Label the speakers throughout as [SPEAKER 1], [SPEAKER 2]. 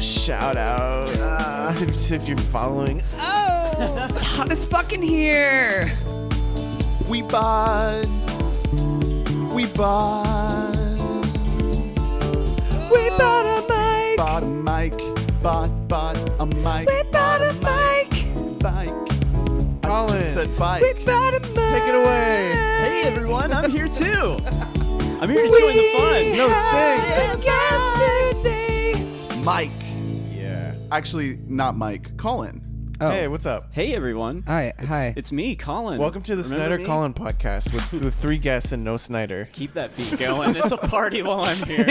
[SPEAKER 1] shout out to, to if you're following.
[SPEAKER 2] Oh, it's hot as fucking here.
[SPEAKER 1] We bought. We bought.
[SPEAKER 2] We bought a
[SPEAKER 1] Ah.
[SPEAKER 2] mic.
[SPEAKER 1] Bought a mic. Bought, bought a mic.
[SPEAKER 2] We bought a mic.
[SPEAKER 1] Bike. Colin.
[SPEAKER 3] just said
[SPEAKER 1] bike.
[SPEAKER 2] We bought a mic.
[SPEAKER 1] Take it away.
[SPEAKER 3] Hey everyone, I'm here too. I'm here to join the fun.
[SPEAKER 1] No,
[SPEAKER 2] had
[SPEAKER 1] sing.
[SPEAKER 2] a guest today.
[SPEAKER 1] Mike. Yeah.
[SPEAKER 4] Actually, not Mike. Colin.
[SPEAKER 5] Oh.
[SPEAKER 1] Hey, what's up?
[SPEAKER 3] Hey everyone.
[SPEAKER 5] Hi, hi.
[SPEAKER 3] It's me, Colin.
[SPEAKER 1] Welcome to the
[SPEAKER 3] Remember
[SPEAKER 1] Snyder
[SPEAKER 3] me?
[SPEAKER 1] Colin podcast with the three guests and no Snyder.
[SPEAKER 3] Keep that beat going. It's a party while I'm here.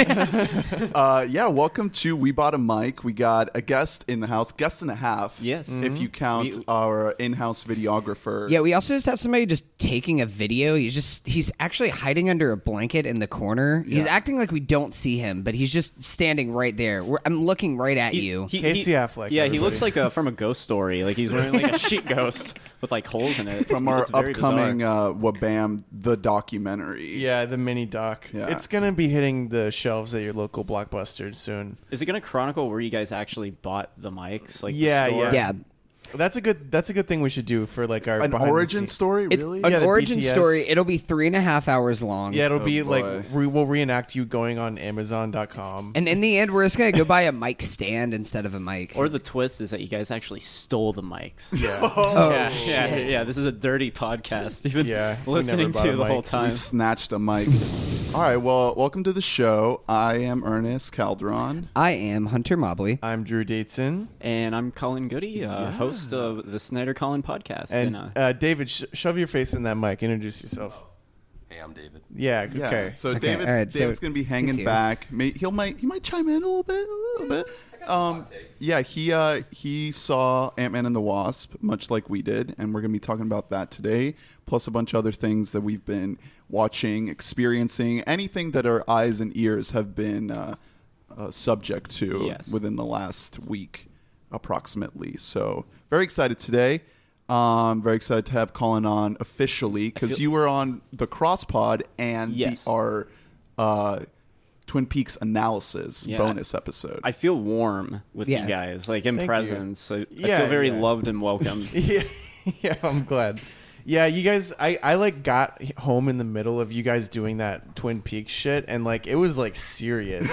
[SPEAKER 4] Uh, yeah, welcome to We Bought a Mic. We got a guest in the house, guest and a half.
[SPEAKER 3] Yes. Mm-hmm.
[SPEAKER 4] If you count
[SPEAKER 3] We-
[SPEAKER 4] our in-house videographer.
[SPEAKER 5] yeah, we also just have somebody just taking a video. He's just he's actually hiding under a blanket in the corner. He's
[SPEAKER 4] Yeah.
[SPEAKER 5] acting like we don't see him, but he's just standing right there. We're, I'm looking right at you.
[SPEAKER 1] Casey Affleck,
[SPEAKER 3] Yeah, he
[SPEAKER 1] everybody.
[SPEAKER 3] looks like a, from a ghost story. Like he's wearing like a sheet ghost with like holes in it.
[SPEAKER 4] From our
[SPEAKER 3] It's very
[SPEAKER 4] upcoming
[SPEAKER 3] bizarre.
[SPEAKER 4] uh, Wabam the documentary.
[SPEAKER 1] Yeah, the mini doc.
[SPEAKER 4] Yeah.
[SPEAKER 1] It's gonna be hitting the shelves at your local blockbuster soon.
[SPEAKER 3] Is it gonna chronicle where you guys actually bought the mics? Like the
[SPEAKER 1] Yeah,
[SPEAKER 3] store?
[SPEAKER 1] yeah.
[SPEAKER 5] yeah,
[SPEAKER 1] That's a good. That's a good thing we should do for like our
[SPEAKER 4] An
[SPEAKER 1] behind the
[SPEAKER 4] origin
[SPEAKER 1] scenes-
[SPEAKER 4] story,
[SPEAKER 5] it's
[SPEAKER 4] really?
[SPEAKER 5] an
[SPEAKER 1] Yeah, the
[SPEAKER 5] origin
[SPEAKER 1] BTS.
[SPEAKER 5] story. It'll be three and a half hours long.
[SPEAKER 1] Yeah, it'll be
[SPEAKER 4] boy.
[SPEAKER 1] like we will reenact you going on Amazon.com.
[SPEAKER 5] And in the end, we're just gonna go buy a mic stand instead of a mic.
[SPEAKER 3] Or the twist is that you guys actually stole the mics. Yeah.
[SPEAKER 5] oh,
[SPEAKER 3] yeah, yeah,
[SPEAKER 5] shit.
[SPEAKER 3] yeah. This is a dirty podcast. Even
[SPEAKER 1] Yeah, we never
[SPEAKER 3] listening
[SPEAKER 1] bought
[SPEAKER 3] to
[SPEAKER 1] a
[SPEAKER 3] the whole
[SPEAKER 1] mic.
[SPEAKER 3] time.
[SPEAKER 4] We snatched a mic. All right, well, welcome to the show. I am Ernest Calderon.
[SPEAKER 5] I am Hunter Mobley.
[SPEAKER 1] I'm Drew Dateson.
[SPEAKER 3] And I'm Colin Goody, uh, host of the Snyder Colin podcast.
[SPEAKER 1] And
[SPEAKER 3] And, uh,
[SPEAKER 1] uh, David, sh- shove your face in that mic. Introduce yourself.
[SPEAKER 6] Hey, I'm David.
[SPEAKER 1] Yeah.
[SPEAKER 4] Yeah.
[SPEAKER 1] Okay.
[SPEAKER 4] So
[SPEAKER 5] Okay,
[SPEAKER 4] David's,
[SPEAKER 5] all right, so
[SPEAKER 4] David's gonna be
[SPEAKER 5] he's
[SPEAKER 4] hanging
[SPEAKER 5] here.
[SPEAKER 4] back. May, he'll might he might chime in a little bit, a little bit. Um, yeah, he uh, he saw Ant Man and the Wasp much like we did, and we're gonna be talking about that today, plus a bunch of other things that we've been watching, experiencing, anything that our eyes and ears have been uh, uh, subject to
[SPEAKER 3] Yes.
[SPEAKER 4] within the last week, approximately. So very excited today. Um, very excited to have Colin on officially because you were on the Cross Pod and
[SPEAKER 3] Yes.
[SPEAKER 4] the, our uh, Twin Peaks analysis
[SPEAKER 3] Yeah.
[SPEAKER 4] bonus episode.
[SPEAKER 3] I feel warm with
[SPEAKER 5] Yeah.
[SPEAKER 3] you guys, like in
[SPEAKER 1] you.
[SPEAKER 3] presence. I, I
[SPEAKER 1] Yeah,
[SPEAKER 3] feel very
[SPEAKER 1] yeah.
[SPEAKER 3] loved and welcomed.
[SPEAKER 1] yeah. Yeah. I'm glad. Yeah, you guys. I I like got home in the middle of you guys doing that Twin Peaks shit, and like it was like serious.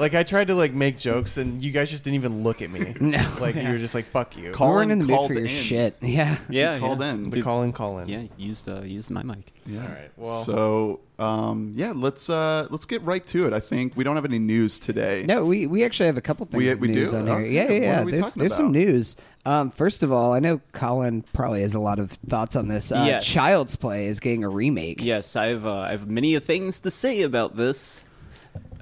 [SPEAKER 1] like I tried to like make jokes, and you guys just didn't even look at me.
[SPEAKER 5] No.
[SPEAKER 1] Like you were just like, "Fuck you."
[SPEAKER 4] Call-
[SPEAKER 5] we're in the mood
[SPEAKER 4] called
[SPEAKER 5] for your
[SPEAKER 4] in.
[SPEAKER 5] shit. Yeah.
[SPEAKER 3] yeah,
[SPEAKER 4] called
[SPEAKER 3] yeah.
[SPEAKER 4] in.
[SPEAKER 1] the Colin Colin.
[SPEAKER 3] Yeah, used uh, used my mic.
[SPEAKER 4] yeah.
[SPEAKER 1] All right, well-
[SPEAKER 4] so um, yeah, let's uh, let's get right to it. I think we don't have any news today.
[SPEAKER 5] No, we, we actually have a couple things
[SPEAKER 4] We-
[SPEAKER 5] of
[SPEAKER 4] we do?
[SPEAKER 5] news on here.
[SPEAKER 4] Okay,
[SPEAKER 5] Yeah, yeah,
[SPEAKER 4] what
[SPEAKER 5] yeah.
[SPEAKER 4] are we
[SPEAKER 5] There's,
[SPEAKER 4] talking
[SPEAKER 5] there's some
[SPEAKER 4] about?
[SPEAKER 5] news. Um, first of all, I know Colin probably has a lot of thoughts on this. Uh,
[SPEAKER 3] Yes.
[SPEAKER 5] Child's Play is getting a remake.
[SPEAKER 3] Yes, I've uh, I've many things to say about this.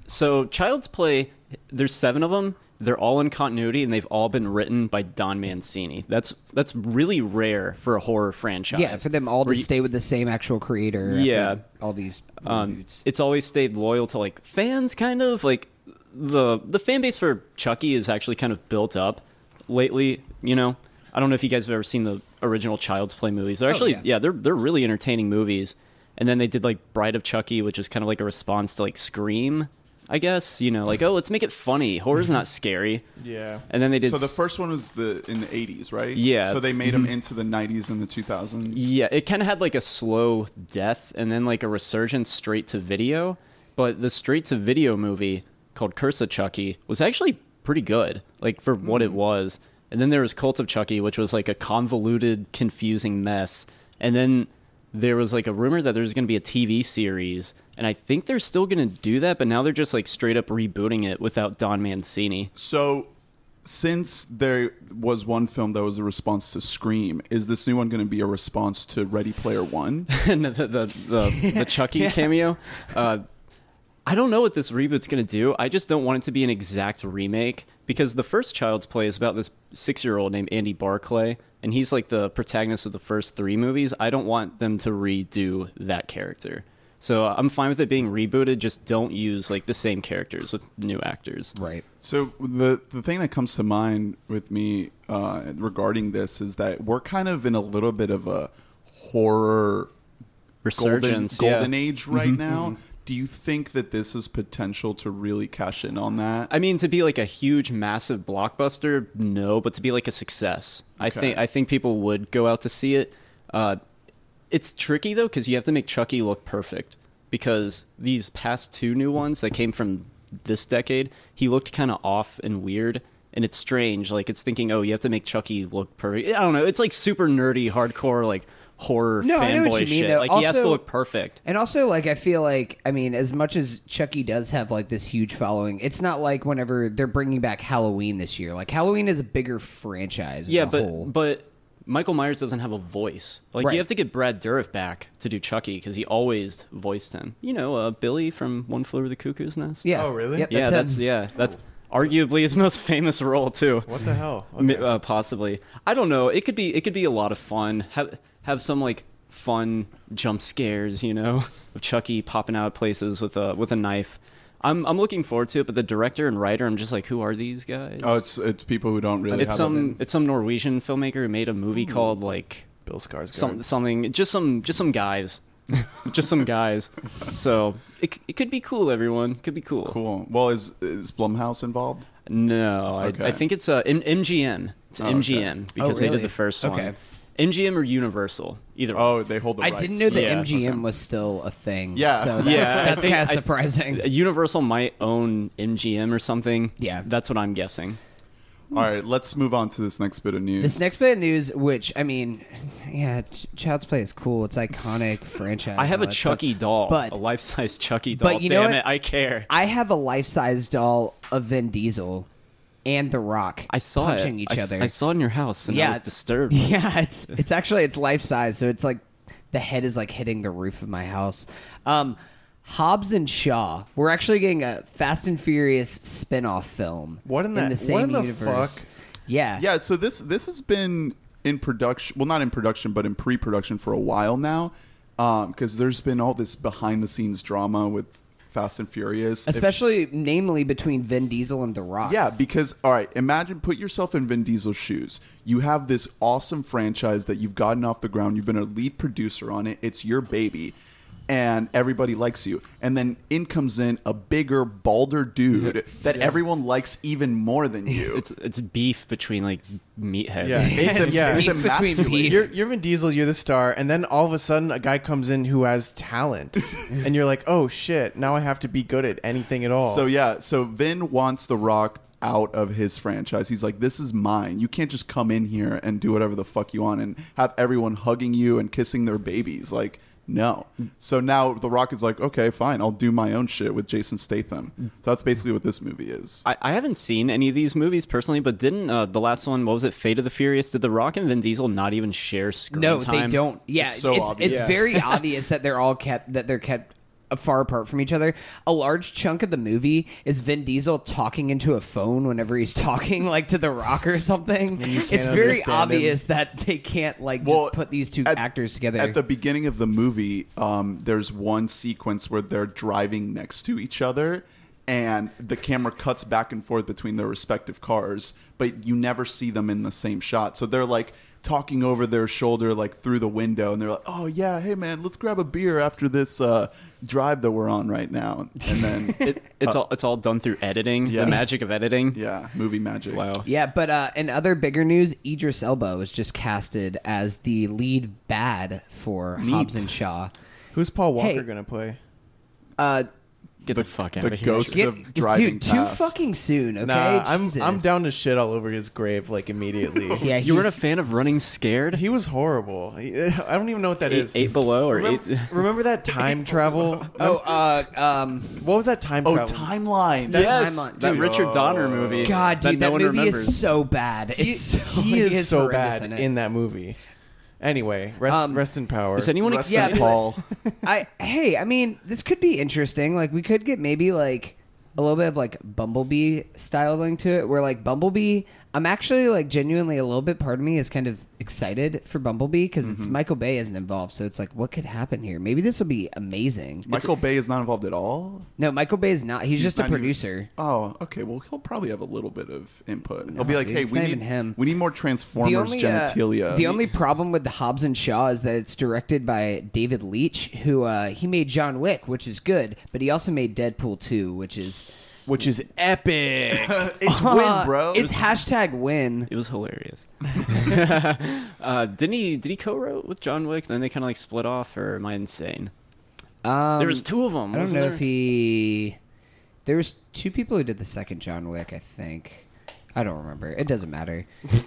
[SPEAKER 3] So, Child's Play, there's seven of them. They're all in continuity, and they've all been written by Don Mancini. That's that's really rare for a horror franchise.
[SPEAKER 5] Yeah, for them all to
[SPEAKER 3] Where you-
[SPEAKER 5] stay with the same actual creator. after
[SPEAKER 3] Yeah.
[SPEAKER 5] all these
[SPEAKER 3] um,
[SPEAKER 5] reboots.
[SPEAKER 3] it's always stayed loyal to like fans kind of like the the fan base for chucky is actually kind of built up lately you know i don't know if you guys have ever seen the original child's play movies
[SPEAKER 4] Oh,
[SPEAKER 3] they're actually
[SPEAKER 5] yeah.
[SPEAKER 3] yeah. they're they're really entertaining movies and then they did like bride of chucky which is kind of like a response to like scream i guess you know like oh let's make it funny horror's not scary
[SPEAKER 1] Yeah.
[SPEAKER 3] and then they did
[SPEAKER 4] So the
[SPEAKER 3] s-
[SPEAKER 4] first one was the in the 80s, right?
[SPEAKER 3] Yeah. Mm-hmm.
[SPEAKER 4] So they made them into the 90s and the 2000s.
[SPEAKER 3] Yeah, it kind of had like a slow death and then like a resurgence straight to video. But the straight to video movie called Curse of Chucky was actually pretty good, like for what it was. And then there was Cult of Chucky, which was like a convoluted, confusing mess. And then there was like a rumor that there's going to be a TV series. And I think they're still going to do that, but now they're just like straight up rebooting it without Don Mancini.
[SPEAKER 4] So, since there was one film that was a response to Scream, is this new one going to be a response to Ready Player One?
[SPEAKER 3] and the the the, the Chucky cameo. Uh, I don't know what this reboot's gonna do. I just don't want it to be an exact remake because the first Child's Play is about this six-year-old named Andy Barclay, and he's like the protagonist of the first three movies. I don't want them to redo that character. So uh, I'm fine with it being rebooted. Just don't use like the same characters with new actors.
[SPEAKER 5] right.
[SPEAKER 4] So the the thing that comes to mind with me uh, regarding this is that we're kind of in a little bit of a horror golden
[SPEAKER 3] Resurgence. yeah.
[SPEAKER 5] Mm-hmm,
[SPEAKER 4] golden age right now do you think that this is potential to really cash in on that?
[SPEAKER 3] I mean, to be like a huge, massive blockbuster, no, but to be like a success, I
[SPEAKER 4] Okay.
[SPEAKER 3] think I think people would go out to see it. Uh, it's tricky though because you have to make Chucky look perfect because these past two new ones that came from this decade, he looked kind of off and weird. And it's strange, like it's thinking, oh, you have to make Chucky look perfect. I don't know. It's like super nerdy, hardcore, like horror
[SPEAKER 5] No, I know what
[SPEAKER 3] fanboy
[SPEAKER 5] you mean,
[SPEAKER 3] shit.
[SPEAKER 5] though.
[SPEAKER 3] like he has to
[SPEAKER 5] Also-
[SPEAKER 3] look perfect.
[SPEAKER 5] And also, like, I feel like, I mean, as much as Chucky does have, like, this huge following, it's not like whenever they're bringing back Halloween this year. Like, Halloween is a bigger franchise. As
[SPEAKER 3] Yeah,
[SPEAKER 5] a
[SPEAKER 3] but
[SPEAKER 5] whole.
[SPEAKER 3] but Michael Myers doesn't have a voice. Like
[SPEAKER 5] Right.
[SPEAKER 3] you have to get Brad Dourif back to do Chucky because he always voiced him. You know, uh, Billy from One Flew Over the Cuckoo's Nest.
[SPEAKER 5] yeah.
[SPEAKER 1] Oh, really?
[SPEAKER 5] Yep,
[SPEAKER 3] yeah,
[SPEAKER 5] him.
[SPEAKER 3] that's yeah, that's arguably his most famous role too.
[SPEAKER 1] What the hell?
[SPEAKER 3] Mi-
[SPEAKER 1] Okay.
[SPEAKER 3] uh, possibly. I don't know. It could be. It could be a lot of fun. Have have some like fun jump scares. You know, of Chucky popping out of places with a with a knife. I'm I'm looking forward to it, but the director and writer, I'm just like, who are these guys?
[SPEAKER 4] Oh, it's it's people who don't really.
[SPEAKER 3] it's
[SPEAKER 4] have
[SPEAKER 3] some
[SPEAKER 4] It.
[SPEAKER 3] it's some Norwegian filmmaker who made a movie called like
[SPEAKER 1] Bill Skarsgård.
[SPEAKER 3] some, something just some just some guys, just some guys. So it c- it could be cool. Everyone could be cool.
[SPEAKER 4] Cool. Well, is is Blumhouse involved?
[SPEAKER 3] No, I,
[SPEAKER 4] Okay.
[SPEAKER 3] I think it's uh, M- MGM. It's
[SPEAKER 4] okay.
[SPEAKER 3] MGM because they
[SPEAKER 5] really?
[SPEAKER 3] did the first
[SPEAKER 5] Okay.
[SPEAKER 3] one. MGM or Universal, either. one.
[SPEAKER 4] Oh, they hold the
[SPEAKER 5] I
[SPEAKER 4] rights.
[SPEAKER 5] didn't know that
[SPEAKER 3] Yeah.
[SPEAKER 5] MGM was still a thing.
[SPEAKER 4] Yeah.
[SPEAKER 5] So that's,
[SPEAKER 3] Yeah, I
[SPEAKER 5] that's
[SPEAKER 3] think-
[SPEAKER 5] kind
[SPEAKER 3] I
[SPEAKER 5] of
[SPEAKER 3] th-
[SPEAKER 5] surprising.
[SPEAKER 3] Universal might own MGM or something.
[SPEAKER 5] Yeah.
[SPEAKER 3] that's what I'm guessing.
[SPEAKER 4] All right, let's move on to this next bit of news.
[SPEAKER 5] This next bit of news, which I mean, yeah, Ch- Child's Play is cool. It's iconic franchise.
[SPEAKER 3] I have
[SPEAKER 5] and
[SPEAKER 3] a
[SPEAKER 5] all that stuff.
[SPEAKER 3] Chucky doll,
[SPEAKER 5] but
[SPEAKER 3] a life-size Chucky doll.
[SPEAKER 5] but you know
[SPEAKER 3] Damn
[SPEAKER 5] what?
[SPEAKER 3] it, I care.
[SPEAKER 5] I have a life-size doll of Vin Diesel and The Rock.
[SPEAKER 3] I saw
[SPEAKER 5] punching
[SPEAKER 3] it.
[SPEAKER 5] each
[SPEAKER 3] I s-
[SPEAKER 5] other.
[SPEAKER 3] I saw it in your house, and I was
[SPEAKER 5] it's-
[SPEAKER 3] disturbed.
[SPEAKER 5] Yeah, it's it's actually it's life size, so it's like the head is like hitting the roof of my house. Um, Hobbs and Shaw. We're actually getting a Fast and Furious spin-off film.
[SPEAKER 1] What in the-
[SPEAKER 5] the
[SPEAKER 1] what
[SPEAKER 5] same
[SPEAKER 1] in the
[SPEAKER 5] universe?
[SPEAKER 1] fuck?
[SPEAKER 5] Yeah.
[SPEAKER 4] Yeah, so this this has been in production, well, not in production, but in pre-production for a while now, because there's been all this behind-the-scenes drama with Fast and Furious. If-
[SPEAKER 5] Especially, namely, between Vin Diesel and The Rock.
[SPEAKER 4] yeah, because all right, imagine put yourself in Vin Diesel's shoes. You have this awesome franchise that you've gotten off the ground. You've been a lead producer on it. It's your baby, and everybody likes you. And then in comes in a bigger, balder dude that everyone likes even more than you.
[SPEAKER 3] It's it's beef between like meatheads.
[SPEAKER 1] Yeah.
[SPEAKER 4] It's em-
[SPEAKER 1] Yeah.
[SPEAKER 4] it's
[SPEAKER 1] Beef
[SPEAKER 5] between
[SPEAKER 4] emasculating.
[SPEAKER 5] beef.
[SPEAKER 1] You're, you're Vin Diesel, you're the star, and then all of a sudden a guy comes in who has talent, and you're like, oh shit, now I have to be good at anything at all.
[SPEAKER 4] So yeah, so Vin wants The Rock out of his franchise. He's like, "This is mine. You can't just come in here and do whatever the fuck you want and have everyone hugging you and kissing their babies." Like, no. So now The Rock is like, "Okay, fine. I'll do my own shit with Jason Statham." So that's basically what this movie is.
[SPEAKER 3] I, I haven't seen any of these movies personally, but didn't uh, the last one? What was it? Fate of the Furious? Did The Rock and Vin Diesel not even share screen
[SPEAKER 5] No,
[SPEAKER 3] time?
[SPEAKER 5] they don't. Yeah,
[SPEAKER 4] It's
[SPEAKER 5] it's,
[SPEAKER 4] so
[SPEAKER 5] it's,
[SPEAKER 4] obvious. Yeah.
[SPEAKER 5] very obvious that they're all kept that they're kept far apart from each other. A large chunk of the movie is Vin Diesel talking into a phone whenever he's talking like to the rock or something. It's very
[SPEAKER 1] understand
[SPEAKER 5] obvious that they can't like just
[SPEAKER 4] Well,
[SPEAKER 5] put these two
[SPEAKER 4] at-
[SPEAKER 5] actors together.
[SPEAKER 4] At the beginning of the movie, um, there's one sequence where they're driving next to each other, and the camera cuts back and forth between their respective cars, but you never see them in the same shot. So they're like talking over their shoulder, like through the window, and they're like, "Oh yeah, hey man, let's grab a beer after this uh, drive that we're on right now." And then,
[SPEAKER 3] It, it's all it's all done through editing.
[SPEAKER 4] Uh, Yeah.
[SPEAKER 3] The magic of editing.
[SPEAKER 4] yeah, movie magic.
[SPEAKER 3] Wow.
[SPEAKER 5] yeah, but uh, in other bigger news, Idris Elba was just casted as the lead bad for Hobbs and Shaw.
[SPEAKER 1] Who's Paul Walker
[SPEAKER 5] Hey.
[SPEAKER 1] gonna play?
[SPEAKER 5] Uh,
[SPEAKER 3] Get the, fuck out
[SPEAKER 4] the
[SPEAKER 3] of here.
[SPEAKER 4] ghost- Instead of driving
[SPEAKER 5] dude, too
[SPEAKER 4] past.
[SPEAKER 5] fucking soon. Okay,
[SPEAKER 1] Nah, I'm
[SPEAKER 5] Jesus.
[SPEAKER 1] I'm down to shit all over his grave like immediately.
[SPEAKER 5] Yeah,
[SPEAKER 3] You weren't a
[SPEAKER 5] he's-
[SPEAKER 3] fan of Running Scared?
[SPEAKER 1] He was horrible. He- I don't even know what that
[SPEAKER 3] eight,
[SPEAKER 1] is.
[SPEAKER 3] eight below or
[SPEAKER 1] remember,
[SPEAKER 3] eight?
[SPEAKER 1] remember that time travel?
[SPEAKER 5] Oh, uh, um,
[SPEAKER 1] What was that time
[SPEAKER 4] Oh,
[SPEAKER 1] travel?
[SPEAKER 4] timeline.
[SPEAKER 5] That-
[SPEAKER 3] yes,
[SPEAKER 5] timeline.
[SPEAKER 3] that
[SPEAKER 5] Dude.
[SPEAKER 3] Richard Donner movie.
[SPEAKER 5] God, dude, that,
[SPEAKER 3] no one
[SPEAKER 5] movie
[SPEAKER 3] remembers.
[SPEAKER 5] is so bad.
[SPEAKER 1] He,
[SPEAKER 5] It's so,
[SPEAKER 1] he is so
[SPEAKER 5] horrendous
[SPEAKER 1] bad
[SPEAKER 5] in,
[SPEAKER 1] in,
[SPEAKER 5] it.
[SPEAKER 1] that movie. Anyway, rest
[SPEAKER 5] Um,
[SPEAKER 1] rest in power.
[SPEAKER 3] is anyone
[SPEAKER 4] Rest
[SPEAKER 5] Yeah,
[SPEAKER 4] in
[SPEAKER 3] excited?
[SPEAKER 5] but-
[SPEAKER 4] Paul.
[SPEAKER 5] I hey, I mean, this could be interesting. Like, we could get maybe like a little bit of like Bumblebee styling to it, where like Bumblebee, I'm actually like genuinely a little bit. Part of me is kind of excited for Bumblebee because it's Michael Bay isn't involved, so it's like what could happen here? Maybe this will be amazing.
[SPEAKER 4] Michael Bay is not involved at all.
[SPEAKER 5] no, Michael Bay is not. He's, just a
[SPEAKER 4] Not even-
[SPEAKER 5] producer.
[SPEAKER 4] oh, okay. Well, he'll probably have a little bit of input. he'll be like,
[SPEAKER 5] dude,
[SPEAKER 4] "Hey,
[SPEAKER 5] it's
[SPEAKER 4] we
[SPEAKER 5] not
[SPEAKER 4] need
[SPEAKER 5] even him."
[SPEAKER 4] we need more Transformers genitalia."
[SPEAKER 5] Uh, the only problem with the Hobbs and Shaw is that it's directed by David Leitch, who uh, he made John Wick, which is good, but he also made Deadpool 2, which is
[SPEAKER 1] which is epic.
[SPEAKER 4] it's
[SPEAKER 5] Uh,
[SPEAKER 4] win, bro.
[SPEAKER 5] It's hashtag win.
[SPEAKER 3] It was hilarious. uh, didn't he? Did he co-wrote with John Wick? And then they kind of like split off, or am I insane?
[SPEAKER 5] Um,
[SPEAKER 3] there was two of them.
[SPEAKER 5] I don't know if he. There was two people who did the second John Wick, I think. I don't remember. It doesn't matter. Y-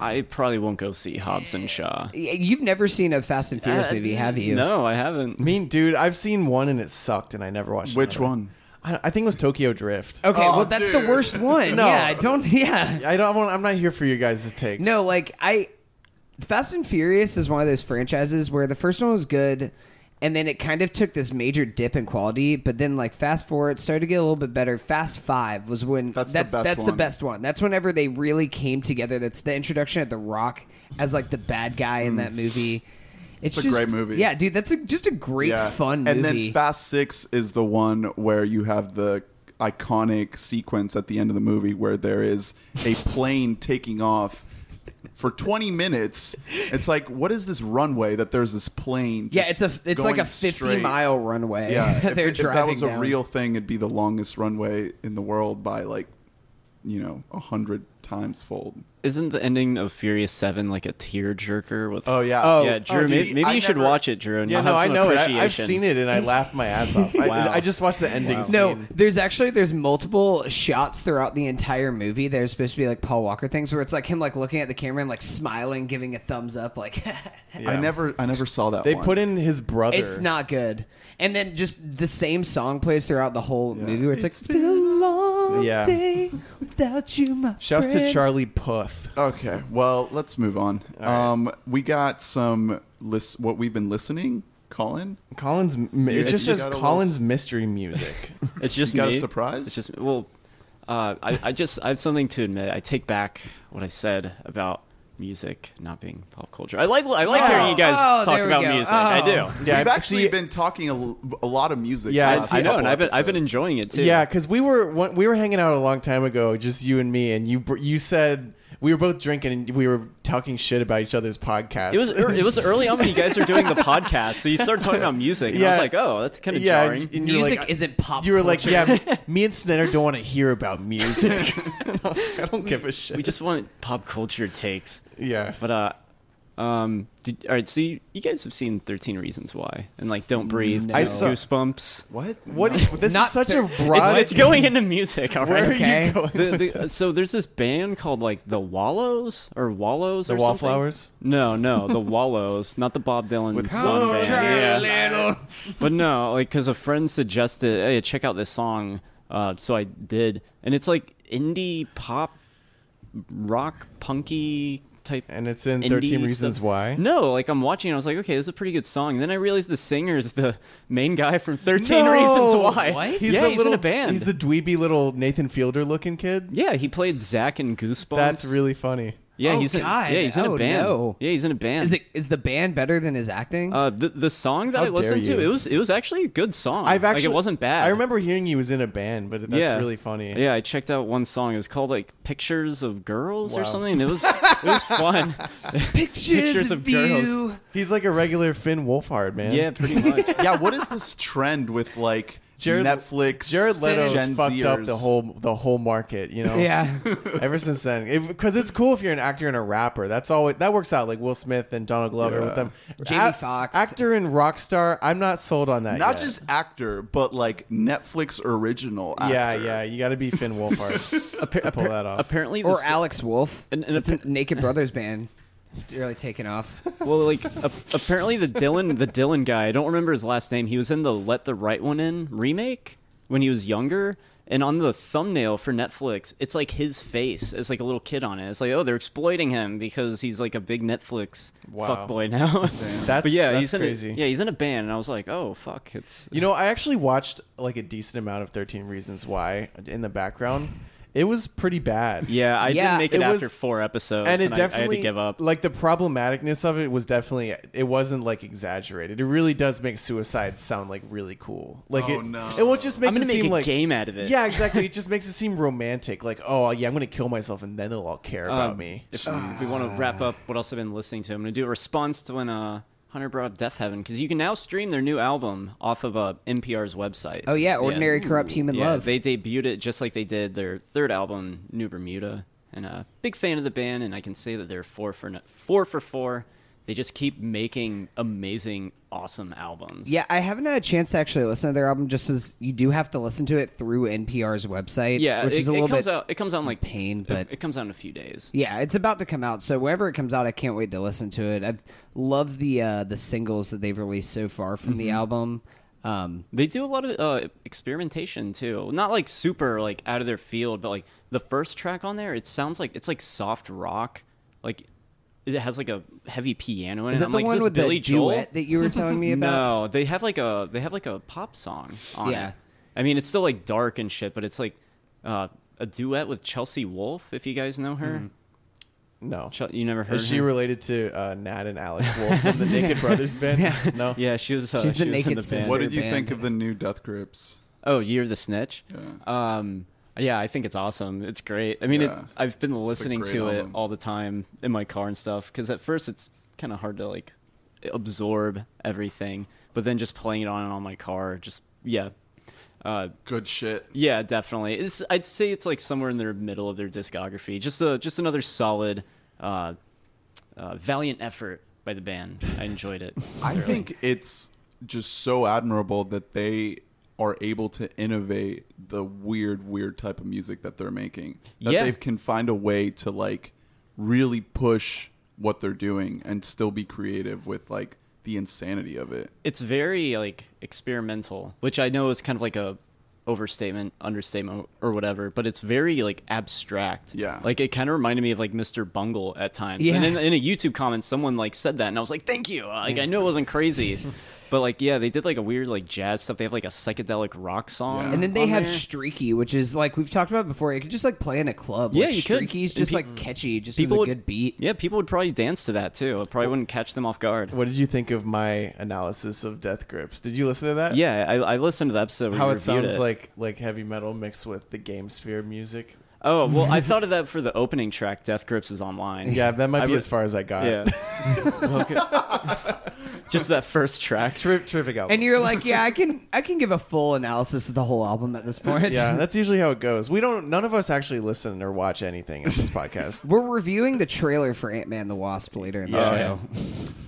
[SPEAKER 3] I probably won't go see Hobbs and Shaw.
[SPEAKER 5] You've never seen a Fast and Furious
[SPEAKER 3] Uh,
[SPEAKER 5] movie, have you?
[SPEAKER 3] No, I haven't.
[SPEAKER 1] I mean, dude, I've seen one and it sucked, and I never watched.
[SPEAKER 4] Which
[SPEAKER 1] another.
[SPEAKER 4] one?
[SPEAKER 1] I, I think it was Tokyo Drift.
[SPEAKER 5] Okay,
[SPEAKER 4] Oh,
[SPEAKER 5] well that's the
[SPEAKER 4] dude.
[SPEAKER 5] worst one.
[SPEAKER 1] No.
[SPEAKER 5] Yeah, I don't. Yeah.
[SPEAKER 1] I don't want. I'm not here for you guys' takes.
[SPEAKER 5] No, like I Fast and Furious is one of those franchises where the first one was good and then it kind of took this major dip in quality, but then like fast forward it started to get a little bit better. Fast 5 was when
[SPEAKER 4] That's the
[SPEAKER 5] that's,
[SPEAKER 4] best
[SPEAKER 5] that's the
[SPEAKER 4] one.
[SPEAKER 5] best one. That's whenever they really came together. That's the introduction of The Rock as like the bad guy in that movie. It's,
[SPEAKER 4] Mm. It's a
[SPEAKER 5] just-
[SPEAKER 4] great movie.
[SPEAKER 5] Yeah, dude, that's a, just a great fun
[SPEAKER 4] And
[SPEAKER 5] movie.
[SPEAKER 4] then Fast Six is the one where you have the iconic sequence at the end of the movie where there is a plane taking off for 20 minutes. It's like, what is this runway that there's this plane?
[SPEAKER 5] yeah, it's
[SPEAKER 4] just
[SPEAKER 5] a it's like
[SPEAKER 4] going
[SPEAKER 5] a 50
[SPEAKER 4] straight?
[SPEAKER 5] mile runway.
[SPEAKER 4] Yeah,
[SPEAKER 5] that
[SPEAKER 4] if,
[SPEAKER 5] they're
[SPEAKER 4] if
[SPEAKER 5] driving
[SPEAKER 4] that was a
[SPEAKER 5] down.
[SPEAKER 4] real thing, it'd be the longest runway in the world by like, you know, a hundred times fold.
[SPEAKER 3] Isn't the ending of Furious Seven like a tearjerker? With
[SPEAKER 4] Oh yeah,
[SPEAKER 3] yeah, Drew.
[SPEAKER 4] oh,
[SPEAKER 3] may-
[SPEAKER 4] see,
[SPEAKER 3] maybe you
[SPEAKER 4] I
[SPEAKER 3] should
[SPEAKER 4] never-
[SPEAKER 3] watch it, Drew. And
[SPEAKER 1] Yeah,
[SPEAKER 3] you'll
[SPEAKER 1] no,
[SPEAKER 3] have
[SPEAKER 1] I
[SPEAKER 3] some
[SPEAKER 1] know it. I, I've
[SPEAKER 3] appreciation.
[SPEAKER 1] seen it, and I laughed my ass off. I,
[SPEAKER 3] Wow.
[SPEAKER 1] I just watched the ending. Scene.
[SPEAKER 5] No, there's actually there's multiple shots throughout the entire movie. There's supposed to be like Paul Walker things where it's like him like looking at the camera and like smiling, giving a thumbs up. Like
[SPEAKER 4] I
[SPEAKER 1] Yeah.
[SPEAKER 4] never, I never saw that.
[SPEAKER 1] They
[SPEAKER 4] one.
[SPEAKER 1] put in his brother.
[SPEAKER 5] it's not good. And then just the same song plays throughout the whole movie where it's,
[SPEAKER 4] It's
[SPEAKER 5] like it's been a long
[SPEAKER 1] Yeah.
[SPEAKER 5] day without you, my
[SPEAKER 1] Shouts
[SPEAKER 5] friend.
[SPEAKER 1] to Charlie Puth.
[SPEAKER 4] Okay, well, let's move on. Um, we got some list. What we've been listening, Colin.
[SPEAKER 1] Collins. m- It
[SPEAKER 4] It's-
[SPEAKER 1] just
[SPEAKER 4] you
[SPEAKER 1] says
[SPEAKER 4] got a
[SPEAKER 1] Collins mystery music.
[SPEAKER 3] It's just
[SPEAKER 4] You got a
[SPEAKER 3] me.
[SPEAKER 4] surprise?
[SPEAKER 3] It's just well, uh, I I just I have something to admit. I take back what I said about music not being pop culture. I like I like
[SPEAKER 5] Oh,
[SPEAKER 3] hearing you guys
[SPEAKER 5] oh,
[SPEAKER 3] talk
[SPEAKER 5] there we
[SPEAKER 3] about
[SPEAKER 5] go.
[SPEAKER 3] music.
[SPEAKER 5] Oh.
[SPEAKER 3] I do.
[SPEAKER 1] Yeah,
[SPEAKER 4] we've
[SPEAKER 1] I've-
[SPEAKER 4] actually
[SPEAKER 1] see-
[SPEAKER 4] been talking a, l- a lot of music.
[SPEAKER 1] Yeah,
[SPEAKER 4] last
[SPEAKER 1] I
[SPEAKER 3] I know,
[SPEAKER 4] couple
[SPEAKER 3] and I've been I've been
[SPEAKER 4] episodes.
[SPEAKER 3] enjoying it too.
[SPEAKER 1] Yeah, because we were one- we were hanging out a long time ago, just you and me, and you br- you said we were both drinking and we were talking shit about each other's podcasts.
[SPEAKER 3] It was ear- it was early on when you guys were doing the podcast, so you started talking about music, and I was
[SPEAKER 1] Yeah.
[SPEAKER 3] like, oh, that's kind of
[SPEAKER 1] yeah,
[SPEAKER 3] jarring.
[SPEAKER 1] and- and you were
[SPEAKER 5] Music
[SPEAKER 1] like-
[SPEAKER 5] isn't pop
[SPEAKER 1] You were like,
[SPEAKER 5] culture.
[SPEAKER 1] yeah, m- me and Snyder don't want to hear about music. And I, was like, I don't give a shit.
[SPEAKER 3] we just want pop culture takes.
[SPEAKER 1] yeah,
[SPEAKER 3] But uh, um, did, all right. See, you guys have seen Thirteen Reasons Why and like Don't Breathe,
[SPEAKER 5] No. I
[SPEAKER 1] saw-
[SPEAKER 3] Goosebumps.
[SPEAKER 4] What?
[SPEAKER 1] what? do you- this
[SPEAKER 5] Not
[SPEAKER 1] is such
[SPEAKER 5] fair.
[SPEAKER 1] a
[SPEAKER 5] It's-
[SPEAKER 1] broad.
[SPEAKER 3] It's, it's going into music. All
[SPEAKER 1] where
[SPEAKER 3] right.
[SPEAKER 1] are
[SPEAKER 5] Okay.
[SPEAKER 1] you going?
[SPEAKER 3] The- the- so there's this band called like the Wallows or Wallows
[SPEAKER 1] The
[SPEAKER 3] or something?
[SPEAKER 1] Wallflowers?
[SPEAKER 3] No, no, the Wallows, not the Bob Dylan
[SPEAKER 4] With
[SPEAKER 3] song
[SPEAKER 4] Whoa,
[SPEAKER 3] band.
[SPEAKER 4] Charlie.
[SPEAKER 3] Yeah.
[SPEAKER 5] Little.
[SPEAKER 3] But no, like because a friend suggested, hey, check out this song. Uh, so I did, and it's like indie pop, rock, punky type.
[SPEAKER 1] And it's in
[SPEAKER 3] indie
[SPEAKER 1] 13
[SPEAKER 3] stuff.
[SPEAKER 1] Reasons Why?
[SPEAKER 3] No, like I'm watching, it, I was like, okay, this is a pretty good song. And then I realized the singer is the main guy from 13
[SPEAKER 1] No!
[SPEAKER 3] Reasons Why.
[SPEAKER 5] What?
[SPEAKER 3] He's yeah,
[SPEAKER 1] the
[SPEAKER 3] he's
[SPEAKER 1] little
[SPEAKER 3] in a band.
[SPEAKER 1] He's the dweeby little Nathan Fielder looking kid.
[SPEAKER 3] yeah, he played Zack and Goosebumps.
[SPEAKER 1] That's really funny.
[SPEAKER 3] Yeah,
[SPEAKER 5] Oh,
[SPEAKER 3] he's in,
[SPEAKER 5] God.
[SPEAKER 3] yeah, he's in
[SPEAKER 5] Oh,
[SPEAKER 3] a band.
[SPEAKER 5] no.
[SPEAKER 3] Yeah, he's in a band.
[SPEAKER 5] Is it is the band better than his acting?
[SPEAKER 3] Uh, the the song that
[SPEAKER 1] How
[SPEAKER 3] I listened
[SPEAKER 1] dare
[SPEAKER 3] to,
[SPEAKER 1] you.
[SPEAKER 3] it was it was actually a good song.
[SPEAKER 1] I've actually
[SPEAKER 3] like it wasn't bad.
[SPEAKER 1] I remember hearing he was in a band, but that's
[SPEAKER 3] yeah.
[SPEAKER 1] really funny.
[SPEAKER 3] Yeah, I checked out one song. It was called like "Pictures of Girls"
[SPEAKER 1] Wow.
[SPEAKER 3] or something. It was it was fun.
[SPEAKER 5] pictures,
[SPEAKER 3] pictures of girls.
[SPEAKER 5] you.
[SPEAKER 1] He's like a regular Finn Wolfhard, man.
[SPEAKER 3] yeah, pretty much.
[SPEAKER 4] yeah, what is this trend with like
[SPEAKER 1] Jared-
[SPEAKER 4] Netflix?
[SPEAKER 1] Jared Leto
[SPEAKER 4] Gen
[SPEAKER 1] fucked up
[SPEAKER 4] Zers?
[SPEAKER 1] the whole the whole market, you
[SPEAKER 3] Oh.
[SPEAKER 1] know.
[SPEAKER 5] Yeah.
[SPEAKER 1] Ever since then, because it's cool if you're an actor and a rapper. That's always that works out. Like Will Smith and Donald Glover
[SPEAKER 4] Yeah.
[SPEAKER 1] with them.
[SPEAKER 5] Jamie Foxx.
[SPEAKER 1] actor and rock star. I'm not sold on that.
[SPEAKER 4] Not
[SPEAKER 1] yet.
[SPEAKER 4] just actor, but like Netflix original. Actor.
[SPEAKER 1] yeah, yeah. You got to be Finn Wolfhard to pull that off.
[SPEAKER 3] Apparently,
[SPEAKER 5] Or
[SPEAKER 3] this,
[SPEAKER 5] Alex Wolf.
[SPEAKER 3] And-
[SPEAKER 5] And,
[SPEAKER 3] and
[SPEAKER 5] it's a Naked Brothers band. It's really taken off.
[SPEAKER 3] well, like a, apparently the Dylan the Dylan guy. I don't remember his last name. He was in the "Let the Right One In" remake when he was younger. And on the thumbnail for Netflix, it's like his face. It's like a little kid on it. It's like, oh, they're exploiting him because he's like a big Netflix
[SPEAKER 1] Wow.
[SPEAKER 3] fuckboy now.
[SPEAKER 1] That's-
[SPEAKER 3] but yeah,
[SPEAKER 1] that's
[SPEAKER 3] he's in
[SPEAKER 1] crazy.
[SPEAKER 3] A, yeah, he's in a band, and I was like, oh fuck, it's
[SPEAKER 1] You know, I actually watched like a decent amount of 13 Reasons Why in the background. It was pretty bad.
[SPEAKER 3] Yeah, I
[SPEAKER 5] Yeah,
[SPEAKER 3] didn't make it,
[SPEAKER 1] it
[SPEAKER 3] after
[SPEAKER 1] was-
[SPEAKER 3] four episodes,
[SPEAKER 1] and it
[SPEAKER 3] I-
[SPEAKER 1] definitely
[SPEAKER 3] I, had to give up.
[SPEAKER 1] Like the problematicness of it was definitely it wasn't like exaggerated. It really does make suicide sound like really cool. Like
[SPEAKER 4] Oh,
[SPEAKER 1] it,
[SPEAKER 4] no.
[SPEAKER 1] it will just makes
[SPEAKER 3] I'm
[SPEAKER 1] it
[SPEAKER 3] gonna make
[SPEAKER 1] seem
[SPEAKER 3] a
[SPEAKER 1] like
[SPEAKER 3] game out of it.
[SPEAKER 1] Yeah, exactly. it just makes it seem romantic. Like oh yeah, I'm gonna kill myself and then they'll all care about
[SPEAKER 3] Um,
[SPEAKER 1] me.
[SPEAKER 3] If we want to wrap up what else I've been listening to, I'm going to do a response to when uh, Hunter brought up Death Heaven because you can now stream their new album off of uh, NPR's website.
[SPEAKER 5] Oh yeah, ordinary corrupt human
[SPEAKER 3] Yeah,
[SPEAKER 5] love.
[SPEAKER 3] They debuted it just like they did their third album, New Bermuda. And a uh, big fan of the band, and I can say that they're four for n- four for four. They just keep making amazing, awesome albums.
[SPEAKER 5] yeah, I haven't had a chance to actually listen to their album. Just as you do have to listen to it through NPR's website.
[SPEAKER 3] yeah.
[SPEAKER 5] which
[SPEAKER 3] it,
[SPEAKER 5] is a
[SPEAKER 3] it
[SPEAKER 5] little
[SPEAKER 3] comes
[SPEAKER 5] bit.
[SPEAKER 3] out. It comes out in like
[SPEAKER 5] pain,
[SPEAKER 3] it-
[SPEAKER 5] but-
[SPEAKER 3] it comes out in a few days.
[SPEAKER 5] Yeah, it's about to come out. So wherever it comes out, I can't wait to listen to it. I've loved the uh, the singles that they've released so far from
[SPEAKER 3] Mm-hmm.
[SPEAKER 5] the album. Um,
[SPEAKER 3] They do a lot of uh, experimentation too. Not like super like out of their field, but like the first track on there, it sounds like it's like soft rock. Like it has like a heavy piano in it.
[SPEAKER 5] is that
[SPEAKER 3] I'm
[SPEAKER 5] the
[SPEAKER 3] like,
[SPEAKER 5] one
[SPEAKER 3] is this
[SPEAKER 5] with
[SPEAKER 3] Billy
[SPEAKER 5] the
[SPEAKER 3] Joel?
[SPEAKER 5] duet that you were telling me about?
[SPEAKER 3] No, they have like a they have like a pop song on
[SPEAKER 5] Yeah.
[SPEAKER 3] it. I mean, it's still like dark and shit, but it's like uh, a duet with Chelsea Wolf. If you guys know her,
[SPEAKER 5] Mm-hmm.
[SPEAKER 1] No,
[SPEAKER 3] Chel- you never heard.
[SPEAKER 1] is she
[SPEAKER 3] her?
[SPEAKER 1] related to uh, Nat and Alex Wolf from the Naked Brothers band? No,
[SPEAKER 3] yeah, she was. Uh,
[SPEAKER 5] She's
[SPEAKER 3] she
[SPEAKER 5] the
[SPEAKER 3] was in
[SPEAKER 5] naked
[SPEAKER 3] band.
[SPEAKER 5] sister.
[SPEAKER 4] What did
[SPEAKER 5] Their
[SPEAKER 4] you
[SPEAKER 5] band.
[SPEAKER 4] think of the new Death Grips?
[SPEAKER 3] Oh, you're the snitch.
[SPEAKER 4] Yeah.
[SPEAKER 3] Um, yeah, I think it's awesome. It's great. I mean,
[SPEAKER 4] Yeah.
[SPEAKER 3] it, I've been listening
[SPEAKER 4] great
[SPEAKER 3] to it
[SPEAKER 4] album.
[SPEAKER 3] all the time in my car and stuff because at first it's kind of hard to like absorb everything, but then just playing it on and on my car, just yeah, uh,
[SPEAKER 4] Good shit.
[SPEAKER 3] yeah, definitely. It's I'd say it's like somewhere in their middle of their discography. Just a just another solid, uh, uh, valiant effort by the band. I enjoyed it.
[SPEAKER 4] I
[SPEAKER 3] thoroughly.
[SPEAKER 4] think it's just so admirable that they are able to innovate the weird, weird type of music that they're making. That
[SPEAKER 3] Yeah.
[SPEAKER 4] they can find a way to like really push what they're doing and still be creative with like the insanity of it.
[SPEAKER 3] it's very like experimental, which I know is kind of like a overstatement, understatement, or whatever. But it's very like abstract.
[SPEAKER 4] Yeah.
[SPEAKER 3] like it kind of reminded me of like Mr. Bungle at times.
[SPEAKER 5] Yeah.
[SPEAKER 3] And in, in a YouTube comment, someone like said that, and I was like, "Thank you." Like I know it wasn't crazy, but like yeah, they did like a weird like jazz stuff. They have like a psychedelic rock song,
[SPEAKER 4] Yeah.
[SPEAKER 5] And then they
[SPEAKER 3] on
[SPEAKER 5] have
[SPEAKER 3] there.
[SPEAKER 5] Streaky, which is like we've talked about before. You could just like play in a club.
[SPEAKER 3] Yeah,
[SPEAKER 5] like,
[SPEAKER 3] you could.
[SPEAKER 5] Streaky's
[SPEAKER 3] And
[SPEAKER 5] just
[SPEAKER 3] pe-
[SPEAKER 5] like catchy, just
[SPEAKER 3] people
[SPEAKER 5] with
[SPEAKER 3] would
[SPEAKER 5] a good beat.
[SPEAKER 3] Yeah, people would probably dance to that too. It probably wouldn't catch them off guard.
[SPEAKER 1] What did you think of my analysis of Death Grips? Did you listen to that?
[SPEAKER 3] Yeah, I, I listened to the episode. Where
[SPEAKER 1] How
[SPEAKER 3] you
[SPEAKER 1] it
[SPEAKER 3] reviewed
[SPEAKER 1] sounds
[SPEAKER 3] it.
[SPEAKER 1] like like heavy metal mixed with the Game Sphere music.
[SPEAKER 3] Oh well, I thought of that for the opening track. Death Grips is online.
[SPEAKER 1] Yeah, that might
[SPEAKER 3] I
[SPEAKER 1] be
[SPEAKER 3] would-
[SPEAKER 1] as far as I got.
[SPEAKER 3] Yeah. Okay. Just that first track.
[SPEAKER 1] Ter- terrific album.
[SPEAKER 5] And you're like, yeah, I can, I can give a full analysis of the whole album at this point.
[SPEAKER 1] yeah, that's usually how it goes. We don't. None of us actually listen or watch anything in this podcast.
[SPEAKER 5] We're reviewing the trailer for Ant Man the Wasp later in the
[SPEAKER 1] Yeah.
[SPEAKER 5] show.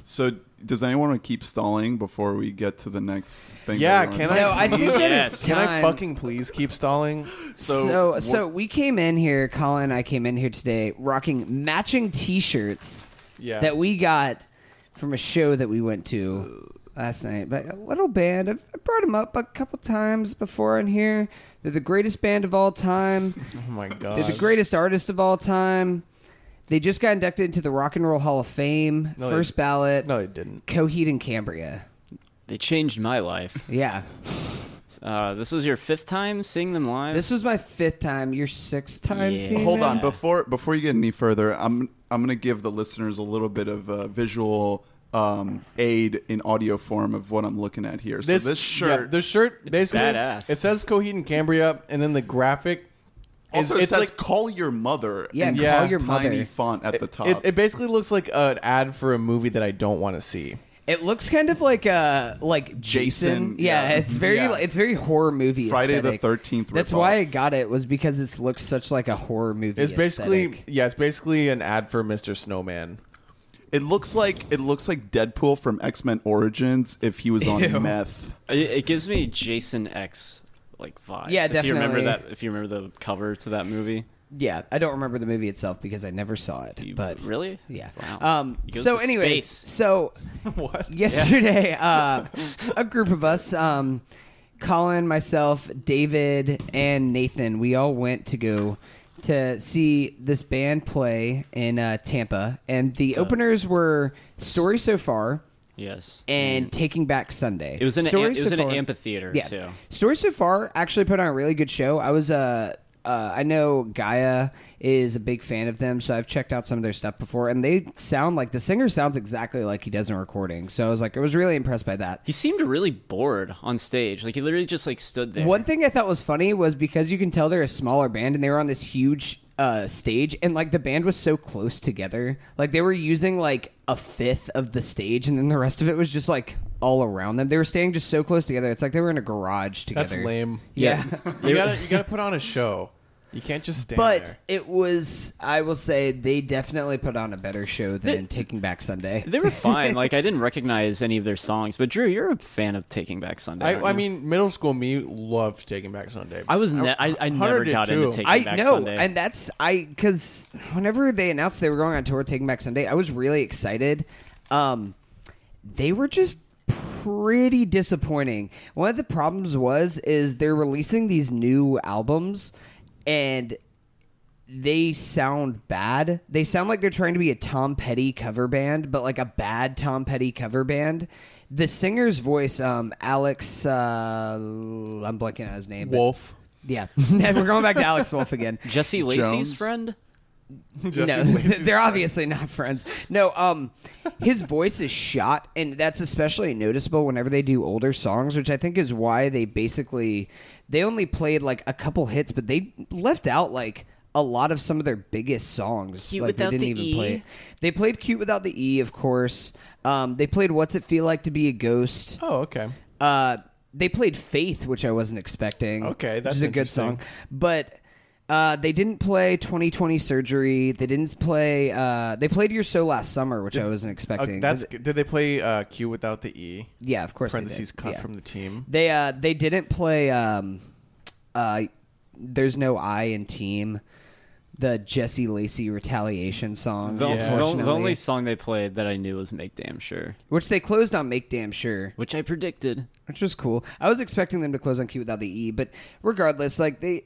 [SPEAKER 4] So does anyone want to keep stalling before we get to the next thing?
[SPEAKER 1] Yeah,
[SPEAKER 4] that we
[SPEAKER 1] can
[SPEAKER 4] wanna talk
[SPEAKER 1] I?
[SPEAKER 5] No, I think
[SPEAKER 1] please-
[SPEAKER 5] that
[SPEAKER 3] it's
[SPEAKER 1] Can I
[SPEAKER 5] time.
[SPEAKER 1] fucking please keep stalling?
[SPEAKER 4] So
[SPEAKER 5] So,
[SPEAKER 4] wh-
[SPEAKER 5] so we came in here, Colin and I came in here today rocking matching t shirts
[SPEAKER 1] Yeah.
[SPEAKER 5] that we got from a show that we went to last night. But a little band, I've, I brought them up a couple times before in here. They're the greatest band of all time,
[SPEAKER 1] Oh my god.
[SPEAKER 5] they're the greatest artist of all time. They just got inducted into the Rock and Roll Hall of Fame,
[SPEAKER 1] No, they-
[SPEAKER 5] first ballot.
[SPEAKER 1] No, they didn't.
[SPEAKER 5] Coheed and Cambria.
[SPEAKER 3] They changed my life.
[SPEAKER 5] Yeah.
[SPEAKER 3] Uh, this was your fifth time seeing them live.
[SPEAKER 5] This was my fifth time, your sixth time
[SPEAKER 3] Yeah.
[SPEAKER 5] seeing
[SPEAKER 4] Hold
[SPEAKER 5] them?
[SPEAKER 4] on before before you get any further. I'm I'm gonna give the listeners a little bit of uh, visual um, aid in audio form of what I'm looking at here. So this, shirt.
[SPEAKER 1] yeah, the shirt basically
[SPEAKER 3] badass.
[SPEAKER 1] it says Coheed and Cambria, and then the graphic is
[SPEAKER 4] also, it
[SPEAKER 1] it's
[SPEAKER 4] says
[SPEAKER 1] like
[SPEAKER 4] "Call Your Mother."
[SPEAKER 5] Yeah,
[SPEAKER 4] in
[SPEAKER 1] Call
[SPEAKER 4] kind of
[SPEAKER 5] Your Mother.
[SPEAKER 4] Tiny font at the top.
[SPEAKER 1] it, it basically looks like an ad for a movie that I don't want to see.
[SPEAKER 5] It looks kind of like uh like Jason.
[SPEAKER 4] Jason,
[SPEAKER 5] Yeah,
[SPEAKER 4] yeah.
[SPEAKER 5] it's very
[SPEAKER 1] Yeah.
[SPEAKER 5] it's very horror movie.
[SPEAKER 4] Friday the
[SPEAKER 5] aesthetic.
[SPEAKER 4] 13th
[SPEAKER 5] That's
[SPEAKER 4] ripoff.
[SPEAKER 5] why I got it was because it looks such like a horror movie.
[SPEAKER 1] It's basically
[SPEAKER 5] aesthetic.
[SPEAKER 1] yeah, it's basically an ad for Mr. Snowman.
[SPEAKER 4] It looks like it looks like Deadpool from X Men Origins if he was on meth.
[SPEAKER 3] it, it gives me Jason X like vibes.
[SPEAKER 5] Yeah,
[SPEAKER 3] If you remember
[SPEAKER 5] definitely.
[SPEAKER 3] that, if you remember the cover to that movie,
[SPEAKER 5] yeah. I don't remember the movie itself because I never saw it.
[SPEAKER 3] You-
[SPEAKER 5] but
[SPEAKER 3] really,
[SPEAKER 5] yeah.
[SPEAKER 3] Wow.
[SPEAKER 5] Um.
[SPEAKER 3] He goes
[SPEAKER 5] So,
[SPEAKER 3] to
[SPEAKER 5] anyways,
[SPEAKER 3] space.
[SPEAKER 5] so
[SPEAKER 1] What?
[SPEAKER 5] yesterday, uh, a group of us, um, Colin, myself, David, and Nathan, we all went to go to see this band play in uh, Tampa, and the openers were "Story So Far"
[SPEAKER 3] yes,
[SPEAKER 5] and "Taking Back Sunday."
[SPEAKER 3] Mm. it was in a,
[SPEAKER 5] Story
[SPEAKER 3] it was
[SPEAKER 5] So
[SPEAKER 3] in an
[SPEAKER 5] Far-
[SPEAKER 3] amphitheater
[SPEAKER 5] yeah.
[SPEAKER 3] too.
[SPEAKER 5] Story so far actually put on a really good show. I was uh uh, I know Gaia is a big fan of them, so I've checked out some of their stuff before, and they sound like the singer sounds exactly like he does in recording. So I was like, I was really impressed by that.
[SPEAKER 3] He seemed really bored on stage. Like he literally just like stood there.
[SPEAKER 5] One thing I thought was funny was because you can tell they're a smaller band and they were on this huge uh, stage and like the band was so close together. Like they were using like a fifth of the stage and then the rest of it was just like all around them. They were staying just so close together. It's like they were in a garage together.
[SPEAKER 1] That's lame.
[SPEAKER 5] Yeah.
[SPEAKER 1] You gotta you gotta put on a show. You can't just stand
[SPEAKER 5] but
[SPEAKER 1] there.
[SPEAKER 5] it was, I will say, they definitely put on a better show than Taking Back Sunday.
[SPEAKER 3] They were fine. like I didn't recognize any of their songs. But Drew, you're a fan of Taking Back Sunday.
[SPEAKER 1] I,
[SPEAKER 3] aren't
[SPEAKER 1] I
[SPEAKER 3] you?
[SPEAKER 1] mean, middle school me loved Taking Back Sunday.
[SPEAKER 3] I was ne- I, I
[SPEAKER 1] Hunter
[SPEAKER 3] never
[SPEAKER 1] did
[SPEAKER 3] got
[SPEAKER 1] too.
[SPEAKER 3] into Taking
[SPEAKER 5] I
[SPEAKER 3] Back
[SPEAKER 5] know,
[SPEAKER 3] Sunday.
[SPEAKER 5] and that's I because whenever they announced they were going on tour, Taking Back Sunday, I was really excited. Um, they were just pretty disappointing. One of the problems was is they're releasing these new albums, and they sound bad. They sound like they're trying to be a Tom Petty cover band, but like a bad Tom Petty cover band. The singer's voice, um, Alex, uh, I'm blanking on his name. but-
[SPEAKER 1] Wolf.
[SPEAKER 5] yeah, we're going back to Alex Wolf again.
[SPEAKER 3] Jesse Lacey's
[SPEAKER 4] Jones?
[SPEAKER 3] friend.
[SPEAKER 1] Jesse
[SPEAKER 5] no,
[SPEAKER 1] Lacey's-
[SPEAKER 5] they're obviously not friends. No, um, his voice is shot, and that's especially noticeable whenever they do older songs, which I think is why they basically they only played like a couple hits, but they left out like a lot of some of their biggest songs.
[SPEAKER 3] Cute
[SPEAKER 5] like
[SPEAKER 3] Without
[SPEAKER 5] they didn't
[SPEAKER 3] the
[SPEAKER 5] even
[SPEAKER 3] E.
[SPEAKER 5] play. They played "Cute Without the E," of course. Um, they played "What's It Feel Like to Be a Ghost."
[SPEAKER 1] Oh, okay.
[SPEAKER 5] Uh, they played Faith, which I wasn't expecting.
[SPEAKER 1] Okay,
[SPEAKER 5] which
[SPEAKER 1] that's
[SPEAKER 5] is a good
[SPEAKER 1] interesting.
[SPEAKER 5] song. But uh, they didn't play 2020 Surgery. They didn't play. Uh, they played Your So Last Summer, which I wasn't
[SPEAKER 1] Uh,
[SPEAKER 5] expecting.
[SPEAKER 1] that's good. did they play uh, Q without the E?
[SPEAKER 5] yeah, of course. they did.
[SPEAKER 1] Parentheses cut
[SPEAKER 5] Yeah.
[SPEAKER 1] from the team.
[SPEAKER 5] They uh, they didn't play. Um, uh, There's no I in team. The Jesse Lacey retaliation song,
[SPEAKER 3] The, the- the
[SPEAKER 5] unfortunately,
[SPEAKER 3] only song they played that I knew was Make Damn Sure,
[SPEAKER 5] which they closed on. Make damn sure.
[SPEAKER 3] which I predicted.
[SPEAKER 5] which was cool. I was expecting them to close on Q without the E, but regardless, like they,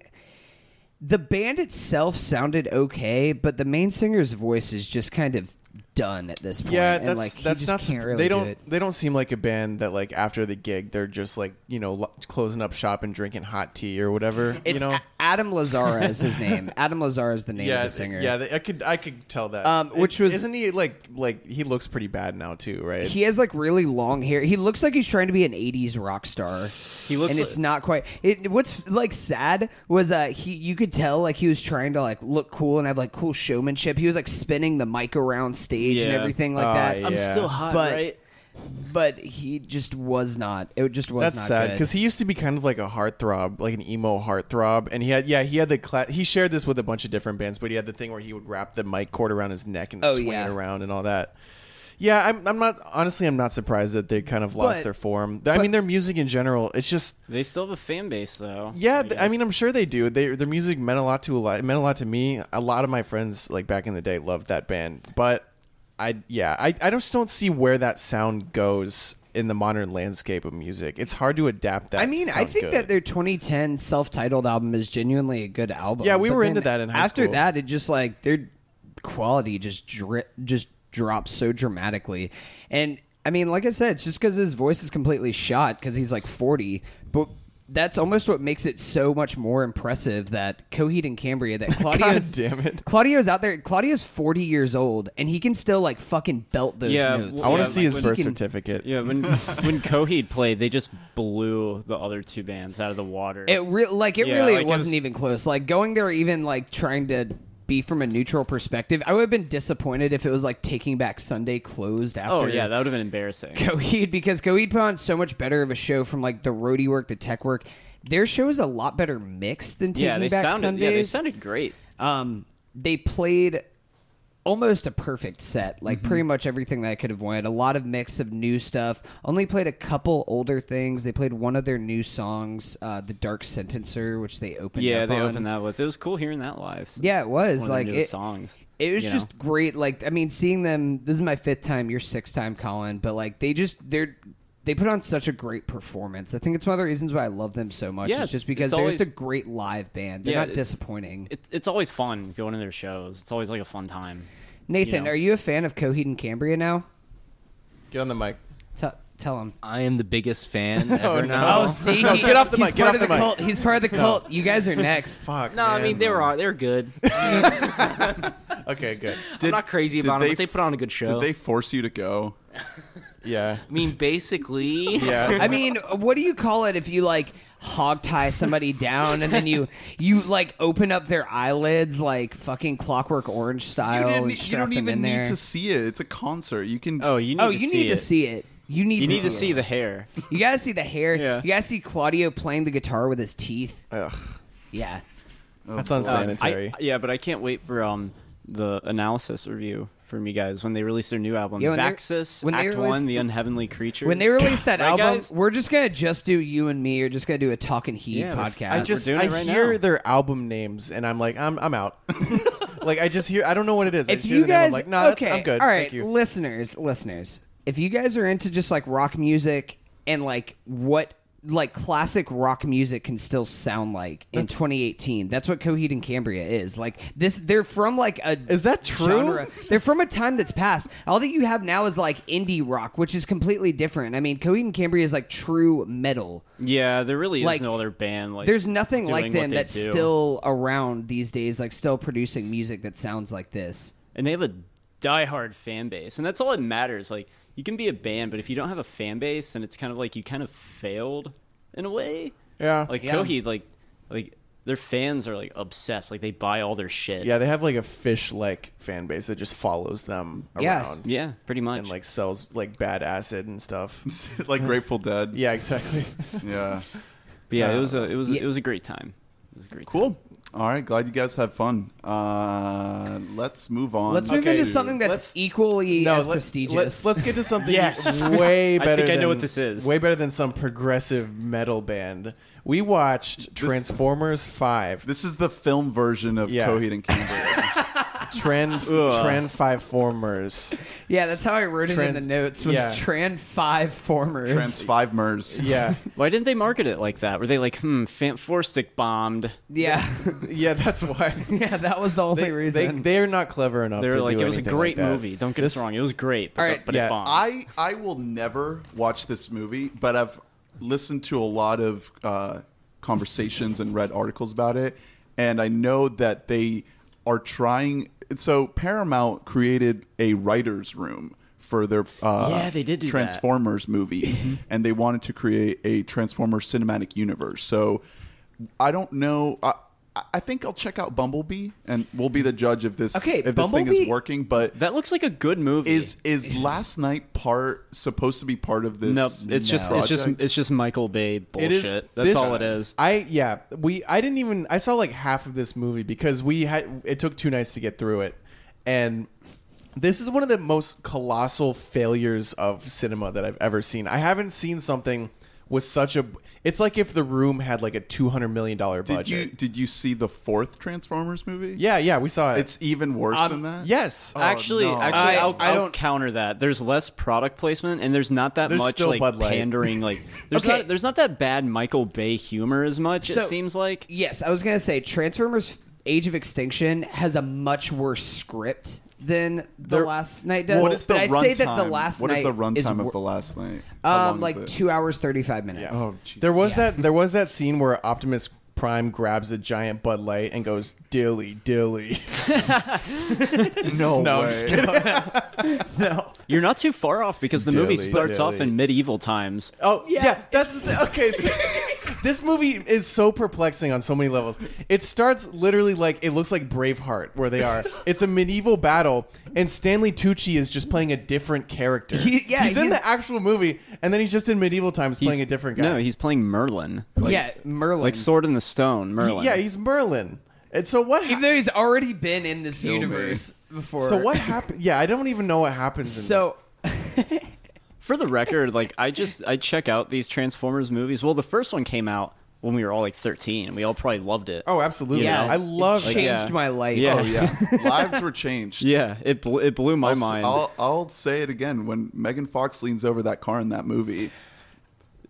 [SPEAKER 5] the band itself sounded okay, but the main singer's voice is just kind of done at this point.
[SPEAKER 1] Yeah,
[SPEAKER 5] and
[SPEAKER 1] that's
[SPEAKER 5] like he
[SPEAKER 1] that's
[SPEAKER 5] just
[SPEAKER 1] not.
[SPEAKER 5] can't really
[SPEAKER 1] they
[SPEAKER 5] do
[SPEAKER 1] don't.
[SPEAKER 5] it.
[SPEAKER 1] They don't seem like a band that like after the gig they're just like you know lo- closing up shop and drinking hot tea or whatever.
[SPEAKER 5] It's
[SPEAKER 1] you know.
[SPEAKER 5] A- Adam Lazara is his name. Adam Lazara is the name
[SPEAKER 1] yeah,
[SPEAKER 5] of the singer.
[SPEAKER 1] yeah. They, I could I could tell that.
[SPEAKER 5] Um,
[SPEAKER 1] It's-
[SPEAKER 5] which was-
[SPEAKER 1] isn't he like like he looks pretty bad now too, right?
[SPEAKER 5] he has like really long hair. He looks like he's trying to be an '80s rock star.
[SPEAKER 3] He looks like-
[SPEAKER 5] and it's not quite. It, what's like sad was uh he you could tell like he was trying to like look cool and have like cool showmanship. He was like spinning the mic around stage and
[SPEAKER 3] Yeah.
[SPEAKER 5] everything like
[SPEAKER 1] Oh,
[SPEAKER 5] that.
[SPEAKER 1] I'm Yeah. still
[SPEAKER 3] hot,
[SPEAKER 5] But- right? But he just was not. It just was
[SPEAKER 1] That's
[SPEAKER 5] not
[SPEAKER 1] sad
[SPEAKER 5] good.
[SPEAKER 1] because he used to be kind of like a heartthrob, like an emo heartthrob, and he had yeah he had the cla- he shared this with a bunch of different bands, but he had the thing where he would wrap the mic cord around his neck and
[SPEAKER 5] Oh,
[SPEAKER 1] swing
[SPEAKER 5] yeah.
[SPEAKER 1] it around and all that. Yeah, I'm, I'm not honestly I'm not surprised that they kind of lost
[SPEAKER 5] But-
[SPEAKER 1] their form. I mean their music in general, it's just
[SPEAKER 3] They still have a fan base though.
[SPEAKER 1] yeah.
[SPEAKER 3] I
[SPEAKER 1] th- I,
[SPEAKER 3] guess.
[SPEAKER 1] mean I'm sure they do. They, their music meant a lot to a lot. It meant a lot to me. A lot of my friends like back in the day loved that band, but I yeah I I just don't see where that sound goes. In the modern landscape of music, it's hard to adapt that.
[SPEAKER 5] I
[SPEAKER 1] to
[SPEAKER 5] mean, I
[SPEAKER 1] sound
[SPEAKER 5] think
[SPEAKER 1] good.
[SPEAKER 5] that their 2010 self-titled album is genuinely a good album.
[SPEAKER 1] Yeah, we
[SPEAKER 5] but
[SPEAKER 1] were
[SPEAKER 5] then
[SPEAKER 1] into that in high
[SPEAKER 5] after
[SPEAKER 1] school.
[SPEAKER 5] that, it just like their quality just dri- just drops so dramatically. And I mean, like I said, it's just because his voice is completely shot because he's like 40, but. That's almost what makes it so much more impressive that Coheed and Cambria that Claudio's
[SPEAKER 1] damn it.
[SPEAKER 5] Claudio's out there Claudio's 40 years old and he can still like fucking belt those
[SPEAKER 3] Yeah,
[SPEAKER 5] notes.
[SPEAKER 3] well,
[SPEAKER 1] I want to
[SPEAKER 3] Yeah,
[SPEAKER 1] see
[SPEAKER 3] like
[SPEAKER 1] his
[SPEAKER 3] when-
[SPEAKER 1] birth
[SPEAKER 5] He can-
[SPEAKER 1] certificate.
[SPEAKER 3] Yeah, when when Coheed played, they just blew the other two bands out of the water.
[SPEAKER 5] It re- like it
[SPEAKER 3] Yeah,
[SPEAKER 5] really
[SPEAKER 3] like, it
[SPEAKER 5] wasn't
[SPEAKER 3] was-
[SPEAKER 5] even close. Like going there, even like trying to be from a neutral perspective, I would have been disappointed if it was like Taking Back Sunday closed after.
[SPEAKER 3] oh yeah, that would have been embarrassing.
[SPEAKER 5] Coheed because Coheed put on so much better of a show from like the roadie work, the tech work. Their show is a lot better mixed than Taking
[SPEAKER 3] yeah, they
[SPEAKER 5] Back
[SPEAKER 3] sounded
[SPEAKER 5] Sundays.
[SPEAKER 3] yeah, they sounded great.
[SPEAKER 5] um, they played almost a perfect set like
[SPEAKER 3] Mm-hmm.
[SPEAKER 5] pretty much everything that i could have wanted a lot of mix of new stuff only played a couple older things they played one of their new songs uh, the dark sentencer which they opened
[SPEAKER 3] Yeah,
[SPEAKER 5] up
[SPEAKER 3] they
[SPEAKER 5] on.
[SPEAKER 3] opened that with. It was cool hearing that live.
[SPEAKER 5] yeah it was
[SPEAKER 3] One of
[SPEAKER 5] like
[SPEAKER 3] the
[SPEAKER 5] it,
[SPEAKER 3] songs.
[SPEAKER 5] it was
[SPEAKER 3] you know?
[SPEAKER 5] just great like i mean seeing them this is my fifth time your sixth time colin but like they just they're they put on such a great performance. I think it's one of the reasons why I love them so much.
[SPEAKER 3] Yeah,
[SPEAKER 5] it's just because
[SPEAKER 3] it's
[SPEAKER 5] they're
[SPEAKER 3] always-
[SPEAKER 5] just a great live band. They're
[SPEAKER 3] Yeah,
[SPEAKER 5] not
[SPEAKER 3] it's-
[SPEAKER 5] disappointing.
[SPEAKER 3] It, it's always fun going to their shows. It's always like a fun time.
[SPEAKER 5] Nathan,
[SPEAKER 3] you know.
[SPEAKER 5] are you a fan of Coheed and Cambria now?
[SPEAKER 1] Get on the mic.
[SPEAKER 5] T- Tell him.
[SPEAKER 6] I am the biggest fan ever now.
[SPEAKER 5] Oh, see,
[SPEAKER 1] No,
[SPEAKER 5] he-
[SPEAKER 1] get off the
[SPEAKER 5] he's
[SPEAKER 1] mic, get
[SPEAKER 5] part
[SPEAKER 1] off
[SPEAKER 5] of
[SPEAKER 1] the mic.
[SPEAKER 5] cult. He's part of the cult. You guys are next.
[SPEAKER 1] Fuck.
[SPEAKER 6] No, I
[SPEAKER 1] man.
[SPEAKER 6] mean they were all, they were good.
[SPEAKER 1] Okay, good.
[SPEAKER 4] Did-
[SPEAKER 6] I'm not crazy
[SPEAKER 4] did
[SPEAKER 6] about them,
[SPEAKER 4] they
[SPEAKER 6] but they
[SPEAKER 4] f-
[SPEAKER 6] put on a good show.
[SPEAKER 4] Did they force you to go?
[SPEAKER 1] Yeah.
[SPEAKER 6] I mean, basically,
[SPEAKER 1] Yeah.
[SPEAKER 5] I mean, what do you call it if you like hog tie somebody down and then you you like open up their eyelids like fucking Clockwork Orange
[SPEAKER 4] You,
[SPEAKER 5] style?
[SPEAKER 4] didn't, e,
[SPEAKER 5] and
[SPEAKER 4] you
[SPEAKER 5] Oh, strap
[SPEAKER 4] don't
[SPEAKER 5] them in
[SPEAKER 4] even need
[SPEAKER 5] there?
[SPEAKER 4] to see it. It's a concert. You can.
[SPEAKER 3] Oh, you need
[SPEAKER 5] oh,
[SPEAKER 3] to
[SPEAKER 5] you
[SPEAKER 3] see
[SPEAKER 5] need
[SPEAKER 3] it.
[SPEAKER 5] to see it. You need.
[SPEAKER 3] You
[SPEAKER 5] to
[SPEAKER 3] need to
[SPEAKER 5] see
[SPEAKER 3] see
[SPEAKER 5] it.
[SPEAKER 3] the hair.
[SPEAKER 5] You gotta see the hair.
[SPEAKER 3] Yeah.
[SPEAKER 5] You gotta see Claudio playing the guitar with his teeth.
[SPEAKER 1] Ugh,
[SPEAKER 5] Yeah.
[SPEAKER 1] that's
[SPEAKER 3] Um, I,
[SPEAKER 1] unsanitary.
[SPEAKER 3] yeah, but I can't wait for um the analysis review from you guys when they release their new album,
[SPEAKER 5] Yeah, when they're-
[SPEAKER 3] Vaxis,
[SPEAKER 5] when they
[SPEAKER 3] Act
[SPEAKER 5] release-
[SPEAKER 3] One, The Unheavenly Creature.
[SPEAKER 5] When they release that
[SPEAKER 3] Right,
[SPEAKER 5] album,
[SPEAKER 3] guys?
[SPEAKER 5] we're just gonna just do you and me. Or just gonna do a talking heat
[SPEAKER 3] Yeah, but
[SPEAKER 5] podcast.
[SPEAKER 1] I just
[SPEAKER 3] doing
[SPEAKER 1] I
[SPEAKER 3] it right
[SPEAKER 1] hear
[SPEAKER 3] now.
[SPEAKER 1] their album names and I'm like I'm I'm out. like I just hear I don't know what it is. I
[SPEAKER 5] if
[SPEAKER 1] just hear
[SPEAKER 5] you
[SPEAKER 1] the name,
[SPEAKER 5] guys
[SPEAKER 1] I'm like no,
[SPEAKER 5] okay,
[SPEAKER 1] that's, I'm good.
[SPEAKER 5] All right,
[SPEAKER 1] Thank you.
[SPEAKER 5] listeners, listeners, if you guys are into just like rock music and like what like classic rock music can still sound like in 2018, that's what Coheed and Cambria is. Like this, they're from like a
[SPEAKER 1] Is that true?
[SPEAKER 5] genre. They're from a time that's past. All that you have now is like indie rock, which is completely different. I mean, Coheed and Cambria is like true metal.
[SPEAKER 3] yeah, there really is
[SPEAKER 5] Like,
[SPEAKER 3] no other band. Like,
[SPEAKER 5] There's nothing
[SPEAKER 3] doing
[SPEAKER 5] like
[SPEAKER 3] what
[SPEAKER 5] them
[SPEAKER 3] they
[SPEAKER 5] that's
[SPEAKER 3] do.
[SPEAKER 5] still around these days, like still producing music that sounds like this.
[SPEAKER 3] and they have a diehard fan base, and that's all that matters. Like, you can be a band, but if you don't have a fan base, then it's kind of like you kind of failed in a way.
[SPEAKER 1] Yeah.
[SPEAKER 3] Like
[SPEAKER 5] Yeah.
[SPEAKER 3] Coheed, like like their fans are like obsessed. Like they buy all their shit.
[SPEAKER 1] yeah, they have like a fish like fan base that just follows them
[SPEAKER 5] Yeah.
[SPEAKER 1] around
[SPEAKER 3] yeah, pretty much.
[SPEAKER 1] and like sells like bad acid and stuff.
[SPEAKER 4] like Grateful Dead.
[SPEAKER 1] yeah, exactly.
[SPEAKER 4] Yeah.
[SPEAKER 3] But yeah, it was a it was
[SPEAKER 5] Yeah.
[SPEAKER 3] it was a great time. It was a great.
[SPEAKER 4] Cool. All right. Glad you guys had fun. Uh, let's move on.
[SPEAKER 5] Let's move
[SPEAKER 1] Okay.
[SPEAKER 5] into something that's
[SPEAKER 1] Let's-
[SPEAKER 5] equally as
[SPEAKER 1] let-
[SPEAKER 5] prestigious.
[SPEAKER 1] Let's, let's get to something
[SPEAKER 3] Yes.
[SPEAKER 1] way
[SPEAKER 3] I
[SPEAKER 1] better.
[SPEAKER 3] think I know
[SPEAKER 1] than-
[SPEAKER 3] what this is.
[SPEAKER 1] Way better than some progressive metal band. We watched Transformers Five.
[SPEAKER 4] This is the film version of
[SPEAKER 1] Yeah.
[SPEAKER 4] Coheed and Cambria.
[SPEAKER 1] Tran Tran Five Formers.
[SPEAKER 5] yeah, that's how I wrote it in
[SPEAKER 1] Trans-
[SPEAKER 5] the notes. Was
[SPEAKER 1] yeah.
[SPEAKER 5] Tran Five Formers?
[SPEAKER 4] Transformers.
[SPEAKER 1] Yeah,
[SPEAKER 3] time. Why didn't they market it like that? Were they like, hmm, fan- four stick bombed?
[SPEAKER 5] yeah,
[SPEAKER 1] yeah, that's why.
[SPEAKER 5] yeah, that was the only reason.
[SPEAKER 1] They, they're not clever enough.
[SPEAKER 3] They
[SPEAKER 1] to
[SPEAKER 3] were
[SPEAKER 1] do
[SPEAKER 3] like, it was a
[SPEAKER 1] anything
[SPEAKER 3] great
[SPEAKER 1] like that.
[SPEAKER 3] movie. Don't get
[SPEAKER 1] This-
[SPEAKER 3] us wrong, it was great, but,
[SPEAKER 5] All right,
[SPEAKER 3] but
[SPEAKER 1] yeah.
[SPEAKER 3] it bombed.
[SPEAKER 4] I I will never watch this movie, but I've listened to a lot of uh, conversations and read articles about it, and I know that they are trying. So Paramount created a writers' room for their uh,
[SPEAKER 3] Yeah, they did do that. Mm-hmm.
[SPEAKER 4] Transformers movies, and they wanted to create a Transformers cinematic universe. So I don't know. I, I think I'll check out Bumblebee, and we'll be the judge if this
[SPEAKER 5] Okay,
[SPEAKER 4] if this thing is
[SPEAKER 5] Bumblebee-
[SPEAKER 4] working. But
[SPEAKER 3] that looks like a good movie.
[SPEAKER 4] is is last night part supposed to be part of this?
[SPEAKER 3] no, it's just it's just
[SPEAKER 4] project?
[SPEAKER 3] it's just Michael Bay bullshit. That's
[SPEAKER 1] this-
[SPEAKER 3] all it is.
[SPEAKER 1] I yeah, we I didn't even I saw like half of this movie because we had it took two nights to get through it, and this is one of the most colossal failures of cinema that I've ever seen. I haven't seen something with such a. It's like if the room had like a two hundred million dollar budget.
[SPEAKER 4] Did you did you see the fourth Transformers movie?
[SPEAKER 1] yeah, yeah, we saw it.
[SPEAKER 4] it's even worse than that.
[SPEAKER 1] yes.
[SPEAKER 3] actually,
[SPEAKER 4] no.
[SPEAKER 3] actually,
[SPEAKER 5] I-
[SPEAKER 3] I, will
[SPEAKER 5] I
[SPEAKER 3] I'll
[SPEAKER 5] don't-
[SPEAKER 3] counter that. There's less product placement, and there's not that
[SPEAKER 1] There's
[SPEAKER 3] much
[SPEAKER 1] still
[SPEAKER 3] like
[SPEAKER 1] Bud Light.
[SPEAKER 3] pandering. Like there's
[SPEAKER 5] Okay.
[SPEAKER 3] not there's not that bad Michael Bay humor as much.
[SPEAKER 5] So-
[SPEAKER 3] it seems like
[SPEAKER 5] yes, I was gonna say Transformers: Age of Extinction has a much worse script than the
[SPEAKER 1] There-
[SPEAKER 5] last night does.
[SPEAKER 4] What is the
[SPEAKER 5] but I'd
[SPEAKER 4] runtime?
[SPEAKER 5] say that the last
[SPEAKER 4] what
[SPEAKER 5] night
[SPEAKER 4] is the runtime
[SPEAKER 5] wor-
[SPEAKER 4] of the last night? How
[SPEAKER 5] um,
[SPEAKER 4] long is
[SPEAKER 5] like
[SPEAKER 4] it?
[SPEAKER 5] two hours thirty five minutes.
[SPEAKER 1] Yeah.
[SPEAKER 4] Oh, Jesus.
[SPEAKER 1] there was that there was that scene where Optimus Prime grabs a giant Bud Light and goes dilly dilly.
[SPEAKER 4] No,
[SPEAKER 1] No, I'm
[SPEAKER 4] way.
[SPEAKER 1] just
[SPEAKER 3] you're not too far off because the movie
[SPEAKER 1] Dilly,
[SPEAKER 3] starts off
[SPEAKER 1] dilly.
[SPEAKER 3] in medieval times.
[SPEAKER 1] Oh yeah, that's the, okay. So, this movie is so perplexing on so many levels. It starts literally like it looks like Braveheart, where they are. It's a medieval battle, and Stanley Tucci is just playing a different character.
[SPEAKER 5] He- yeah,
[SPEAKER 1] he's, in
[SPEAKER 5] he's-
[SPEAKER 1] the actual movie, and then he's just in medieval times playing a different guy.
[SPEAKER 3] No, he's playing Merlin. Like,
[SPEAKER 5] yeah, Merlin.
[SPEAKER 3] like Sword in the Stone, Merlin.
[SPEAKER 1] yeah, he's Merlin. And so what?
[SPEAKER 5] even
[SPEAKER 1] hap
[SPEAKER 5] though he's already been in this
[SPEAKER 4] me.
[SPEAKER 5] universe before.
[SPEAKER 1] so what happened? Yeah, I don't even know what happens. In
[SPEAKER 5] So
[SPEAKER 3] For the record, like I just I check out these Transformers movies. Well, the first one came out when we were all like 13. We all probably loved it.
[SPEAKER 1] that. oh, absolutely.
[SPEAKER 5] yeah,
[SPEAKER 1] I love.
[SPEAKER 5] it
[SPEAKER 3] Like,
[SPEAKER 5] changed
[SPEAKER 3] yeah.
[SPEAKER 5] my life.
[SPEAKER 3] Yeah.
[SPEAKER 4] Oh yeah, lives were changed.
[SPEAKER 3] yeah, it blew, it blew my
[SPEAKER 4] I'll,
[SPEAKER 3] mind.
[SPEAKER 4] I'll, I'll say it again. When Megan Fox leans over that car in that movie,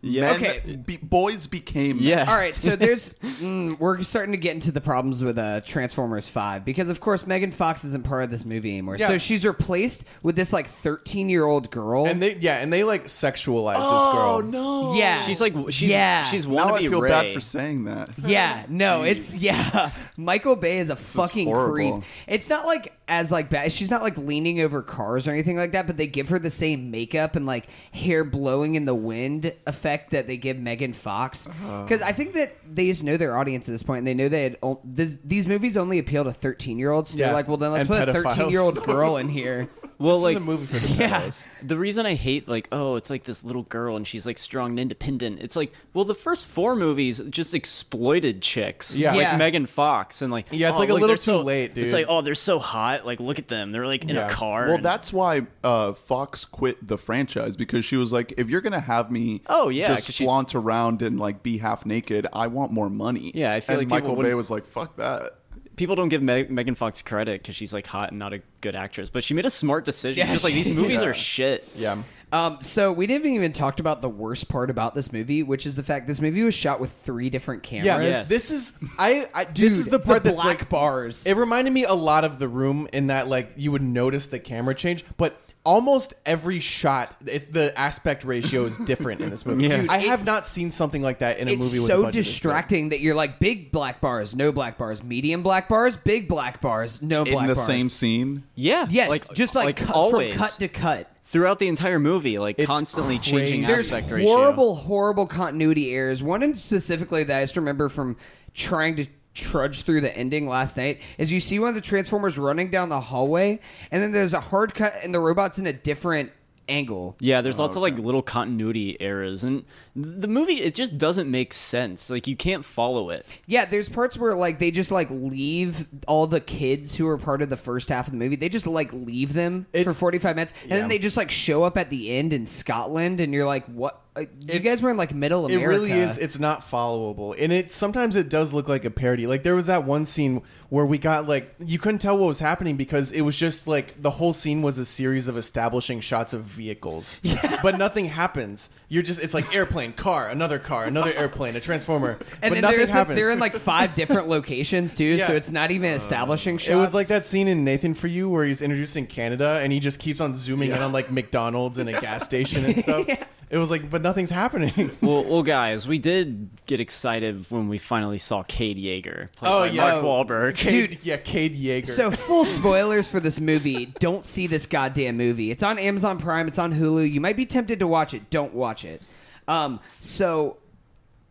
[SPEAKER 3] Yeah.
[SPEAKER 5] Okay.
[SPEAKER 4] Be- boys became.
[SPEAKER 3] Yeah.
[SPEAKER 5] All right, so there's mm, we're starting to get into the problems with uh, Transformers Five because of course Megan Fox isn't part of this movie anymore,
[SPEAKER 1] Yeah.
[SPEAKER 5] so she's replaced with this like 13 year old girl.
[SPEAKER 1] And they yeah, and they like sexualize
[SPEAKER 4] Oh
[SPEAKER 1] this girl.
[SPEAKER 4] no.
[SPEAKER 5] yeah,
[SPEAKER 3] She's like she's
[SPEAKER 5] Yeah.
[SPEAKER 3] she's
[SPEAKER 4] Now
[SPEAKER 3] wannabe
[SPEAKER 4] I feel
[SPEAKER 3] Ray.
[SPEAKER 4] bad for saying that.
[SPEAKER 5] Yeah, no, it's yeah. Michael Bay is a fucking creep.
[SPEAKER 4] horrible.
[SPEAKER 5] It's not like as like bad. She's not like leaning over cars or anything like that. But they give her the same makeup and like hair blowing in the wind effect that they give Megan Fox.
[SPEAKER 1] Uh-huh.
[SPEAKER 5] Because I think that they just know their audience at this point, and they know that it, o- this, these movies only appeal to thirteen year olds. So They're
[SPEAKER 1] Yeah,
[SPEAKER 5] like, well, then let's
[SPEAKER 1] and
[SPEAKER 5] put a
[SPEAKER 1] pedophiles.
[SPEAKER 5] thirteen year old girl in here.
[SPEAKER 3] well,
[SPEAKER 1] This
[SPEAKER 3] like
[SPEAKER 1] is a movie for the
[SPEAKER 5] yeah,
[SPEAKER 1] pedos.
[SPEAKER 3] the reason I hate like oh it's like this little girl and she's like strong and independent. It's like well the first four movies just exploited chicks.
[SPEAKER 1] Yeah.
[SPEAKER 3] like
[SPEAKER 5] Yeah.
[SPEAKER 3] Megan Fox and like
[SPEAKER 1] Yeah, it's
[SPEAKER 3] oh,
[SPEAKER 1] like a
[SPEAKER 3] look,
[SPEAKER 1] little
[SPEAKER 3] they're
[SPEAKER 1] too
[SPEAKER 3] so-
[SPEAKER 1] late, dude.
[SPEAKER 3] It's like oh they're so hot. Like look at them. They're like in
[SPEAKER 1] Yeah.
[SPEAKER 3] a car.
[SPEAKER 4] Well,
[SPEAKER 3] and-
[SPEAKER 4] that's why uh, Fox quit the franchise because she was like, if you're gonna have me,
[SPEAKER 3] Oh, yeah, 'cause
[SPEAKER 4] just
[SPEAKER 3] she's-
[SPEAKER 4] flaunt around and like be half naked, I want more money.
[SPEAKER 3] Yeah, I feel
[SPEAKER 4] and
[SPEAKER 3] like people
[SPEAKER 4] Michael Bay
[SPEAKER 3] wouldn't-
[SPEAKER 4] was like, fuck that.
[SPEAKER 3] people don't give Meg- Megan Fox credit because she's like hot and not a good actress, but she made a smart decision.
[SPEAKER 5] Yeah,
[SPEAKER 3] just like these
[SPEAKER 5] she-
[SPEAKER 3] movies are shit.
[SPEAKER 1] Yeah.
[SPEAKER 5] Um, so we didn't even talked about the worst part about this movie, which is the fact this movie was shot with three different cameras.
[SPEAKER 1] Yeah,
[SPEAKER 3] Yes.
[SPEAKER 1] this is I, I
[SPEAKER 5] Dude,
[SPEAKER 1] this is the part that's
[SPEAKER 5] black
[SPEAKER 1] like
[SPEAKER 5] bars.
[SPEAKER 1] It reminded me a lot of the room in that like you would notice the camera change, but almost every shot it's the aspect ratio is different in this movie.
[SPEAKER 3] Yeah.
[SPEAKER 1] Dude, I have not seen something like that in a
[SPEAKER 5] it's
[SPEAKER 1] movie with a
[SPEAKER 5] so
[SPEAKER 1] budget this big.
[SPEAKER 5] distracting that you're like big black bars, no black bars, medium black bars, big black bars, no
[SPEAKER 4] In
[SPEAKER 5] black
[SPEAKER 4] the
[SPEAKER 5] bars.
[SPEAKER 4] same scene.
[SPEAKER 3] Yeah,
[SPEAKER 5] Yes, just like, cut,
[SPEAKER 3] always
[SPEAKER 5] from cut to cut.
[SPEAKER 3] throughout the entire movie, like
[SPEAKER 1] It's
[SPEAKER 3] constantly
[SPEAKER 1] crazy.
[SPEAKER 3] changing
[SPEAKER 5] There's
[SPEAKER 3] aspect ratio.
[SPEAKER 5] horrible, horrible continuity errors. One in specifically that I just remember from trying to trudge through the ending last night is you see one of the Transformers running down the hallway, and then there's a hard cut, and the robot's in a different angle.
[SPEAKER 3] Yeah, there's lots of like little continuity errors, and the movie it just doesn't make sense. Like you can't follow it.
[SPEAKER 5] Yeah, there's parts where like they just like leave all the kids who were part of the first half of the movie. They just like leave them
[SPEAKER 1] It's-
[SPEAKER 5] for 45 minutes, and
[SPEAKER 1] yeah.
[SPEAKER 5] then they just like show up at the end in Scotland, and you're like, "What? Uh, You
[SPEAKER 1] It's-
[SPEAKER 5] guys were in like middle
[SPEAKER 1] It
[SPEAKER 5] America."
[SPEAKER 1] really is. It's not followable, and it sometimes it does look like a parody. Like there was that one scene where we got like you couldn't tell what was happening because it was just like the whole scene was a series of establishing shots of vehicles, but nothing happens. You're just it's like airplane, car, another car, another airplane, a transformer, but
[SPEAKER 5] and then
[SPEAKER 1] nothing
[SPEAKER 5] there's a-
[SPEAKER 1] happens.
[SPEAKER 5] they're in like five different locations too, so
[SPEAKER 1] Yeah.
[SPEAKER 5] it's not even establishing shots.
[SPEAKER 1] It was like that scene in Nathan for You where he's introducing Canada and he just keeps on zooming in on like McDonald's and a gas station and stuff. It was like, but nothing's happening.
[SPEAKER 3] Well, well, guys, we did get excited when we finally saw Cade Yeager played
[SPEAKER 1] Oh,
[SPEAKER 3] by
[SPEAKER 1] yeah.
[SPEAKER 3] Mark Wahlberg.
[SPEAKER 1] Cade, yeah, Cade Yeager.
[SPEAKER 5] So full spoilers for this movie. Don't see this goddamn movie. It's on Amazon Prime. It's on Hulu. You might be tempted to watch it. Don't watch it. Um, so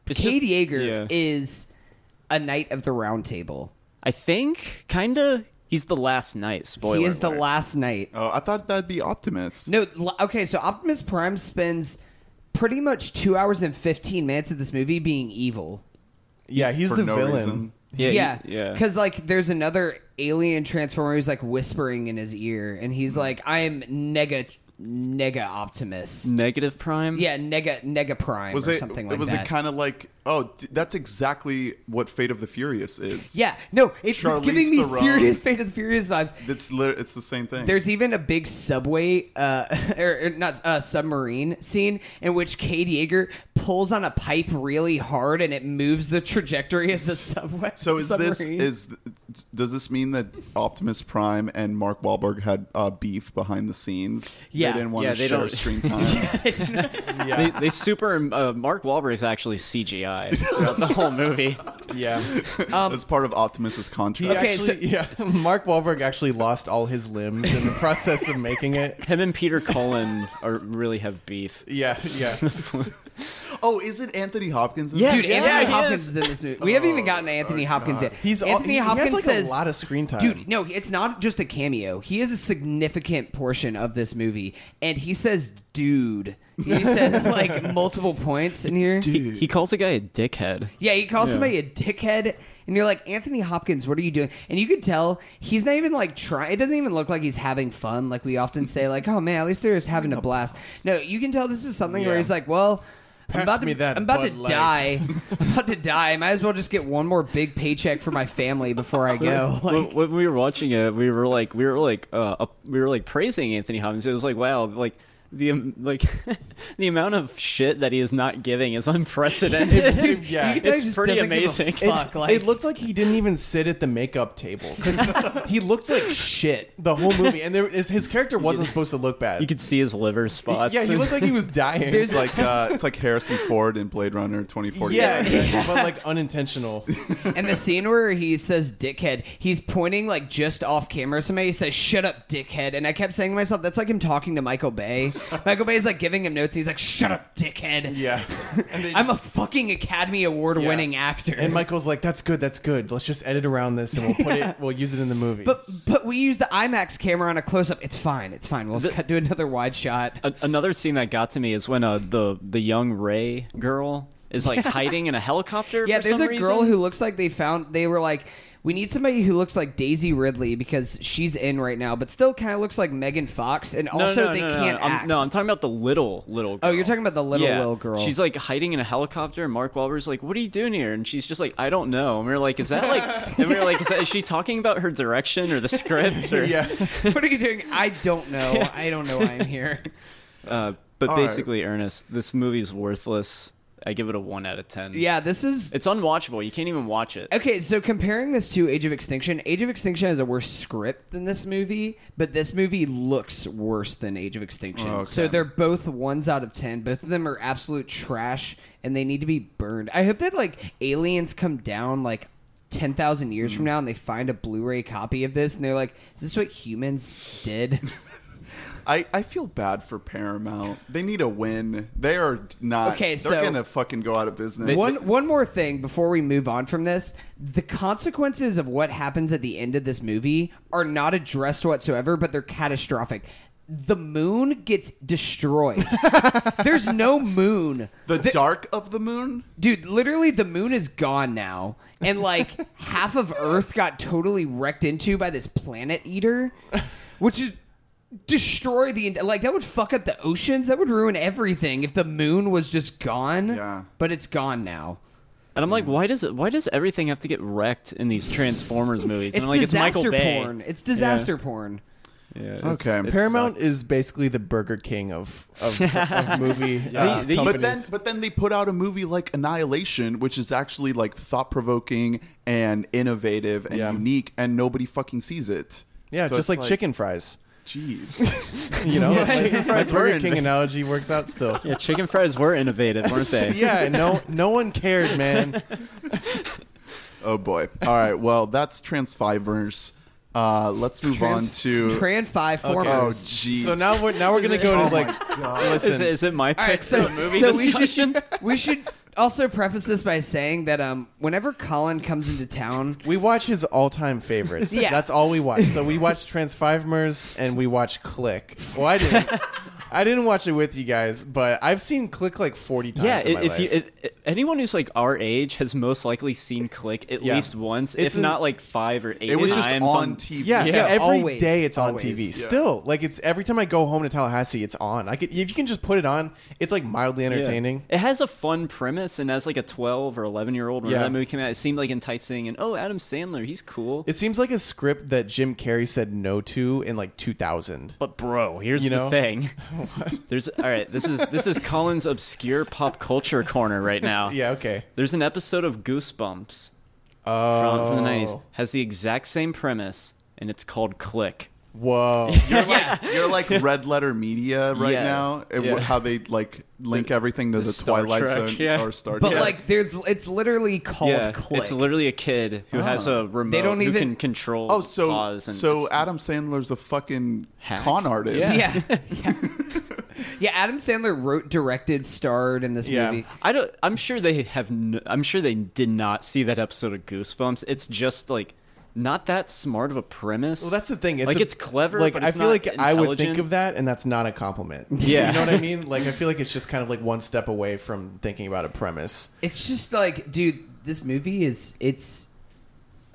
[SPEAKER 3] It's
[SPEAKER 5] Cade
[SPEAKER 3] just-
[SPEAKER 5] Yeager
[SPEAKER 3] yeah.
[SPEAKER 5] is a knight of the round table.
[SPEAKER 3] I think kinda he's the last night. Spoiler.
[SPEAKER 5] he is the
[SPEAKER 3] alert.
[SPEAKER 5] last knight.
[SPEAKER 4] Oh, I thought that'd be Optimus.
[SPEAKER 5] No, l- okay, so Optimus Prime spends pretty much 2 hours and 15 minutes of this movie being evil.
[SPEAKER 1] yeah, he's
[SPEAKER 4] for
[SPEAKER 1] the
[SPEAKER 4] no
[SPEAKER 1] villain.
[SPEAKER 4] reason.
[SPEAKER 3] Yeah, he-
[SPEAKER 5] yeah,
[SPEAKER 3] yeah.
[SPEAKER 5] Because like, there's another alien transformer who's like whispering in his ear, and he's
[SPEAKER 4] Hmm.
[SPEAKER 5] like, "I am nega, nega Optimus."
[SPEAKER 3] negative prime.
[SPEAKER 5] Yeah, nega, nega Prime
[SPEAKER 4] Hmm. Was
[SPEAKER 5] or
[SPEAKER 4] it?
[SPEAKER 5] something like
[SPEAKER 4] was
[SPEAKER 5] that.
[SPEAKER 4] it kind of like? Oh, d- that's exactly what Fate of the Furious is.
[SPEAKER 5] yeah, no, it's it's
[SPEAKER 4] Charlize
[SPEAKER 5] giving me
[SPEAKER 4] Theron.
[SPEAKER 5] serious Fate of the Furious vibes.
[SPEAKER 4] It's lit- it's the same thing.
[SPEAKER 5] There's even a big subway, uh, or, or not uh, submarine scene in which Kate Yeager pulls on a pipe really hard and it moves the trajectory of the subway.
[SPEAKER 4] So is this
[SPEAKER 5] submarine.
[SPEAKER 4] is th- does this mean that Optimus Prime and Mark Wahlberg had uh, beef behind the scenes?
[SPEAKER 5] Yeah.
[SPEAKER 4] they didn't want
[SPEAKER 3] Yeah,
[SPEAKER 4] to
[SPEAKER 3] they
[SPEAKER 4] share
[SPEAKER 3] don't-
[SPEAKER 4] screen time.
[SPEAKER 3] They, they super uh, Mark Wahlberg is actually CGI throughout the whole movie.
[SPEAKER 1] Yeah.
[SPEAKER 4] That's part of Optimus's
[SPEAKER 1] He
[SPEAKER 4] contract.
[SPEAKER 5] Okay,
[SPEAKER 1] actually, yeah, Mark Wahlberg actually lost all his limbs in the process of making it.
[SPEAKER 3] Him and Peter Cullen are really have beef.
[SPEAKER 1] Yeah, yeah.
[SPEAKER 4] Oh, is it Anthony Hopkins? In
[SPEAKER 5] Dude,
[SPEAKER 3] Yes, yeah,
[SPEAKER 5] Anthony
[SPEAKER 3] he
[SPEAKER 5] Hopkins
[SPEAKER 3] is.
[SPEAKER 5] is. in this movie. We haven't even gotten to Anthony Hopkins yet.
[SPEAKER 1] Oh, He's all,
[SPEAKER 5] Anthony
[SPEAKER 1] he,
[SPEAKER 5] Hopkins
[SPEAKER 1] he has like
[SPEAKER 5] says,
[SPEAKER 1] a lot of screen time.
[SPEAKER 5] Dude, no, it's not just a cameo. He is a significant portion of this movie, and he says, "Dude." He said like multiple points in here.
[SPEAKER 3] He, he calls a guy a dickhead.
[SPEAKER 5] Yeah, you call somebody a dickhead, and you're like, Anthony Hopkins, what are you doing? And you could tell he's not even like trying. It doesn't even look like he's having fun. Like we often say, like, oh man, at least they're just having a blast. No, you can tell this is something where
[SPEAKER 1] Yeah.
[SPEAKER 5] he's like, well. I'm
[SPEAKER 1] Pass
[SPEAKER 5] about, to,
[SPEAKER 1] me that
[SPEAKER 5] I'm about to
[SPEAKER 1] Bud Light.
[SPEAKER 5] die. I'm about to die. I might as well just get one more big paycheck for my family before I go. Like,
[SPEAKER 3] When, when we were watching it, we were like, we were like, uh, up- we were like praising Anthony Hopkins. It was like, wow, like the um, like the amount of shit that he is not giving is unprecedented.
[SPEAKER 1] yeah.
[SPEAKER 5] He
[SPEAKER 1] It,
[SPEAKER 5] does-
[SPEAKER 3] it's
[SPEAKER 5] just
[SPEAKER 3] pretty
[SPEAKER 5] doesn't give a
[SPEAKER 3] amazing.
[SPEAKER 5] fuck. like-
[SPEAKER 1] it looked like he didn't even sit at the makeup table because he looked like shit the whole movie, and there is, his character wasn't supposed to look bad.
[SPEAKER 3] You could see his liver spots.
[SPEAKER 1] yeah, he looked like he was dying.
[SPEAKER 4] It's like uh, it's like Harrison Ford in Blade Runner 2049.
[SPEAKER 1] yeah, exactly, but like unintentional.
[SPEAKER 5] And the scene where he says "dickhead," he's pointing like just off camera. Somebody says "shut up, dickhead," and I kept saying to myself, "That's like him talking to Michael Bay." Michael Bay is like giving him notes. He's like, "Shut up, dickhead."
[SPEAKER 1] Yeah, and they
[SPEAKER 5] I'm a
[SPEAKER 1] just-
[SPEAKER 5] fucking Academy Award winning actor.
[SPEAKER 1] and Michael's like, "That's good. That's good. Let's just edit around this, and we'll put it. We'll use it in the movie."
[SPEAKER 5] but but we use the IMAX camera on a close up. It's fine. It's fine. We'll just cut to another wide shot.
[SPEAKER 3] A- another scene that got to me is when uh, the the young Ray girl is like hiding in a helicopter.
[SPEAKER 5] Yeah,
[SPEAKER 3] for
[SPEAKER 5] there's
[SPEAKER 3] some
[SPEAKER 5] a
[SPEAKER 3] reason.
[SPEAKER 5] girl who looks like they found. They were like, we need somebody who looks like Daisy Ridley because she's in right now, but still kind of looks like Megan Fox. And
[SPEAKER 3] No,
[SPEAKER 5] also,
[SPEAKER 3] no,
[SPEAKER 5] they
[SPEAKER 3] no, no,
[SPEAKER 5] can't
[SPEAKER 3] I'm,
[SPEAKER 5] act.
[SPEAKER 3] No, I'm talking about the little little. girl.
[SPEAKER 5] Oh, you're talking about the little, little girl.
[SPEAKER 3] She's like hiding in a helicopter, and Mark Wahlberg's like, "What are you doing here?" And she's just like, "I don't know." And we are like, "Is that like?" and we are like, is, that, "Is she talking about her direction or the script?" Or,
[SPEAKER 1] yeah,
[SPEAKER 5] what are you doing? I don't know. I don't know. why I'm here.
[SPEAKER 3] Uh, but
[SPEAKER 4] All right.
[SPEAKER 3] basically, Ernest, this movie's worthless. I give it a one out of ten.
[SPEAKER 5] Yeah, this is
[SPEAKER 3] it's unwatchable. You can't even watch it.
[SPEAKER 5] Okay, so comparing this to Age of Extinction, Age of Extinction has a worse script than this movie, but this movie looks worse than Age of Extinction.
[SPEAKER 4] Okay.
[SPEAKER 5] So they're both ones out of ten. Both of them are absolute trash, and they need to be burned. I hope that like aliens come down like ten thousand years from now, and they find a Blu-ray copy of this, and they're like, "Is this what humans did?"
[SPEAKER 4] I, I feel bad for Paramount. They need a win. They are not.
[SPEAKER 5] Okay,
[SPEAKER 4] they're
[SPEAKER 5] so-
[SPEAKER 4] gonna fucking go out of business.
[SPEAKER 5] One one more thing before we move on from this, the consequences of what happens at the end of this movie are not addressed whatsoever, but they're catastrophic. The moon gets destroyed. There's no moon.
[SPEAKER 4] the dark of the moon.
[SPEAKER 5] Dude, literally the moon is gone now. And like half of Earth got totally wrecked into by this planet eater, which is destroy the like that would fuck up the oceans, that would ruin everything if the moon was just gone.
[SPEAKER 4] Yeah.
[SPEAKER 5] But it's gone now.
[SPEAKER 3] And I'm like, why does it? Why does everything have to get wrecked in these Transformers movies? and
[SPEAKER 5] It's
[SPEAKER 3] I'm like, it's
[SPEAKER 5] disaster
[SPEAKER 3] Michael Bay.
[SPEAKER 5] porn. It's disaster porn.
[SPEAKER 3] Yeah,
[SPEAKER 4] Okay.
[SPEAKER 3] it's- it
[SPEAKER 1] Paramount
[SPEAKER 3] sucks.
[SPEAKER 1] is basically the Burger King of of, of movie. uh,
[SPEAKER 3] They- they-
[SPEAKER 4] but then,
[SPEAKER 1] companies.
[SPEAKER 4] but then they put out a movie like Annihilation, which is actually like thought provoking and innovative and
[SPEAKER 1] Yeah.
[SPEAKER 4] unique, and nobody fucking sees it.
[SPEAKER 1] yeah,
[SPEAKER 4] So
[SPEAKER 1] just
[SPEAKER 4] it's
[SPEAKER 1] like, chicken fries.
[SPEAKER 4] Jeez,
[SPEAKER 1] You know, like,
[SPEAKER 3] chicken fries
[SPEAKER 1] my
[SPEAKER 3] were
[SPEAKER 1] Burger
[SPEAKER 3] in-
[SPEAKER 1] King analogy works out still.
[SPEAKER 3] Yeah, chicken fries were innovative, weren't they?
[SPEAKER 1] Yeah, and no, no one cared, man.
[SPEAKER 4] oh boy. All right, well that's Transfibers. Uh, let's move on
[SPEAKER 1] Trans-
[SPEAKER 4] to.
[SPEAKER 5] Tran five
[SPEAKER 4] oh
[SPEAKER 5] formers.
[SPEAKER 4] jeez.
[SPEAKER 1] So now we're now we're gonna go to like listen.
[SPEAKER 3] oh Is, it- is it my pick
[SPEAKER 5] All right, so,
[SPEAKER 3] for the movie
[SPEAKER 5] so we
[SPEAKER 3] discussion?
[SPEAKER 5] should we should also preface this by saying that um whenever Colin comes into town,
[SPEAKER 1] we watch his all-time favorites.
[SPEAKER 5] Yeah.
[SPEAKER 1] that's all we watch. So we watch Transformers and we watch Click. Well, I didn't. I didn't watch it with you guys, but I've seen Click like forty times.
[SPEAKER 3] yeah,
[SPEAKER 1] in my
[SPEAKER 3] if
[SPEAKER 1] life.
[SPEAKER 3] you it, it- anyone who's like our age has most likely seen Click at
[SPEAKER 1] Yeah.
[SPEAKER 3] least once,
[SPEAKER 1] It's
[SPEAKER 3] if
[SPEAKER 1] an-
[SPEAKER 3] not like five or eight.
[SPEAKER 4] It was just
[SPEAKER 3] times
[SPEAKER 4] on TV.
[SPEAKER 1] Yeah,
[SPEAKER 3] Yeah.
[SPEAKER 1] yeah. every day
[SPEAKER 5] Always.
[SPEAKER 1] it's on
[SPEAKER 5] Always.
[SPEAKER 1] TV.
[SPEAKER 5] Yeah.
[SPEAKER 1] Still, like it's every time I go home to Tallahassee, it's on. I could if you can just put it on, it's like mildly
[SPEAKER 3] Yeah.
[SPEAKER 1] entertaining.
[SPEAKER 3] It has a fun premise, and as like a twelve or eleven year old, when
[SPEAKER 1] Yeah.
[SPEAKER 3] that movie came out, it seemed like enticing. And oh, Adam Sandler, he's cool.
[SPEAKER 1] It seems like a script that Jim Carrey said no to in like 2000.
[SPEAKER 3] But bro, here's
[SPEAKER 1] You
[SPEAKER 3] the
[SPEAKER 1] know?
[SPEAKER 3] thing. There's all right. This is this is Colin's obscure pop culture corner right now.
[SPEAKER 1] Yeah, okay.
[SPEAKER 3] There's an episode of Goosebumps
[SPEAKER 1] Oh,
[SPEAKER 3] from, from the '90s has the exact same premise, and it's called Click.
[SPEAKER 1] Whoa.
[SPEAKER 4] You're like you're like red letter media right
[SPEAKER 3] Yeah.
[SPEAKER 4] now. and
[SPEAKER 3] Yeah.
[SPEAKER 4] wh- How they like link everything to the,
[SPEAKER 3] Star
[SPEAKER 4] Twilight
[SPEAKER 3] Trek,
[SPEAKER 4] Zone
[SPEAKER 3] yeah.
[SPEAKER 4] or Star
[SPEAKER 5] but
[SPEAKER 4] Trek.
[SPEAKER 5] like there's it's literally called click.
[SPEAKER 3] It's literally a kid who has a remote
[SPEAKER 5] They don't
[SPEAKER 3] who
[SPEAKER 5] even-
[SPEAKER 3] can control
[SPEAKER 4] oh, so
[SPEAKER 3] pause and
[SPEAKER 4] so
[SPEAKER 3] it's-
[SPEAKER 4] Adam Sandler's a fucking
[SPEAKER 3] Hack.
[SPEAKER 4] con artist.
[SPEAKER 3] Yeah.
[SPEAKER 5] yeah. yeah. Yeah, Adam Sandler wrote, directed, starred in this
[SPEAKER 1] Yeah.
[SPEAKER 5] movie.
[SPEAKER 3] I don't I'm sure they have no, I'm sure they did not see that episode of Goosebumps. It's just like not that smart of a premise.
[SPEAKER 1] Well, that's the thing. It's
[SPEAKER 3] like
[SPEAKER 1] a-
[SPEAKER 3] it's clever,
[SPEAKER 1] Like
[SPEAKER 3] but
[SPEAKER 1] I
[SPEAKER 3] it's
[SPEAKER 1] feel
[SPEAKER 3] not
[SPEAKER 1] like I would think
[SPEAKER 3] intelligent.
[SPEAKER 1] of that, and that's not a compliment.
[SPEAKER 3] Yeah.
[SPEAKER 1] you know what I mean. Like I feel like it's just kind of like one step away from thinking about a premise.
[SPEAKER 5] It's just like, dude, this movie is it's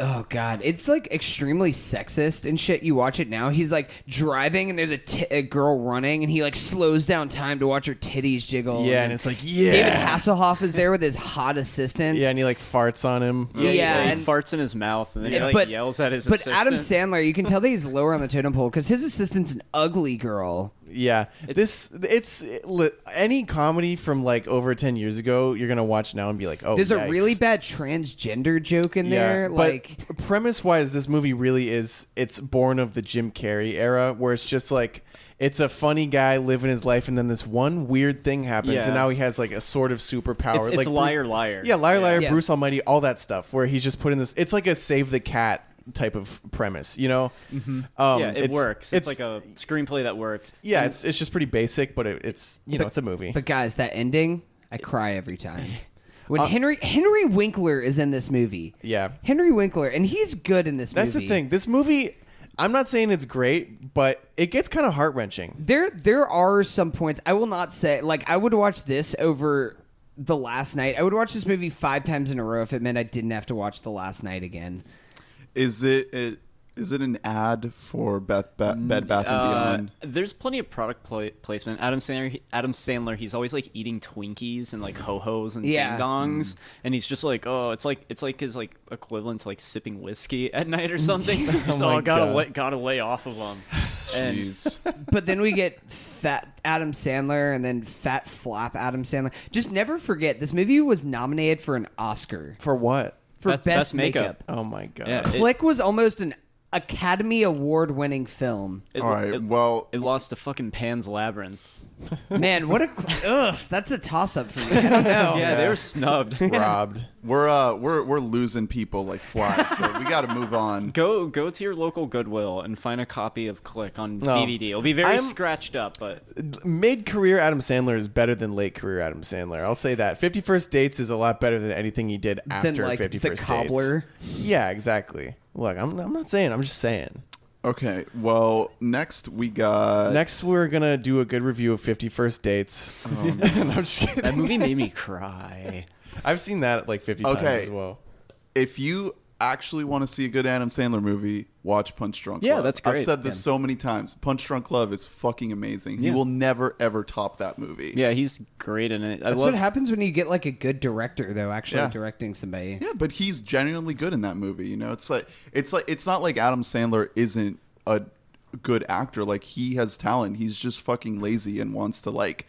[SPEAKER 5] oh god, it's like extremely sexist and shit. You watch it now, he's like driving and there's a ti- a girl running and he like slows down time to watch her titties jiggle.
[SPEAKER 1] Yeah, and it's like yeah,
[SPEAKER 5] David Hasselhoff is there with his hot assistants.
[SPEAKER 1] yeah, and he like farts on him.
[SPEAKER 3] Yeah, he,
[SPEAKER 5] Yeah,
[SPEAKER 3] like,
[SPEAKER 5] and-
[SPEAKER 3] farts in his mouth and then he like
[SPEAKER 5] but-
[SPEAKER 3] yells at his
[SPEAKER 5] But
[SPEAKER 3] assistant.
[SPEAKER 5] Adam Sandler, you can tell that he's lower on the totem pole because his assistant's an ugly girl.
[SPEAKER 1] Yeah, this it's li- any comedy from like over ten years ago. You're gonna watch now and be like, oh,
[SPEAKER 5] There's
[SPEAKER 1] yikes.
[SPEAKER 5] a really bad transgender joke in there. Like,
[SPEAKER 1] but premise wise, this movie really is it's born of the Jim Carrey era, where it's just like it's a funny guy living his life, and then this one weird thing happens,
[SPEAKER 3] Yeah.
[SPEAKER 1] and now he has like a sort of superpower.
[SPEAKER 3] It's- it's
[SPEAKER 1] like
[SPEAKER 3] liar,
[SPEAKER 1] Bruce-
[SPEAKER 3] liar.
[SPEAKER 1] Yeah, liar, liar,
[SPEAKER 5] Yeah.
[SPEAKER 1] Bruce Almighty, all that stuff. Where he's just put in this. It's like a save the cat type of premise, you know? Um,
[SPEAKER 3] Mm-hmm. yeah, it
[SPEAKER 1] it's-
[SPEAKER 3] works. It's, like a screenplay that worked.
[SPEAKER 1] yeah, it's it's just pretty basic, but it, it's you know
[SPEAKER 5] But-
[SPEAKER 1] it's a movie.
[SPEAKER 5] but guys, that ending, I cry every time. When Henry Henry Winkler is in this movie,
[SPEAKER 1] Uh, Yeah.
[SPEAKER 5] Henry Winkler, and he's good in this.
[SPEAKER 1] That's
[SPEAKER 5] movie.
[SPEAKER 1] the thing. This movie, I'm not saying it's great, but it gets kind of heart wrenching.
[SPEAKER 5] There there are some points I will not say like I would watch this over the last night. I would watch this movie five times in a row if it meant I didn't have to watch the last night again.
[SPEAKER 4] Is it, it is it an ad for Beth, ba- Bed Bath and
[SPEAKER 3] Uh,
[SPEAKER 4] Beyond?
[SPEAKER 3] there's plenty of product pla placement. Adam Sandler, Adam Sandler, he's always like eating Twinkies and like ho hos and
[SPEAKER 5] Yeah.
[SPEAKER 3] ding dongs, and he's just like, oh, it's like it's like his like equivalent to like sipping whiskey at night or something. so
[SPEAKER 1] my
[SPEAKER 3] I gotta
[SPEAKER 1] God.
[SPEAKER 3] wa- gotta lay off of him. And
[SPEAKER 4] Jeez.
[SPEAKER 5] But then we get Fat Adam Sandler and then Fat Flop Adam Sandler. Just never forget this movie was nominated for an Oscar
[SPEAKER 1] For what?
[SPEAKER 5] for best,
[SPEAKER 3] Best- best
[SPEAKER 5] makeup.
[SPEAKER 3] makeup.
[SPEAKER 1] Oh my god.
[SPEAKER 3] yeah, it-
[SPEAKER 5] Click was almost an Academy Award winning film.
[SPEAKER 3] it-
[SPEAKER 4] All right,
[SPEAKER 3] it-
[SPEAKER 4] well-
[SPEAKER 3] it lost to fucking Pan's Labyrinth.
[SPEAKER 5] Man, what a ugh, that's a toss up for me. I don't know.
[SPEAKER 3] yeah, they were snubbed.
[SPEAKER 1] Robbed.
[SPEAKER 4] we're uh we're we're losing people like flies, so we got to move on.
[SPEAKER 3] Go go to your local Goodwill and find a copy of Click on
[SPEAKER 1] No.
[SPEAKER 3] DVD. It'll be very
[SPEAKER 1] I'm-
[SPEAKER 3] scratched up, but
[SPEAKER 1] Mid career Adam Sandler is better than late career Adam Sandler. I'll say that. Fifty First Dates is a lot better than anything he did
[SPEAKER 5] Than
[SPEAKER 1] after
[SPEAKER 5] like
[SPEAKER 1] Fifty
[SPEAKER 5] the
[SPEAKER 1] First
[SPEAKER 5] cobbler.
[SPEAKER 1] Dates. Yeah, exactly. Look, I'm I'm not saying. I'm just saying.
[SPEAKER 4] Okay, well next we got
[SPEAKER 1] Next, we're gonna do a good review of Fifty First Dates.
[SPEAKER 5] Oh,
[SPEAKER 1] and I'm just kidding.
[SPEAKER 3] that movie made me cry.
[SPEAKER 1] I've seen that like fifty
[SPEAKER 4] Okay.
[SPEAKER 1] times as well.
[SPEAKER 4] if you actually want to see a good Adam Sandler movie, watch Punch Drunk
[SPEAKER 3] Yeah,
[SPEAKER 4] Love.
[SPEAKER 3] that's
[SPEAKER 4] I've
[SPEAKER 3] great.
[SPEAKER 4] said this
[SPEAKER 3] Yeah.
[SPEAKER 4] so many times. Punch Drunk Love is fucking amazing. You
[SPEAKER 3] Yeah.
[SPEAKER 4] will never ever top that movie.
[SPEAKER 3] Yeah, he's great in it. I
[SPEAKER 5] That's
[SPEAKER 3] love
[SPEAKER 5] what happens when you get like a good director though, actually
[SPEAKER 4] Yeah.
[SPEAKER 5] directing somebody.
[SPEAKER 4] Yeah, but he's genuinely good in that movie. You know, it's like it's like it's not like Adam Sandler isn't a good actor. Like he has talent. He's just fucking lazy and wants to like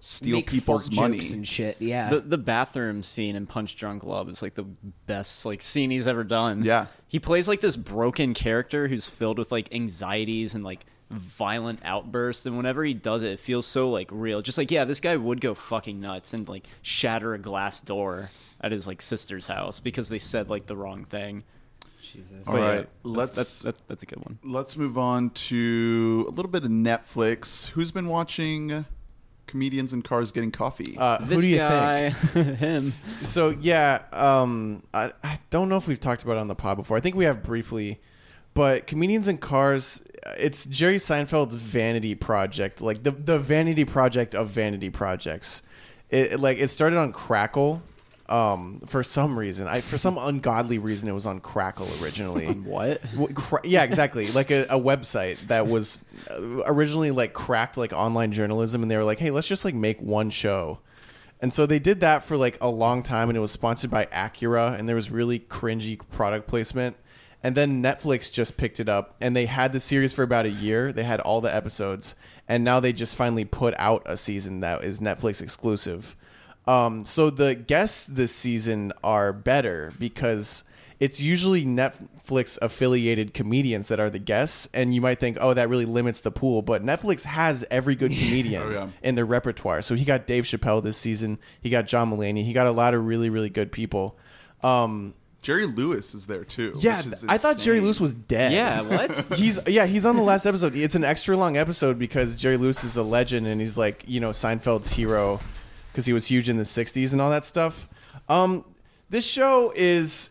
[SPEAKER 4] steal
[SPEAKER 5] Make
[SPEAKER 4] people's
[SPEAKER 5] fart
[SPEAKER 4] money.
[SPEAKER 5] jokes and shit. Yeah.
[SPEAKER 3] the the bathroom scene in Punch Drunk Love is like the best like scene he's ever done.
[SPEAKER 4] Yeah.
[SPEAKER 3] he plays like this broken character who's filled with like anxieties and like violent outbursts, and whenever he does it, it feels so like real. Just like yeah, this guy would go fucking nuts and like shatter a glass door at his like sister's house because they said like the wrong thing.
[SPEAKER 4] All right, let's
[SPEAKER 3] That's that's, that, that's a good one.
[SPEAKER 4] let's move on to a little bit of Netflix. Who's been watching comedians in cars getting coffee?
[SPEAKER 1] Uh, who
[SPEAKER 3] This
[SPEAKER 1] do you think?
[SPEAKER 3] guy, him.
[SPEAKER 1] So yeah, um, I, I don't know if we've talked about it on the pod before. I think we have briefly, but comedians in cars. It's Jerry Seinfeld's vanity project, like the the vanity project of vanity projects. It it, like it started on Crackle, um, for some reason. I for some ungodly reason it was on Crackle originally.
[SPEAKER 3] What?
[SPEAKER 1] Wh- cra- yeah, exactly. Like a, a website that was uh, originally like cracked like online journalism, and they were like, "Hey, let's just like make one show." And so they did that for like a long time, and it was sponsored by Acura, and there was really cringy product placement. And then Netflix just picked it up, and they had the series for about a year. They had all the episodes, and now they just finally put out a season that is Netflix exclusive. Um, so the guests this season are better because it's usually Netflix affiliated comedians that are the guests, and you might think, oh, that really limits the pool. But Netflix has every good comedian
[SPEAKER 4] Oh, yeah.
[SPEAKER 1] in their repertoire. So he got Dave Chappelle this season. He got John Mulaney. He got a lot of really, really good people. Um,
[SPEAKER 4] Jerry Lewis is there too.
[SPEAKER 1] yeah,
[SPEAKER 4] which is
[SPEAKER 1] I thought Jerry
[SPEAKER 4] insane.
[SPEAKER 1] Lewis was dead.
[SPEAKER 3] Yeah, what?
[SPEAKER 1] He's yeah, he's on the last episode. It's an extra long episode because Jerry Lewis is a legend and he's like, you know, Seinfeld's hero because he was huge in the 60s and all that stuff. Um this show is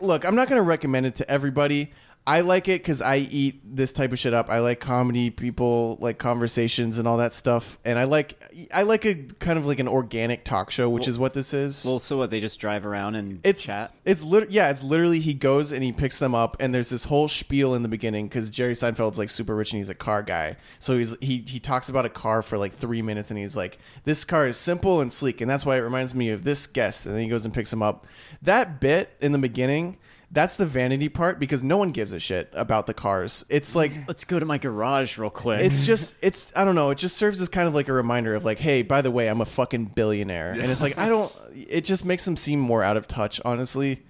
[SPEAKER 1] look, I'm not going to recommend it to everybody. I like it cuz I eat this type of shit up. I like comedy, people like conversations and all that stuff and I like I like a kind of like an organic talk show, which is what this is
[SPEAKER 3] Well, so what? They just drive around and
[SPEAKER 1] it's
[SPEAKER 3] chat.
[SPEAKER 1] It's lit- yeah, it's literally he goes and he picks them up, and there's this whole spiel in the beginning because Jerry Seinfeld's like super rich and he's a car guy, so he's he he talks about a car for like three minutes, and he's like, "This car is simple and sleek, and that's why it reminds me of this guest," and then he goes and picks him up. That bit in the beginning. that's the vanity part because no one gives a shit about the cars. It's like
[SPEAKER 3] Let's go to my garage real quick.
[SPEAKER 1] it's just it's I don't know. It just serves as kind of like a reminder of like, hey, by the way, I'm a fucking billionaire, and it's like I don't. It just makes them seem more out of touch, honestly.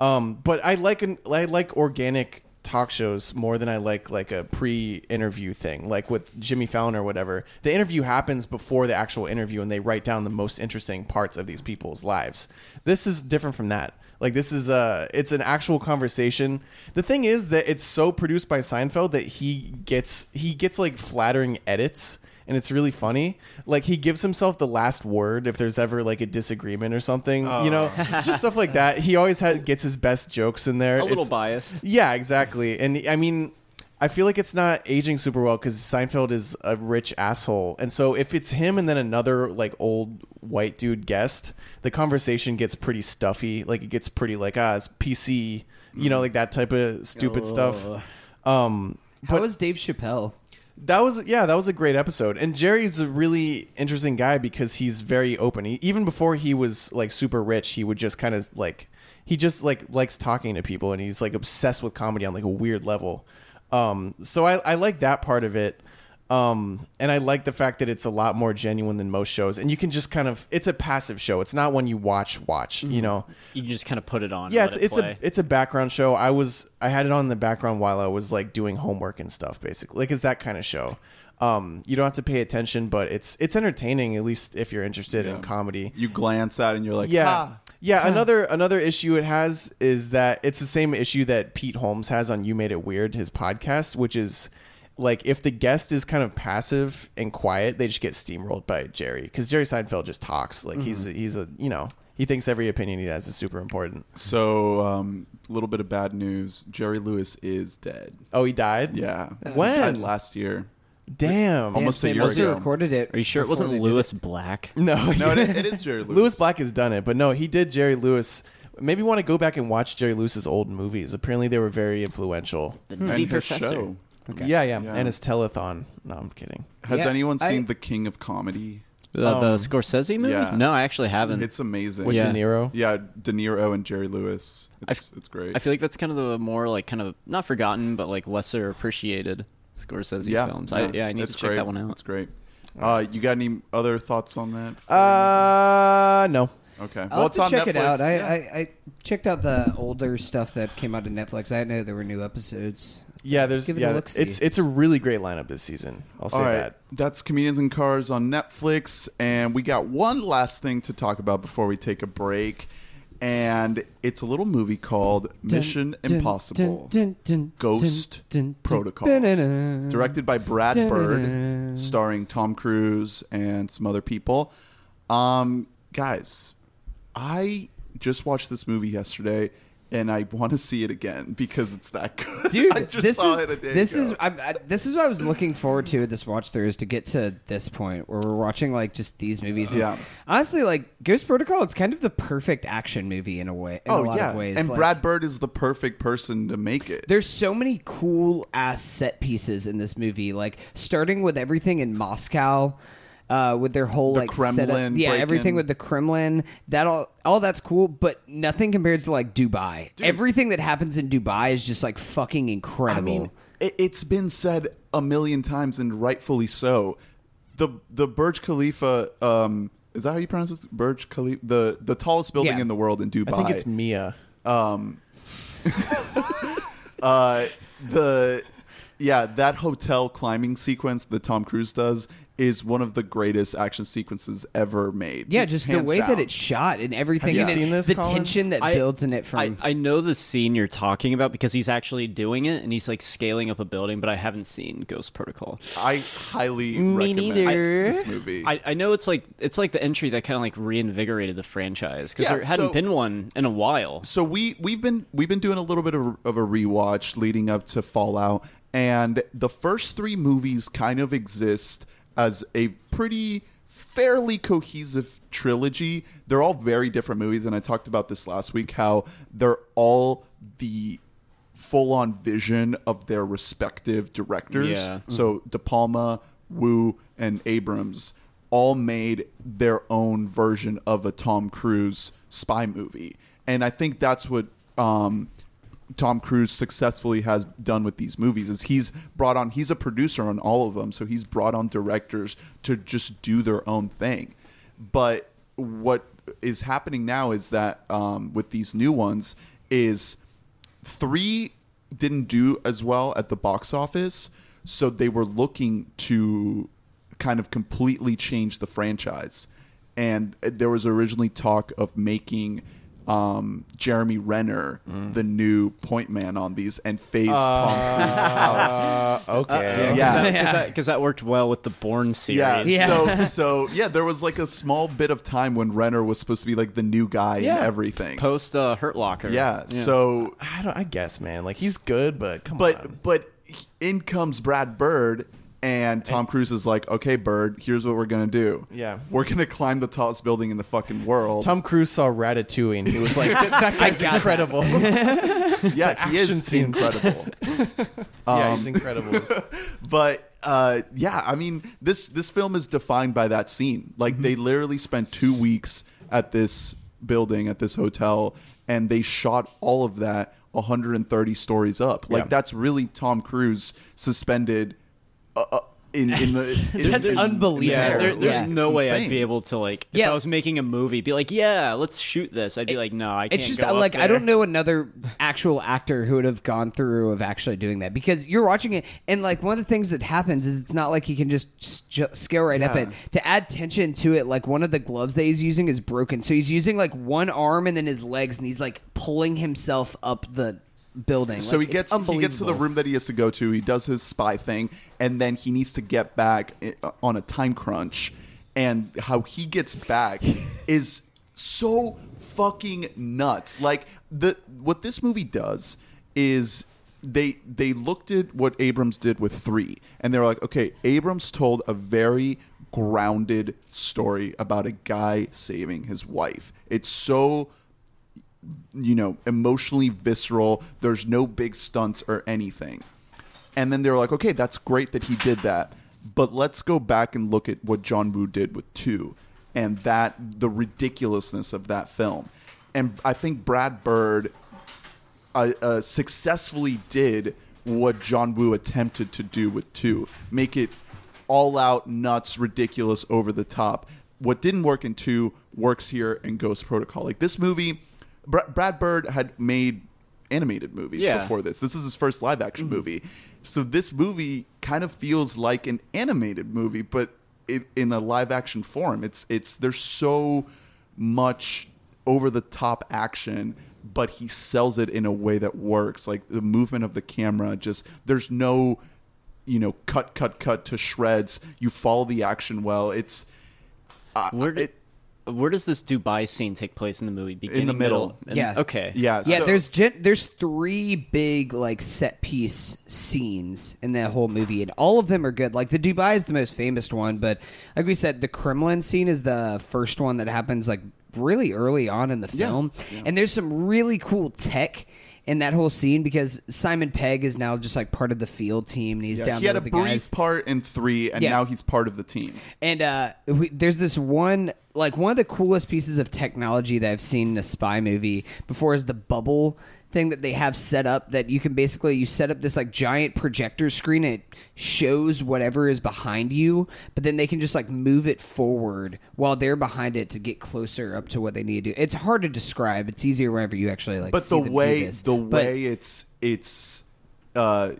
[SPEAKER 1] Um, but I like an, I like organic talk shows more than I like like a pre-interview thing, like with Jimmy Fallon or whatever. The interview happens before the actual interview, and they write down the most interesting parts of these people's lives. This is different from that. Like this is a it's an actual conversation. The thing is that it's so produced by Seinfeld that he gets he gets like flattering edits and it's really funny. Like he gives himself the last word if there's ever like a disagreement or something, you know, just stuff like that. He always has, gets his best jokes in there.
[SPEAKER 3] Oh. a
[SPEAKER 1] It's-
[SPEAKER 3] little biased.
[SPEAKER 1] yeah, exactly. And I mean, I feel like it's not aging super well because Seinfeld is a rich asshole, and so if it's him and then another like old white dude guest, the conversation gets pretty stuffy. Like it gets pretty like ah, it's PC, you know, like that type of stupid stuff. Um,
[SPEAKER 5] How was Dave Chappelle?
[SPEAKER 1] that was yeah, that was a great episode. And Jerry's a really interesting guy because he's very open. He, even before he was like super rich, he would just kind of like he just like likes talking to people and he's like obsessed with comedy on like a weird level. Um so I I like that part of it. Um and I like the fact that it's a lot more genuine than most shows and you can just kind of it's a passive show. It's not one you watch watch, you know.
[SPEAKER 3] You can just kind of put it on.
[SPEAKER 1] Yeah,
[SPEAKER 3] and
[SPEAKER 1] it's
[SPEAKER 3] let
[SPEAKER 1] it's
[SPEAKER 3] it play.
[SPEAKER 1] a it's a background show. I was I had it on in the background while I was like doing homework and stuff. Basically, like it's that kind of show. Um, you don't have to pay attention, but it's it's entertaining at least if you're interested in comedy.
[SPEAKER 4] You glance at it and you're like,
[SPEAKER 1] Yeah.
[SPEAKER 4] "Ha."
[SPEAKER 1] Yeah, another another issue it has is that it's the same issue that Pete Holmes has on You Made It Weird, his podcast, which is like if the guest is kind of passive and quiet, they just get steamrolled by Jerry because Jerry Seinfeld just talks like he's
[SPEAKER 3] Mm-hmm.
[SPEAKER 1] a, he's a you know he thinks every opinion he has is super important.
[SPEAKER 4] So, a um, little bit of bad news. Jerry Lewis is dead.
[SPEAKER 1] Oh, he died.
[SPEAKER 4] Yeah.
[SPEAKER 1] When?
[SPEAKER 4] He died last year.
[SPEAKER 1] Damn.
[SPEAKER 4] Almost
[SPEAKER 5] They
[SPEAKER 4] a year
[SPEAKER 5] must
[SPEAKER 4] ago.
[SPEAKER 5] have recorded it.
[SPEAKER 3] Are you sure it wasn't Lewis Black?
[SPEAKER 1] No,
[SPEAKER 4] No, it, it is Jerry Lewis.
[SPEAKER 1] Lewis Black has done it, but no, he did Jerry Lewis. Maybe want to go back and watch Jerry Lewis's old movies. Apparently, they were very influential.
[SPEAKER 4] and
[SPEAKER 3] The
[SPEAKER 4] his
[SPEAKER 3] Professor.
[SPEAKER 4] show.
[SPEAKER 1] Yeah, yeah, and his telethon. No, I'm kidding.
[SPEAKER 4] Has
[SPEAKER 5] Yeah,
[SPEAKER 4] anyone
[SPEAKER 5] I-
[SPEAKER 4] seen The King of Comedy?
[SPEAKER 3] The, the Scorsese movie?
[SPEAKER 4] Um, yeah.
[SPEAKER 3] No, I actually haven't.
[SPEAKER 4] It's amazing.
[SPEAKER 1] With
[SPEAKER 3] Yeah.
[SPEAKER 1] De Niro.
[SPEAKER 4] Yeah, De Niro and Jerry Lewis. It's it's great.
[SPEAKER 3] I feel like that's kind of the more like kind of not forgotten but like lesser appreciated Scorsese
[SPEAKER 4] yeah,
[SPEAKER 3] films. I, yeah, I need
[SPEAKER 4] it's
[SPEAKER 3] to check
[SPEAKER 4] great.
[SPEAKER 3] that one out.
[SPEAKER 4] It's great. Uh, you got any other thoughts on that? before
[SPEAKER 1] Uh, no.
[SPEAKER 4] we- okay.
[SPEAKER 5] I'll
[SPEAKER 4] well,
[SPEAKER 5] have
[SPEAKER 4] it's
[SPEAKER 5] to
[SPEAKER 4] on
[SPEAKER 5] check
[SPEAKER 4] Netflix.
[SPEAKER 5] it out. I,
[SPEAKER 4] yeah.
[SPEAKER 5] I, I checked out the older stuff that came out of Netflix. I didn't know there were new episodes.
[SPEAKER 1] Yeah, there's
[SPEAKER 5] Give it a
[SPEAKER 1] yeah,
[SPEAKER 5] look-see.
[SPEAKER 1] it's it's a really great lineup this season. I'll say
[SPEAKER 4] All right,
[SPEAKER 1] that.
[SPEAKER 4] that's comedians and cars on Netflix, and we got one last thing to talk about before we take a break, and it's a little movie called Mission Impossible: Ghost Protocol, directed by Brad Bird, starring Tom Cruise and some other people. Um, guys, I just watched this movie yesterday. And I want to see it again because it's that good.
[SPEAKER 5] Dude,
[SPEAKER 4] I just
[SPEAKER 5] this
[SPEAKER 4] saw
[SPEAKER 5] is
[SPEAKER 4] it a day
[SPEAKER 5] this
[SPEAKER 4] ago.
[SPEAKER 5] is I, I, this is what I was looking forward to this watch through is to get to this point where we're watching like just these movies. And
[SPEAKER 4] Yeah.
[SPEAKER 5] honestly, like Ghost Protocol, it's kind of the perfect action movie in a way. In a lot of ways,
[SPEAKER 4] Oh, And
[SPEAKER 5] Like,
[SPEAKER 4] Brad Bird is the perfect person to make it.
[SPEAKER 5] There's so many cool ass set pieces in this movie, like starting with everything in Moscow, uh, with their whole like setup.
[SPEAKER 4] Kremlin
[SPEAKER 5] yeah,
[SPEAKER 4] break-in.
[SPEAKER 5] everything with the Kremlin. That all, all that's cool, but nothing compares to like Dubai. Everything that happens in Dubai is just like fucking
[SPEAKER 4] I
[SPEAKER 5] incredible.
[SPEAKER 4] mean, it, it's been said a million times and rightfully so. The the Burj Khalifa um is that how you pronounce this? Burj Khalifa the the tallest building
[SPEAKER 5] Yeah.
[SPEAKER 4] in the world in Dubai.
[SPEAKER 1] I think it's Mia.
[SPEAKER 4] uh the yeah, that hotel climbing sequence that Tom Cruise does is one of the greatest action sequences ever made.
[SPEAKER 5] yeah, just the
[SPEAKER 4] Hands
[SPEAKER 5] way
[SPEAKER 4] down.
[SPEAKER 5] that it's shot and everything.
[SPEAKER 1] you
[SPEAKER 5] and it-
[SPEAKER 1] seen this,
[SPEAKER 5] The
[SPEAKER 1] Colin?
[SPEAKER 5] tension that
[SPEAKER 3] I-
[SPEAKER 5] builds in it from.
[SPEAKER 3] I, I know the scene you're talking about because he's actually doing it and he's like scaling up a building, but I haven't seen Ghost Protocol.
[SPEAKER 4] I highly recommend
[SPEAKER 2] neither.
[SPEAKER 4] this movie.
[SPEAKER 3] I, I know it's like it's like the entry that kind of like reinvigorated the franchise because
[SPEAKER 4] Yeah,
[SPEAKER 3] there hadn't
[SPEAKER 4] so-
[SPEAKER 3] been one in a while.
[SPEAKER 4] so we we've been we've been doing a little bit of, of a rewatch leading up to Fallout, and the first three movies kind of exist as a pretty fairly cohesive trilogy. They're all very different movies, and I talked about this last week how they're all the full on vision of their respective directors.
[SPEAKER 3] Yeah.
[SPEAKER 4] So De Palma, Wu, and Abrams all made their own version of a Tom Cruise spy movie, and I think that's what um, Tom Cruise successfully has done with these movies is he's brought on he's a producer on all of them, so he's brought on directors to just do their own thing. But what is happening now is that um, with these new ones is three didn't do as well at the box office, so they were looking to kind of completely change the franchise. And there was originally talk of making um, Jeremy Renner the new point man on these and phase Tom Cruise out.
[SPEAKER 1] Uh, okay.
[SPEAKER 4] Yeah.
[SPEAKER 3] Because that, 'cause that worked well with the Bourne series.
[SPEAKER 4] Yeah, So,
[SPEAKER 5] Yeah.
[SPEAKER 4] so yeah, there was like a small bit of time when Renner was supposed to be like the new guy and everything.
[SPEAKER 3] Post uh, Hurt Locker.
[SPEAKER 4] yeah, so
[SPEAKER 1] I don't. I guess, man. Like he's good, but come
[SPEAKER 4] but
[SPEAKER 1] on.
[SPEAKER 4] but in comes Brad Bird and Tom Cruise is like, okay, Bird, here's what we're gonna do.
[SPEAKER 1] Yeah.
[SPEAKER 4] we're gonna climb the tallest building in the fucking world.
[SPEAKER 1] Tom Cruise saw Ratatouille and he was like, "That, that guy's incredible."
[SPEAKER 4] yeah, he
[SPEAKER 1] action
[SPEAKER 4] is
[SPEAKER 1] scenes.
[SPEAKER 4] incredible.
[SPEAKER 1] yeah, he's incredible.
[SPEAKER 4] but uh, yeah, I mean this this film is defined by that scene. Like
[SPEAKER 3] Mm-hmm.
[SPEAKER 4] they literally spent two weeks at this building at this hotel, and they shot all of that 130 stories up. Like
[SPEAKER 1] Yeah.
[SPEAKER 4] that's really Tom Cruise suspended. Uh, uh, in, in the, in-
[SPEAKER 5] That's
[SPEAKER 4] in- in
[SPEAKER 5] unbelievable.
[SPEAKER 4] the
[SPEAKER 3] Yeah,
[SPEAKER 4] air.
[SPEAKER 3] there, there's
[SPEAKER 5] Yeah.
[SPEAKER 3] no
[SPEAKER 4] It's
[SPEAKER 3] way I'd
[SPEAKER 4] insane.
[SPEAKER 3] be able to like. If
[SPEAKER 5] Yeah.
[SPEAKER 3] I was making a movie, be like, yeah, let's shoot this. I'd be like, no, I can't.
[SPEAKER 5] It's just
[SPEAKER 3] go
[SPEAKER 5] uh,
[SPEAKER 3] up
[SPEAKER 5] like I don't
[SPEAKER 3] there."
[SPEAKER 5] know another actual actor who would have gone through of actually doing that because you're watching it and like one of the things that happens is it's not like he can just s- ju- scale right up it to add tension to it like one of the gloves that he's using is broken so he's using like one arm and then his legs and he's like pulling himself up the building
[SPEAKER 4] So he
[SPEAKER 5] Like, it's
[SPEAKER 4] gets he gets to the
[SPEAKER 5] unbelievable.
[SPEAKER 4] room that he has to go to. He does his spy thing, and then he needs to get back i- on a time crunch. And how he gets back is so fucking nuts. Like the what this movie does is they they looked at what Abrams did with three, and they were like, okay, Abrams told a very grounded story about a guy saving his wife. It's so you know, emotionally visceral. There's no big stunts or anything. And then they were like, okay, that's great that he did that. But let's go back and look at what John Woo did with two and that the ridiculousness of that film. And I think Brad Bird uh, uh, successfully did what John Woo attempted to do with two, make it all out nuts, ridiculous, over the top. What didn't work in two works here in Ghost Protocol. Like this movie, Br- Brad Bird had made animated movies
[SPEAKER 3] Yeah.
[SPEAKER 4] before this. This is his first live action
[SPEAKER 5] Mm-hmm.
[SPEAKER 4] movie, so this movie kind of feels like an animated movie, but it, in a live action form. It's it's there's so much over the top action, but he sells it in a way that works. Like the movement of the camera, just there's no, you know, cut, cut, cut to shreds. You follow the action well. It's uh,
[SPEAKER 3] Where did,
[SPEAKER 4] it-
[SPEAKER 3] where does this Dubai scene take place in the movie? Beginning,
[SPEAKER 4] middle.
[SPEAKER 3] and-
[SPEAKER 5] Yeah.
[SPEAKER 3] Okay.
[SPEAKER 4] yeah,
[SPEAKER 5] yeah
[SPEAKER 4] so-
[SPEAKER 5] there's gen- there's three big like set piece scenes in that whole movie and all of them are good like the dubai is the most famous one but like we said the kremlin scene is the first one that happens like really early on in the film and there's some really cool tech in that whole scene because simon pegg is now just like part of the field team and he's down
[SPEAKER 4] he
[SPEAKER 5] there
[SPEAKER 4] had a
[SPEAKER 5] with
[SPEAKER 4] brief
[SPEAKER 5] the guys
[SPEAKER 4] part in three, and
[SPEAKER 5] Yeah.
[SPEAKER 4] now he's part of the team.
[SPEAKER 5] and uh, we, there's this one, like one of the coolest pieces of technology that I've seen in a spy movie before is the bubble thing that they have set up that you can basically you set up this like giant projector screen and it shows whatever is behind you but then they can just like move it forward while they're behind it to get closer up to what they need to do it's hard to describe it's easier whenever you actually like
[SPEAKER 4] but
[SPEAKER 5] see
[SPEAKER 4] the
[SPEAKER 5] them do
[SPEAKER 4] way
[SPEAKER 5] this.
[SPEAKER 4] the
[SPEAKER 5] But-
[SPEAKER 4] way it's it's uh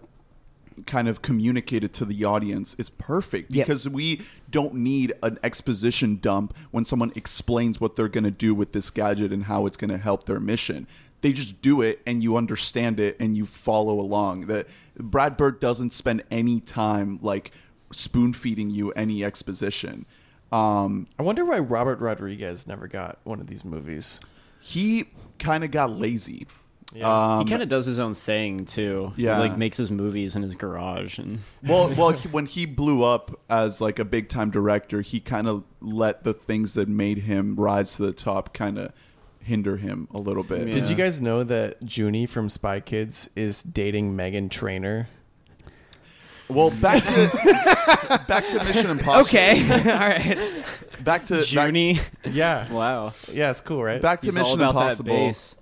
[SPEAKER 4] kind of communicated to the audience is perfect
[SPEAKER 5] Yep.
[SPEAKER 4] because we don't need an exposition dump when someone explains what they're going to do with this gadget and how it's going to help their mission they just do it and you understand it and you follow along that brad bird doesn't spend any time like spoon feeding you any exposition um
[SPEAKER 1] I wonder why Robert Rodriguez never got one of these movies.
[SPEAKER 4] he kind of got lazy
[SPEAKER 3] He kind of does his own thing too. He,
[SPEAKER 4] Yeah.
[SPEAKER 3] like makes his movies in his garage and
[SPEAKER 4] well, well, he, when he blew up as like a big time director, he kind of let the things that made him rise to the top kind of hinder him a little bit.
[SPEAKER 1] Did
[SPEAKER 3] Yeah.
[SPEAKER 1] you guys know that Junie from Spy Kids is dating Megan Trainer?
[SPEAKER 4] Well, back to back to Mission Impossible.
[SPEAKER 5] okay all right
[SPEAKER 4] back to
[SPEAKER 3] Journey.
[SPEAKER 1] Yeah.
[SPEAKER 3] wow.
[SPEAKER 1] Yeah, it's cool, right?
[SPEAKER 4] Back, back to
[SPEAKER 3] He's all
[SPEAKER 4] Mission
[SPEAKER 3] about that
[SPEAKER 4] Impossible.
[SPEAKER 3] bass.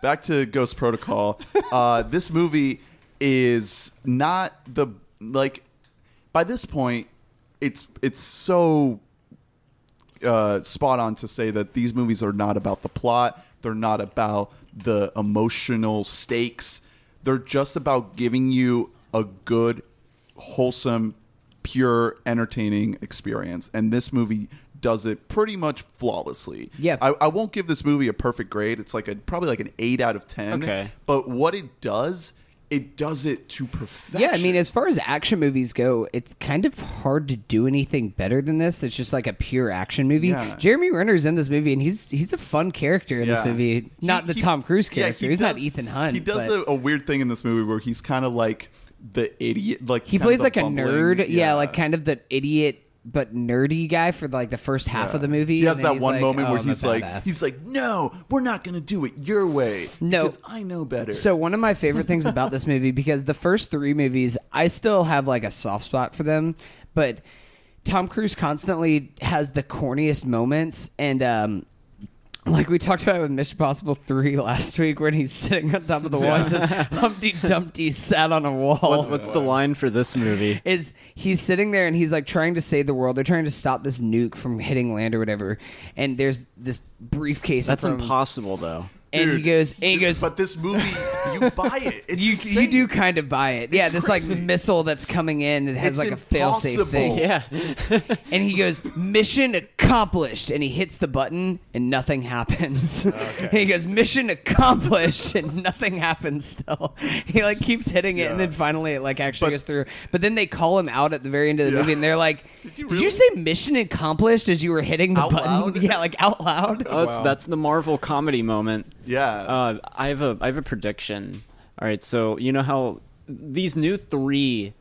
[SPEAKER 4] back to Ghost Protocol. Uh, this movie is not the like. By this point, it's it's so uh, spot on to say that these movies are not about the plot. They're not about the emotional stakes. They're just about giving you a good, wholesome, pure, entertaining experience. And this movie does it pretty much flawlessly.
[SPEAKER 5] Yeah.
[SPEAKER 4] I, I won't give this movie a perfect grade. It's like a probably like an eight out of ten.
[SPEAKER 3] Okay.
[SPEAKER 4] But what it does, it does it to perfection.
[SPEAKER 5] Yeah, I mean, as far as action movies go, it's kind of hard to do anything better than this. That's just like a pure action movie.
[SPEAKER 4] Yeah.
[SPEAKER 5] Jeremy Renner's in this movie, and he's he's a fun character in this
[SPEAKER 4] Yeah.
[SPEAKER 5] movie.
[SPEAKER 4] He-
[SPEAKER 5] Not the
[SPEAKER 4] he-
[SPEAKER 5] Tom Cruise
[SPEAKER 4] yeah, he
[SPEAKER 5] character. he's not
[SPEAKER 4] does-
[SPEAKER 5] Ethan Hunt.
[SPEAKER 4] He does
[SPEAKER 5] but-
[SPEAKER 4] a, a weird thing in this movie where he's kind of like the idiot. Like
[SPEAKER 5] he
[SPEAKER 4] kind of
[SPEAKER 5] plays
[SPEAKER 4] the
[SPEAKER 5] like a
[SPEAKER 4] bumbling-
[SPEAKER 5] nerd. Yeah. like kind of the idiot but nerdy guy for like the first half of the movie.
[SPEAKER 4] He
[SPEAKER 5] and
[SPEAKER 4] has
[SPEAKER 5] then
[SPEAKER 4] that
[SPEAKER 5] he's
[SPEAKER 4] one
[SPEAKER 5] like,
[SPEAKER 4] moment
[SPEAKER 5] "Oh,
[SPEAKER 4] where
[SPEAKER 5] I'm a
[SPEAKER 4] he's like,
[SPEAKER 5] badass."
[SPEAKER 4] he's like, no, we're not gonna do it your way.
[SPEAKER 5] No.
[SPEAKER 4] because I know better.
[SPEAKER 5] So one of my favorite things about this movie because the first three movies I still have like a soft spot for them, but Tom Cruise constantly has the corniest moments and um like we talked about with Mission Possible 3 last week when he's sitting on top of the wall he says Humpty Dumpty sat on a wall
[SPEAKER 3] What, what's the line for this movie?
[SPEAKER 5] is he's sitting there and he's like trying to save the world. They're trying to stop this nuke from hitting land or whatever. And there's this briefcase. in
[SPEAKER 3] That's
[SPEAKER 5] front of him,
[SPEAKER 3] impossible, though.
[SPEAKER 5] And he
[SPEAKER 4] Dude,
[SPEAKER 5] goes, and he goes,
[SPEAKER 4] but this movie, you buy it. It's
[SPEAKER 5] you, you
[SPEAKER 4] insane.
[SPEAKER 5] do kind of buy it. Yeah,
[SPEAKER 4] It's
[SPEAKER 5] this like
[SPEAKER 4] crazy.
[SPEAKER 5] missile that's coming in that has
[SPEAKER 4] It's
[SPEAKER 5] like a failsafe
[SPEAKER 4] impossible.
[SPEAKER 5] thing.
[SPEAKER 3] Yeah.
[SPEAKER 5] And he goes, "Mission accomplished," and he hits the button and nothing happens. And he goes, "Mission accomplished," and nothing happens. Still, he like keeps hitting it, and then finally it like actually
[SPEAKER 4] But-
[SPEAKER 5] goes through. But then they call him out at the very end of the
[SPEAKER 4] Yeah.
[SPEAKER 5] movie, and they're like, "Did you,
[SPEAKER 4] you really-
[SPEAKER 5] say mission accomplished as you were hitting the
[SPEAKER 4] Out
[SPEAKER 5] button?"
[SPEAKER 4] loud?
[SPEAKER 5] Yeah, like out loud.
[SPEAKER 3] Oh, that's, that's the Marvel comedy moment.
[SPEAKER 4] Yeah.
[SPEAKER 3] Uh, I have a I have a prediction. All right, so you know how these new three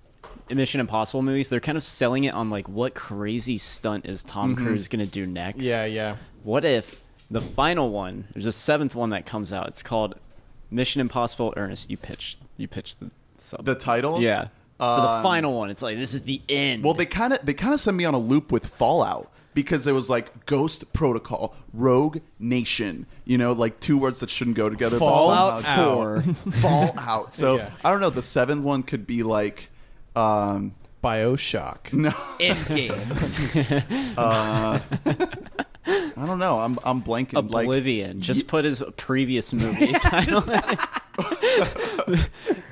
[SPEAKER 3] Mission Impossible movies, they're kind of selling it on like what crazy stunt is Tom
[SPEAKER 4] Mm-hmm.
[SPEAKER 3] Cruise gonna do next?
[SPEAKER 1] Yeah, yeah.
[SPEAKER 3] What if the final one? There's a seventh one that comes out. It's called Mission Impossible. Ernest, you pitched you pitched the sub.
[SPEAKER 4] the title.
[SPEAKER 3] yeah. For the
[SPEAKER 4] Um,
[SPEAKER 3] final one, it's like this is the end.
[SPEAKER 4] Well, they kind of they kind of sent me on a loop with Fallout because it was like Ghost Protocol, Rogue Nation. You know, like two words that shouldn't go together.
[SPEAKER 5] Fallout
[SPEAKER 4] but somehow do. Fallout. So
[SPEAKER 1] Yeah.
[SPEAKER 4] I don't know. The seventh one could be like. Um,
[SPEAKER 1] Bioshock.
[SPEAKER 4] no,
[SPEAKER 5] End game.
[SPEAKER 4] I don't know. I'm I'm blanking. like-
[SPEAKER 3] Oblivion. Just put his previous movie title.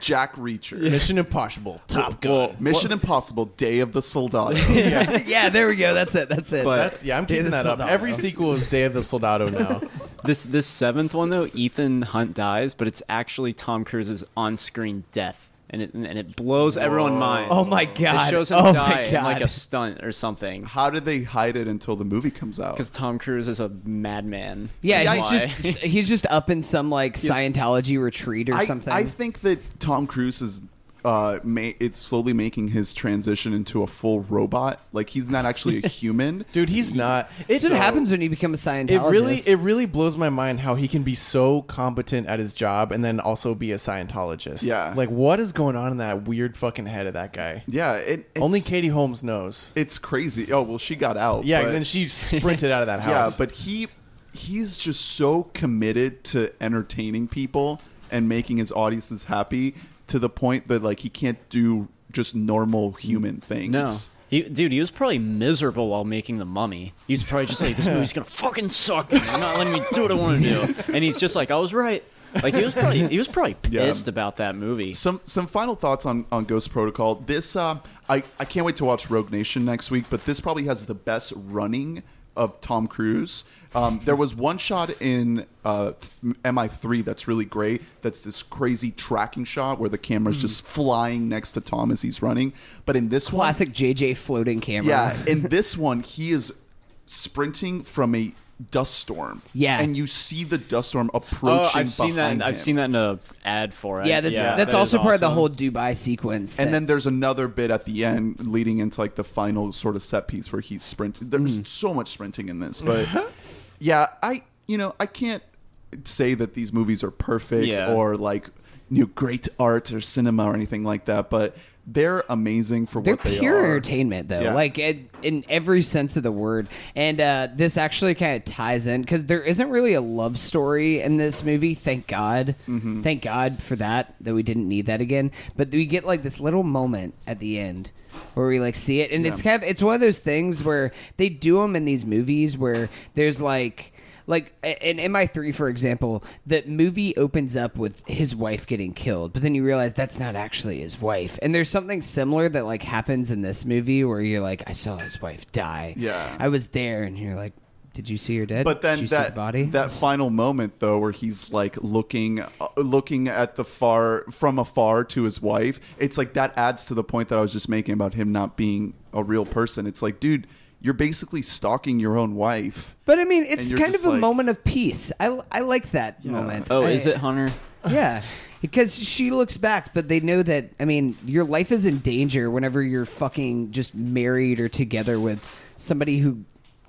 [SPEAKER 4] Jack Reacher.
[SPEAKER 1] Mission Impossible. Top Gun.
[SPEAKER 3] Well,
[SPEAKER 4] Mission Impossible: Day of the Soldado.
[SPEAKER 5] yeah, there we go. That's it. That's it.
[SPEAKER 3] But-
[SPEAKER 1] That's yeah. I'm
[SPEAKER 5] Day of
[SPEAKER 1] keeping
[SPEAKER 5] the
[SPEAKER 1] that up.
[SPEAKER 5] Soldado.
[SPEAKER 1] Every sequel is Day of the Soldado now.
[SPEAKER 3] This this seventh one though, Ethan Hunt dies, but it's actually Tom Cruise's on-screen death, and it and it blows everyone's mind.
[SPEAKER 5] oh my god.
[SPEAKER 3] It shows him
[SPEAKER 5] oh
[SPEAKER 3] die
[SPEAKER 5] my
[SPEAKER 3] in
[SPEAKER 5] god.
[SPEAKER 3] like a stunt or something,
[SPEAKER 4] How did they hide it until the movie comes out?
[SPEAKER 3] because Tom Cruise is a madman.
[SPEAKER 5] Yeah,
[SPEAKER 4] See,
[SPEAKER 5] he's
[SPEAKER 4] I-
[SPEAKER 5] just he's just up in some like Scientology retreat or
[SPEAKER 4] I,
[SPEAKER 5] something.
[SPEAKER 4] I think that Tom Cruise is uh, ma- it's slowly making his transition into a full robot. Like he's not actually a human.
[SPEAKER 1] Dude, he's not.
[SPEAKER 5] it's
[SPEAKER 1] so-
[SPEAKER 5] what happens when you become a Scientologist.
[SPEAKER 1] It really, it really blows my mind how he can be so competent at his job and then also be a Scientologist.
[SPEAKER 4] Yeah.
[SPEAKER 1] like what is going on in that weird fucking head of that guy?
[SPEAKER 4] Yeah, it, it's,
[SPEAKER 1] Only Katie Holmes knows.
[SPEAKER 4] It's crazy. Oh well, she got out.
[SPEAKER 1] Yeah,
[SPEAKER 4] but-
[SPEAKER 1] then she sprinted out of that
[SPEAKER 4] yeah,
[SPEAKER 1] house.
[SPEAKER 4] but he he's just so committed to entertaining people and making his audiences happy to the point that like he can't do just normal human things.
[SPEAKER 3] No. He, dude, he was probably miserable while making the mummy. He was probably just like, "This movie's gonna fucking suck. And they're not letting me do what I want to do." And he's just like, "I was right." Like he was probably he was probably
[SPEAKER 4] Yeah.
[SPEAKER 3] pissed about that movie.
[SPEAKER 4] some some final thoughts on, on Ghost Protocol. This um, I I can't wait to watch Rogue Nation next week, but this probably has the best running of Tom Cruise. Um, there was one shot in uh, MI3 that's really great. That's this crazy tracking shot where the
[SPEAKER 3] Hmm.
[SPEAKER 4] camera's just flying next to Tom as he's running. But in this one,
[SPEAKER 5] classic JJ floating camera.
[SPEAKER 4] yeah, in this one, he is sprinting from a dust storm.
[SPEAKER 5] Yeah.
[SPEAKER 4] and you see the dust storm approaching.
[SPEAKER 3] Oh, I've seen that.
[SPEAKER 4] behind
[SPEAKER 3] I've
[SPEAKER 4] him.
[SPEAKER 3] seen that in a ad for it.
[SPEAKER 5] yeah. That's that's
[SPEAKER 3] that is
[SPEAKER 5] also part of the
[SPEAKER 3] awesome.
[SPEAKER 5] whole Dubai sequence.
[SPEAKER 4] And
[SPEAKER 5] that-
[SPEAKER 4] then there's another bit at the end leading into like the final sort of set piece where
[SPEAKER 5] Mm. Uh-huh.
[SPEAKER 4] he's sprinting. There's so much sprinting in this, but yeah, I you know, I can't say that these movies are perfect
[SPEAKER 3] Yeah.
[SPEAKER 4] or like you know, great art or cinema or anything like that, but they're amazing for
[SPEAKER 5] They're
[SPEAKER 4] what they
[SPEAKER 5] pure
[SPEAKER 4] are.
[SPEAKER 5] entertainment, though,
[SPEAKER 4] Yeah.
[SPEAKER 5] like it, in every sense of the word. And uh, this actually kind of ties in because there isn't really a love story in this movie. Thank God,
[SPEAKER 4] Mm-hmm.
[SPEAKER 5] thank God for that. That we didn't need that again. But we get like this little moment at the end where we like see it, and it's kind of it's one of those things where they do them in these movies where there's like. Like a- in MI3, for example, the movie opens up with his wife getting killed, but then you realize that's not actually his wife. And there's something similar that like happens in this movie where you're like, I saw his wife die.
[SPEAKER 4] Yeah.
[SPEAKER 5] I was there, and you're like, Did you see her dead?
[SPEAKER 4] But then
[SPEAKER 5] Did you see
[SPEAKER 4] that
[SPEAKER 5] the body.
[SPEAKER 4] that final moment though, where he's like looking, uh, looking at the far from afar to his wife. It's like that adds to the point that I was just making about him not being a real person. It's like, dude, you're basically stalking your own wife.
[SPEAKER 5] but I mean,
[SPEAKER 4] and
[SPEAKER 5] it's
[SPEAKER 4] you're
[SPEAKER 5] kind
[SPEAKER 4] just
[SPEAKER 5] of a
[SPEAKER 4] like-
[SPEAKER 5] moment of peace. I, I like that moment.
[SPEAKER 3] Oh,
[SPEAKER 5] I-
[SPEAKER 3] is it Hunter?
[SPEAKER 5] Yeah. Because she looks back, but they know that, I mean, your life is in danger whenever you're fucking just married or together with somebody who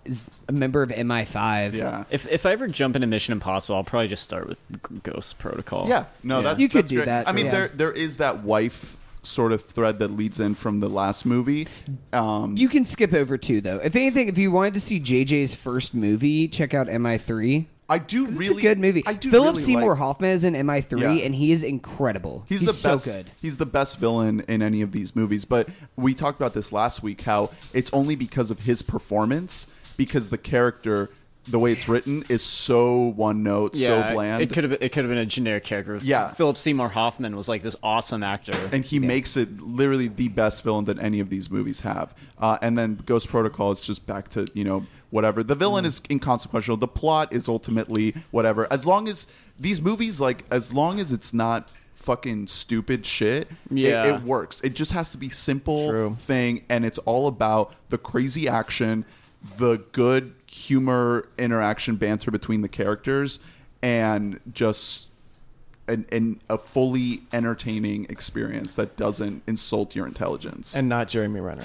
[SPEAKER 5] is a member of MI5.
[SPEAKER 4] Yeah.
[SPEAKER 3] If if I ever jump into Mission Impossible, I'll probably just start with G- Ghost Protocol.
[SPEAKER 4] Yeah, no, that's
[SPEAKER 5] You could
[SPEAKER 4] that's
[SPEAKER 5] do
[SPEAKER 4] great.
[SPEAKER 5] that,
[SPEAKER 4] I mean,
[SPEAKER 5] yeah.
[SPEAKER 4] there there is that wife sort of thread that leads in from the last movie. Um,
[SPEAKER 5] You can skip over two, though. If anything, if you wanted to see JJ's first movie, check out MI3.
[SPEAKER 4] I do
[SPEAKER 5] It's
[SPEAKER 4] really
[SPEAKER 5] a good movie.
[SPEAKER 4] I do
[SPEAKER 5] Philip
[SPEAKER 4] really
[SPEAKER 5] Seymour
[SPEAKER 4] like-
[SPEAKER 5] Hoffman is in MI3,
[SPEAKER 4] Yeah.
[SPEAKER 5] and he is incredible.
[SPEAKER 4] He's,
[SPEAKER 5] He's,
[SPEAKER 4] the
[SPEAKER 5] so
[SPEAKER 4] best.
[SPEAKER 5] good.
[SPEAKER 4] He's the best villain in any of these movies. But we talked about this last week. How it's only because of his performance, because the character, the way it's written, is so one note, so bland.
[SPEAKER 3] It could have it could have been a generic character.
[SPEAKER 4] Yeah.
[SPEAKER 3] Philip Seymour Hoffman was like this awesome actor.
[SPEAKER 4] and he makes it literally the best villain that any of these movies have. Uh, and then Ghost Protocol is just back to you know whatever. The villain
[SPEAKER 5] Mm.
[SPEAKER 4] is inconsequential. The plot is ultimately whatever. As long as these movies, like as long as it's not fucking stupid shit, it- it,
[SPEAKER 3] Yeah.
[SPEAKER 4] works. It just has to be simple
[SPEAKER 1] True.
[SPEAKER 4] thing, and it's all about the crazy action, the good humor interaction banter between the characters, and just an, an a fully entertaining experience that doesn't insult your intelligence.
[SPEAKER 1] and not Jeremy Renner.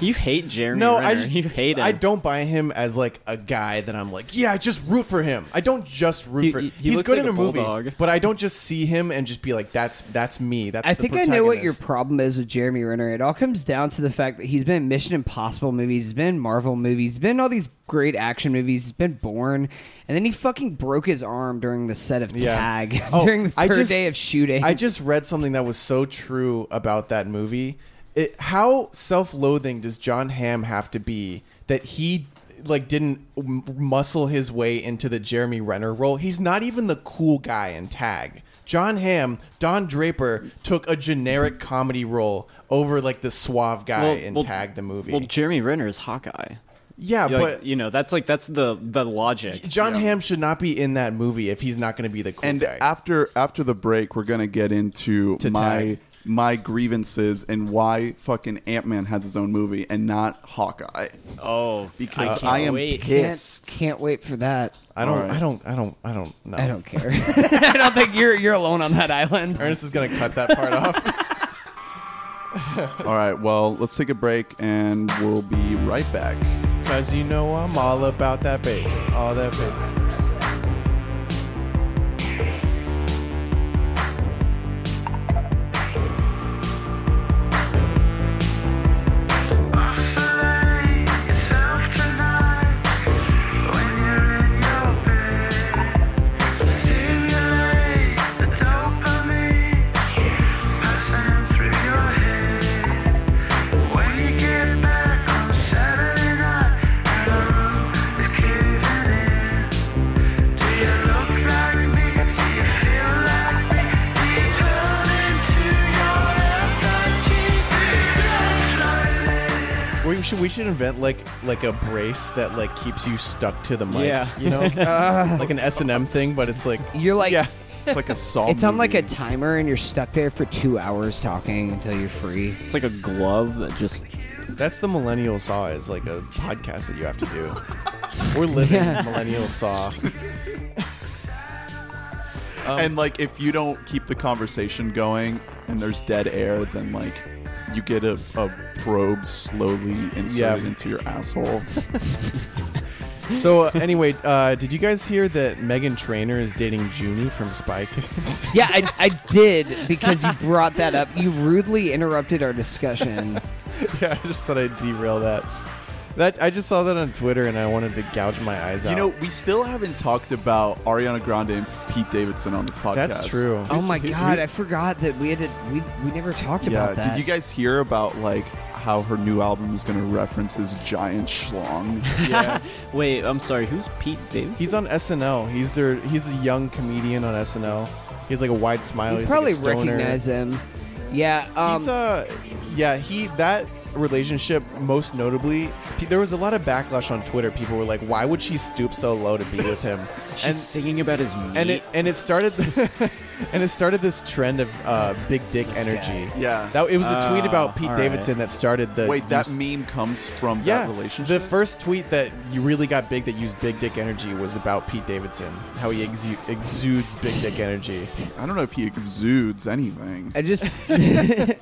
[SPEAKER 3] you hate Jeremy.
[SPEAKER 1] No, I
[SPEAKER 3] Renner.
[SPEAKER 1] just
[SPEAKER 3] you hate him.
[SPEAKER 1] I don't buy him as like a guy that I'm like, yeah, I just root for him. I don't just root
[SPEAKER 3] He-
[SPEAKER 1] for.
[SPEAKER 3] he- he
[SPEAKER 1] He's
[SPEAKER 3] looks
[SPEAKER 1] good in
[SPEAKER 3] like
[SPEAKER 1] a,
[SPEAKER 3] a
[SPEAKER 1] movie,
[SPEAKER 3] bulldog.
[SPEAKER 1] but I don't just see him and just be like, that's that's me. That's
[SPEAKER 5] I
[SPEAKER 1] the
[SPEAKER 5] think I know what your
[SPEAKER 1] protagonist.
[SPEAKER 5] problem is with Jeremy Renner. It all comes down to the fact that he's been in Mission Impossible movies, he's been in Marvel movies, he's been in all these great action movies, he's been born, and then he fucking broke his arm during the set of
[SPEAKER 1] Yeah.
[SPEAKER 5] Tag
[SPEAKER 1] Oh,
[SPEAKER 5] during the
[SPEAKER 1] I
[SPEAKER 5] third
[SPEAKER 1] just-
[SPEAKER 5] day of shooting.
[SPEAKER 1] I just read something that was so true about that movie. It, how self-loathing does John Hamm have to be that he like didn't m- muscle his way into the Jeremy Renner role? He's not even the cool guy in Tag. John Hamm, Don Draper took a generic comedy role over like the suave guy
[SPEAKER 3] Well,
[SPEAKER 1] in
[SPEAKER 3] well-
[SPEAKER 1] Tag the movie.
[SPEAKER 3] Well, Jeremy Renner is Hawkeye.
[SPEAKER 1] yeah,
[SPEAKER 3] Like,
[SPEAKER 1] but
[SPEAKER 3] you know that's like that's the the logic.
[SPEAKER 1] John Hamm should not be in that movie if he's not going to be the cool
[SPEAKER 4] and
[SPEAKER 1] guy.
[SPEAKER 4] after after the break, we're gonna get into my
[SPEAKER 1] tag.
[SPEAKER 4] my grievances and why fucking Ant Man has his own movie and not Hawkeye
[SPEAKER 3] Oh, I,
[SPEAKER 4] because
[SPEAKER 3] can't
[SPEAKER 4] I, am
[SPEAKER 3] wait.
[SPEAKER 5] can't,
[SPEAKER 4] pissed.
[SPEAKER 5] can't wait for that.
[SPEAKER 1] I don't,
[SPEAKER 4] Alright.
[SPEAKER 1] I don't, I don't, I don't know.
[SPEAKER 5] I don't care. I don't think you're you're alone on that island.
[SPEAKER 1] Ernest is going to cut that part off.
[SPEAKER 4] All right, well, let's take a break and we'll be right back.
[SPEAKER 1] Cause you know I'm all about that bass. All that bass. We should we should invent like like a brace that like keeps you stuck to the mic.
[SPEAKER 3] Yeah.
[SPEAKER 1] You know, like an S and M thing, but it's like
[SPEAKER 5] Uh. You're like
[SPEAKER 1] yeah.
[SPEAKER 4] It's like a saw.
[SPEAKER 5] it's on like a
[SPEAKER 4] movie.
[SPEAKER 5] timer, and you're stuck there for two hours talking until you're free.
[SPEAKER 3] It's like a glove that just
[SPEAKER 1] That's the millennial saw is like a podcast that you have to do. We're living
[SPEAKER 5] Yeah.
[SPEAKER 1] millennial saw. Um,
[SPEAKER 4] and like if you don't keep the conversation going and there's dead air then like you get a, a probe slowly inserted
[SPEAKER 1] Yeah.
[SPEAKER 4] into your asshole
[SPEAKER 1] So uh, anyway, uh, did you guys hear that Megan Trainor is dating Junie from Spy Kids?
[SPEAKER 5] Yeah, I, I did because you brought that up. You rudely interrupted our discussion.
[SPEAKER 1] yeah, I just thought I'd derail that. That I just saw that on Twitter and I wanted to gouge my eyes out.
[SPEAKER 4] You know, we still haven't talked about Ariana Grande and Pete Davidson on this podcast.
[SPEAKER 1] that's true.
[SPEAKER 5] Oh my god, I forgot that we had to. We, we never talked
[SPEAKER 4] Yeah.
[SPEAKER 5] about that.
[SPEAKER 4] Did you guys hear about like how her new album is going to reference his giant schlong?
[SPEAKER 1] Yeah.
[SPEAKER 3] Wait, I'm sorry. Who's Pete Davidson?
[SPEAKER 1] he's on SNL. He's their he's a young comedian on SNL. He's like a wide smile.
[SPEAKER 5] You
[SPEAKER 1] he's
[SPEAKER 5] probably
[SPEAKER 1] like a stoner.
[SPEAKER 5] recognize him. Yeah. Um,
[SPEAKER 1] He's uh, yeah, he that relationship most notably. Pe- there was a lot of backlash on Twitter. People were like, "Why would she stoop so low to be with him?"
[SPEAKER 3] She's
[SPEAKER 1] and
[SPEAKER 3] singing about his meat.
[SPEAKER 1] and it and it started and it started this trend of uh, big dick energy.
[SPEAKER 4] Yeah.
[SPEAKER 1] that it was a tweet
[SPEAKER 3] Oh,
[SPEAKER 1] about Pete
[SPEAKER 3] all right.
[SPEAKER 1] Davidson that started the
[SPEAKER 4] Wait, that
[SPEAKER 1] use-
[SPEAKER 4] meme comes from
[SPEAKER 1] Yeah,
[SPEAKER 4] that relationship.
[SPEAKER 1] the first tweet that you really got big that used big dick energy was about Pete Davidson, how he exu- exudes big dick energy.
[SPEAKER 4] I don't know if he exudes anything.
[SPEAKER 5] I just.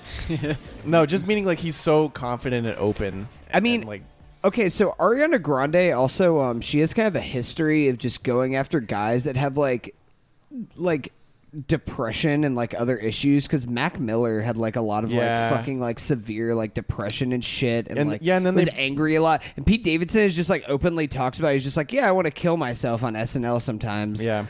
[SPEAKER 1] No, just meaning like he's so confident and open.
[SPEAKER 5] I mean,
[SPEAKER 1] and, like
[SPEAKER 5] okay, so Ariana Grande also, um, she has kind of a history of just going after guys that have like, like depression and like other issues because Mac Miller had like a lot of
[SPEAKER 1] Yeah.
[SPEAKER 5] like fucking like severe like depression and shit and,
[SPEAKER 1] And-
[SPEAKER 5] like
[SPEAKER 1] yeah, and then
[SPEAKER 5] was
[SPEAKER 1] they-
[SPEAKER 5] angry a lot and Pete Davidson is just like openly talks about it. he's just like yeah I want to kill myself on SNL sometimes
[SPEAKER 1] Yeah.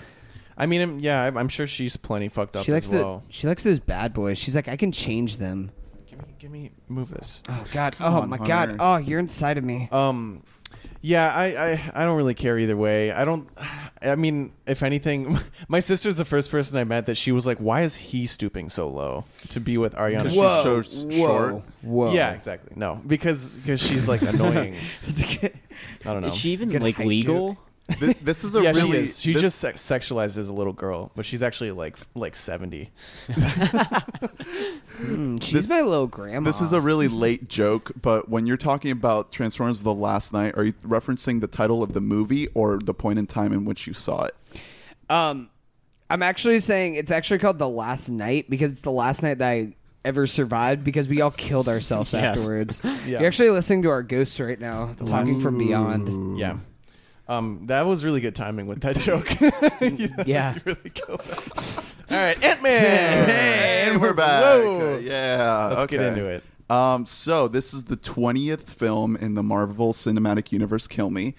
[SPEAKER 1] I mean, I'm- yeah, I'm- I'm sure she's plenty fucked up
[SPEAKER 5] she likes
[SPEAKER 1] as well.
[SPEAKER 5] the, she likes those bad boys she's like I can change them
[SPEAKER 1] Give me, give me, move this.
[SPEAKER 5] oh god oh
[SPEAKER 4] on,
[SPEAKER 5] my
[SPEAKER 4] Hunter.
[SPEAKER 5] god oh you're inside of me
[SPEAKER 1] Um, yeah, I, I, I don't really care either way. I don't. I mean, if anything, my sister's the first person I met that she was like, "Why is he stooping so low to be with Ariana?"
[SPEAKER 4] She's
[SPEAKER 1] Grande?"
[SPEAKER 4] so s- short.
[SPEAKER 5] whoa
[SPEAKER 1] Yeah, exactly. No, because because she's like annoying. I don't know.
[SPEAKER 3] Is she even
[SPEAKER 5] Good
[SPEAKER 3] like
[SPEAKER 5] hype
[SPEAKER 3] legal?
[SPEAKER 5] joke.
[SPEAKER 4] Thi- This, is a
[SPEAKER 1] yeah,
[SPEAKER 4] really.
[SPEAKER 1] she is. She
[SPEAKER 4] this-
[SPEAKER 1] just sex- sexualized as a little girl, but she's actually like like seventy.
[SPEAKER 5] She's
[SPEAKER 4] This-
[SPEAKER 5] my little grandma.
[SPEAKER 4] This
[SPEAKER 1] Ah.
[SPEAKER 4] is a really late joke, but when you're talking about Transformers: The Last Night, are you referencing the title of the movie or the point in time in which you saw it?
[SPEAKER 5] Um, I'm actually saying it's actually called the last night because it's the last night that I ever survived because we all killed ourselves
[SPEAKER 1] Yes.
[SPEAKER 5] afterwards.
[SPEAKER 1] Yeah.
[SPEAKER 5] You're actually listening to our ghosts right now, talking from
[SPEAKER 4] Mm-hmm.
[SPEAKER 5] beyond.
[SPEAKER 1] Yeah. Um, that was really good timing with that joke.
[SPEAKER 5] Yeah.
[SPEAKER 1] really killed it. All right, Ant Man.
[SPEAKER 4] And we're back.
[SPEAKER 1] Whoa.
[SPEAKER 4] Yeah.
[SPEAKER 1] Let's get
[SPEAKER 4] okay.
[SPEAKER 1] into it.
[SPEAKER 4] Um, so this is the twentieth film in the Marvel Cinematic Universe. Kill me,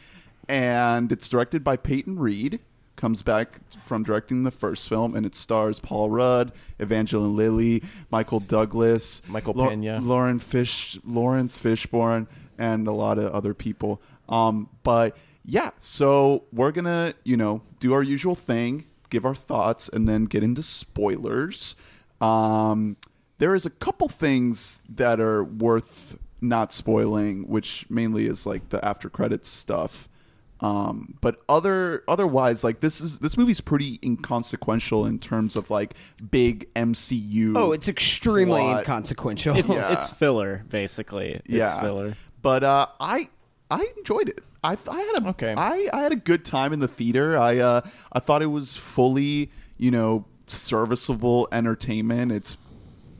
[SPEAKER 4] and it's directed by Peyton Reed. Comes back from directing the first film, and it stars Paul Rudd, Evangeline Lilly, Michael Douglas,
[SPEAKER 1] Michael
[SPEAKER 4] Lau-
[SPEAKER 1] Peña.
[SPEAKER 4] Lauren Fish, Lawrence Fishburne, and a lot of other people. Um, but yeah, so we're gonna you know do our usual thing, give our thoughts, and then get into spoilers. Um, there is a couple things that are worth not spoiling, which mainly is like the after credits stuff. Um, but other otherwise, like this is this movie's pretty inconsequential in terms of like big MCU.
[SPEAKER 5] Oh, it's extremely
[SPEAKER 4] plot.
[SPEAKER 5] inconsequential.
[SPEAKER 3] It's,
[SPEAKER 4] Yeah.
[SPEAKER 3] it's filler, basically. It's
[SPEAKER 4] yeah.
[SPEAKER 3] filler.
[SPEAKER 4] But uh, I I enjoyed it. I, I had a
[SPEAKER 1] Okay.
[SPEAKER 4] I, I had a good time in the theater. I uh, I thought it was fully you know serviceable entertainment. It's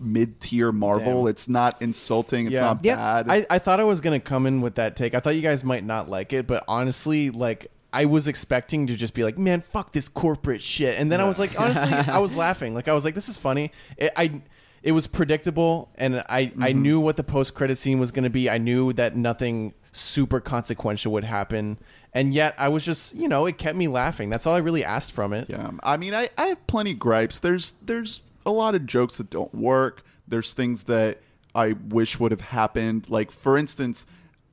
[SPEAKER 4] mid tier Marvel.
[SPEAKER 1] Damn.
[SPEAKER 4] It's not insulting. It's
[SPEAKER 1] Yeah.
[SPEAKER 4] not
[SPEAKER 5] Yep.
[SPEAKER 4] bad.
[SPEAKER 1] I, I thought I was gonna come in with that take. I thought you guys might not like it, but honestly, like I was expecting to just be like, "Man, fuck this corporate shit," and then I was like, honestly, I was laughing. Like I was like, "This is funny." It, I it was predictable, and I I
[SPEAKER 4] Mm-hmm.
[SPEAKER 1] knew what the post credit scene was gonna be. I knew that nothing super consequential would happen, and yet I was just you know it kept me laughing. That's all I really asked from it.
[SPEAKER 4] Yeah, I mean, I, I have plenty of gripes. There's there's a lot of jokes that don't work. There's things that I wish would have happened. Like for instance,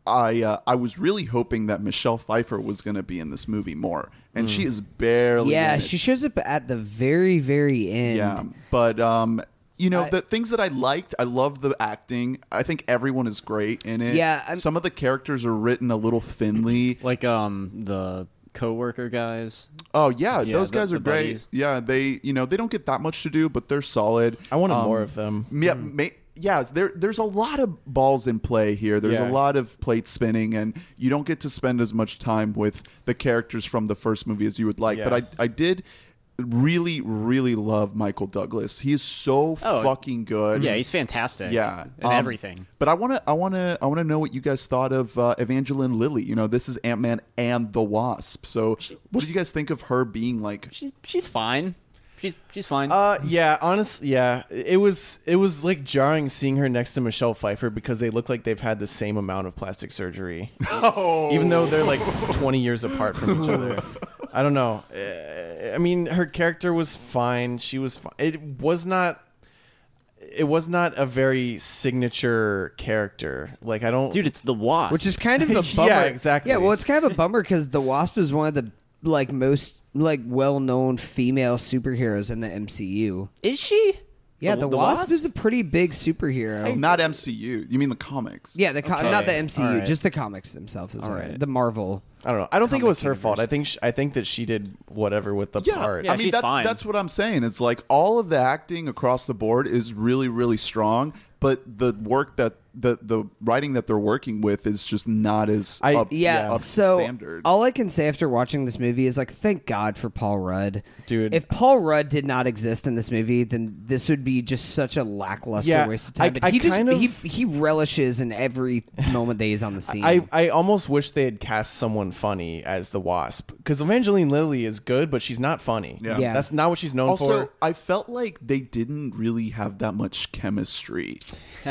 [SPEAKER 4] I uh, I was really hoping that Michelle Pfeiffer was going to be in this movie more, and she is barely.
[SPEAKER 5] Mm. yeah,
[SPEAKER 4] in it.
[SPEAKER 5] she shows up at the very, very end.
[SPEAKER 4] Yeah, but um, you know, the things that I liked, I love the acting. I think everyone is great in it.
[SPEAKER 5] Yeah, I'm-
[SPEAKER 4] some of the characters are written a little thinly.
[SPEAKER 3] Like um the coworker guys.
[SPEAKER 4] Oh yeah,
[SPEAKER 3] Yeah,
[SPEAKER 4] those
[SPEAKER 3] the-
[SPEAKER 4] guys
[SPEAKER 3] the
[SPEAKER 4] are great.
[SPEAKER 3] buddies.
[SPEAKER 4] Yeah, they you know they don't get that much to do, but they're solid. Um,
[SPEAKER 1] I wanted more of them.
[SPEAKER 4] Yeah, ma- yeah. There, there's a lot of balls in play here. There's
[SPEAKER 1] Yeah.
[SPEAKER 4] a lot of plates spinning, and you don't get to spend as much time with the characters from the first movie as you would like.
[SPEAKER 1] Yeah.
[SPEAKER 4] But I, I did really, really love Michael Douglas. He is so
[SPEAKER 3] Oh.
[SPEAKER 4] fucking good.
[SPEAKER 3] Yeah, he's fantastic.
[SPEAKER 4] Hmm. yeah,
[SPEAKER 3] and
[SPEAKER 4] um,
[SPEAKER 3] everything.
[SPEAKER 4] But I want to, I want to, I want to know what you guys thought of uh, Evangeline Lilly. You know, this is Ant Man and the Wasp. So, what did you guys think of her being like?
[SPEAKER 3] She's she's fine. She's she's fine.
[SPEAKER 1] Uh, yeah, honestly, yeah, it was it was like jarring seeing her next to Michelle Pfeiffer because they look like they've had the same amount of plastic surgery, even though they're like twenty years apart from each other. I don't know. Uh, I mean, her character was fine. She was fine. It was not. It was not a very signature character. Like I don't,
[SPEAKER 3] Dude, it's the wasp.
[SPEAKER 5] which is kind of a
[SPEAKER 1] Yeah,
[SPEAKER 5] bummer.
[SPEAKER 1] exactly.
[SPEAKER 5] Yeah, well, it's kind of a bummer because the Wasp is one of the like most like well-known female superheroes in the MCU.
[SPEAKER 3] is she?
[SPEAKER 5] Yeah, the, Wasp, is a pretty big superhero.
[SPEAKER 4] Not MCU. You mean the comics?
[SPEAKER 5] yeah, the co-
[SPEAKER 3] Okay.
[SPEAKER 5] not the MCU,
[SPEAKER 1] Alright.
[SPEAKER 5] just the comics themselves. Is alright.
[SPEAKER 3] Alright.
[SPEAKER 5] The Marvel.
[SPEAKER 1] I don't know. I don't think it was her
[SPEAKER 5] comic
[SPEAKER 1] fault. I
[SPEAKER 5] universe.
[SPEAKER 1] think sh I think that she did whatever with the
[SPEAKER 4] Yeah,
[SPEAKER 1] part.
[SPEAKER 3] Yeah,
[SPEAKER 4] I mean
[SPEAKER 3] she's
[SPEAKER 4] that's
[SPEAKER 3] fine.
[SPEAKER 4] that's what I'm saying. It's like all of the acting across the board is really really strong, but the work that the the writing that they're working with is just not as
[SPEAKER 1] I-
[SPEAKER 4] up,
[SPEAKER 5] Yeah,
[SPEAKER 4] up to
[SPEAKER 5] so
[SPEAKER 4] standard.
[SPEAKER 5] all I can say after watching this movie is like, thank God for Paul Rudd,
[SPEAKER 1] Dude.
[SPEAKER 5] If Paul Rudd did not exist in this movie, then this would be just such a lackluster
[SPEAKER 1] Yeah,
[SPEAKER 5] waste of
[SPEAKER 1] I-
[SPEAKER 5] time. but
[SPEAKER 1] I
[SPEAKER 5] he just
[SPEAKER 1] kind of-
[SPEAKER 5] he he relishes in every moment that he's on the scene.
[SPEAKER 1] I, I almost wish they had cast someone funny as the Wasp because Evangeline Lilly is good, but she's not funny.
[SPEAKER 4] Yeah.
[SPEAKER 5] Yeah.
[SPEAKER 1] that's not what she's known
[SPEAKER 4] also,
[SPEAKER 1] for.
[SPEAKER 4] I felt like they didn't really have that much chemistry.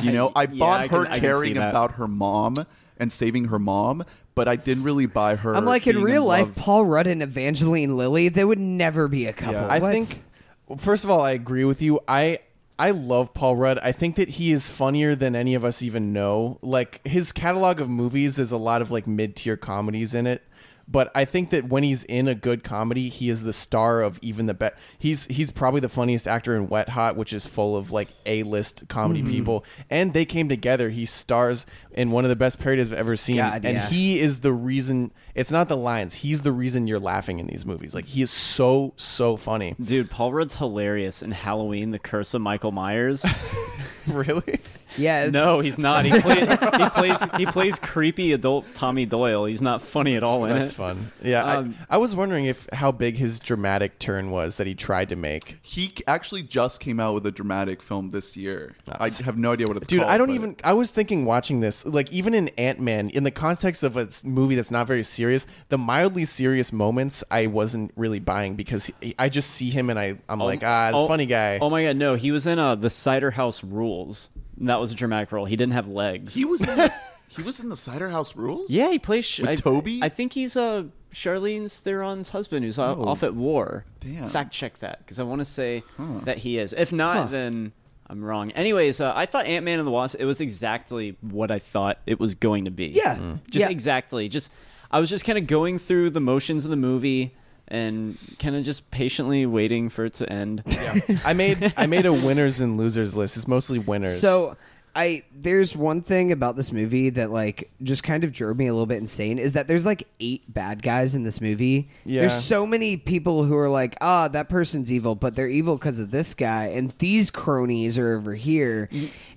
[SPEAKER 4] You know, I
[SPEAKER 3] Yeah,
[SPEAKER 4] bought her
[SPEAKER 3] I can- I can see
[SPEAKER 4] caring
[SPEAKER 3] that.
[SPEAKER 4] about her mom and saving her mom, but I didn't really buy her.
[SPEAKER 5] I'm like in
[SPEAKER 4] being
[SPEAKER 5] real life,
[SPEAKER 4] love-
[SPEAKER 5] Paul Rudd and Evangeline Lilly, they would never be a couple.
[SPEAKER 4] Yeah.
[SPEAKER 1] I
[SPEAKER 5] What?
[SPEAKER 1] think, well, first of all, I agree with you. I I love Paul Rudd. I think that he is funnier than any of us even know. Like his catalog of movies is a lot of like mid tier comedies in it. But I think that when he's in a good comedy, he is the star of even the best. He's he's probably the funniest actor in Wet Hot, which is full of like A list comedy
[SPEAKER 5] Mm-hmm.
[SPEAKER 1] people. And they came together. He stars in one of the best parodies I've ever seen,
[SPEAKER 5] God,
[SPEAKER 1] and
[SPEAKER 5] yeah.
[SPEAKER 1] he he is the reason it's not the lines he's the reason you're laughing in these movies like he is so so funny
[SPEAKER 3] Dude, Paul Rudd's hilarious in Halloween, The Curse of Michael Myers.
[SPEAKER 1] really
[SPEAKER 5] yeah, it's-
[SPEAKER 3] no, he's not. He, play, he plays he plays creepy adult Tommy Doyle. He's not funny at all in
[SPEAKER 1] that's
[SPEAKER 3] it.
[SPEAKER 1] fun yeah
[SPEAKER 3] Um,
[SPEAKER 1] I, I was wondering if how big his dramatic turn was that he tried to make
[SPEAKER 4] He actually just came out with a dramatic film this year. I have no idea what it's
[SPEAKER 1] dude
[SPEAKER 4] called.
[SPEAKER 1] i don't
[SPEAKER 4] but-
[SPEAKER 1] even i was thinking watching this like even in ant-man in the context of a s- movie that's not very serious the mildly serious moments i wasn't really buying because he, i just see him and I, i'm like ah the
[SPEAKER 3] oh-
[SPEAKER 1] funny guy
[SPEAKER 3] Oh my god, no, he was in uh, the Cider House Rules. And that was a dramatic role. He didn't have legs.
[SPEAKER 4] He was in, he was in the Cider House Rules.
[SPEAKER 3] yeah, he plays Sh-
[SPEAKER 4] With
[SPEAKER 3] I-
[SPEAKER 4] Toby?
[SPEAKER 3] I think he's uh, Charlene's Theron's husband, who's o-
[SPEAKER 5] Oh.
[SPEAKER 3] off at war.
[SPEAKER 4] Damn.
[SPEAKER 3] Fact check that because I want to say that he is. If not, then I'm wrong. Anyways, uh, I thought Ant Man and the Wasp. It was exactly what I thought it was going to be.
[SPEAKER 5] Yeah. Mm.
[SPEAKER 3] just
[SPEAKER 5] Yeah.
[SPEAKER 3] exactly. Just I was just kind of going through the motions of the movie and kind of just patiently waiting for it to end.
[SPEAKER 1] i made i made a winners and losers list it's mostly winners
[SPEAKER 5] So I there's one thing about this movie that like just kind of drove me a little bit insane is that there's like eight bad guys in this movie.
[SPEAKER 1] Yeah.
[SPEAKER 5] There's so many people who are like, ah, that person's evil, but they're evil because of this guy, and these cronies are over here,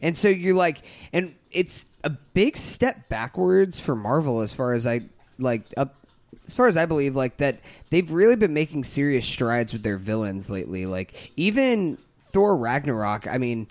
[SPEAKER 5] and so you're like, and it's a big step backwards for Marvel as far as I like up. As far as I believe, like that, they've really been making serious strides with their villains lately. Like even Thor Ragnarok, I mean,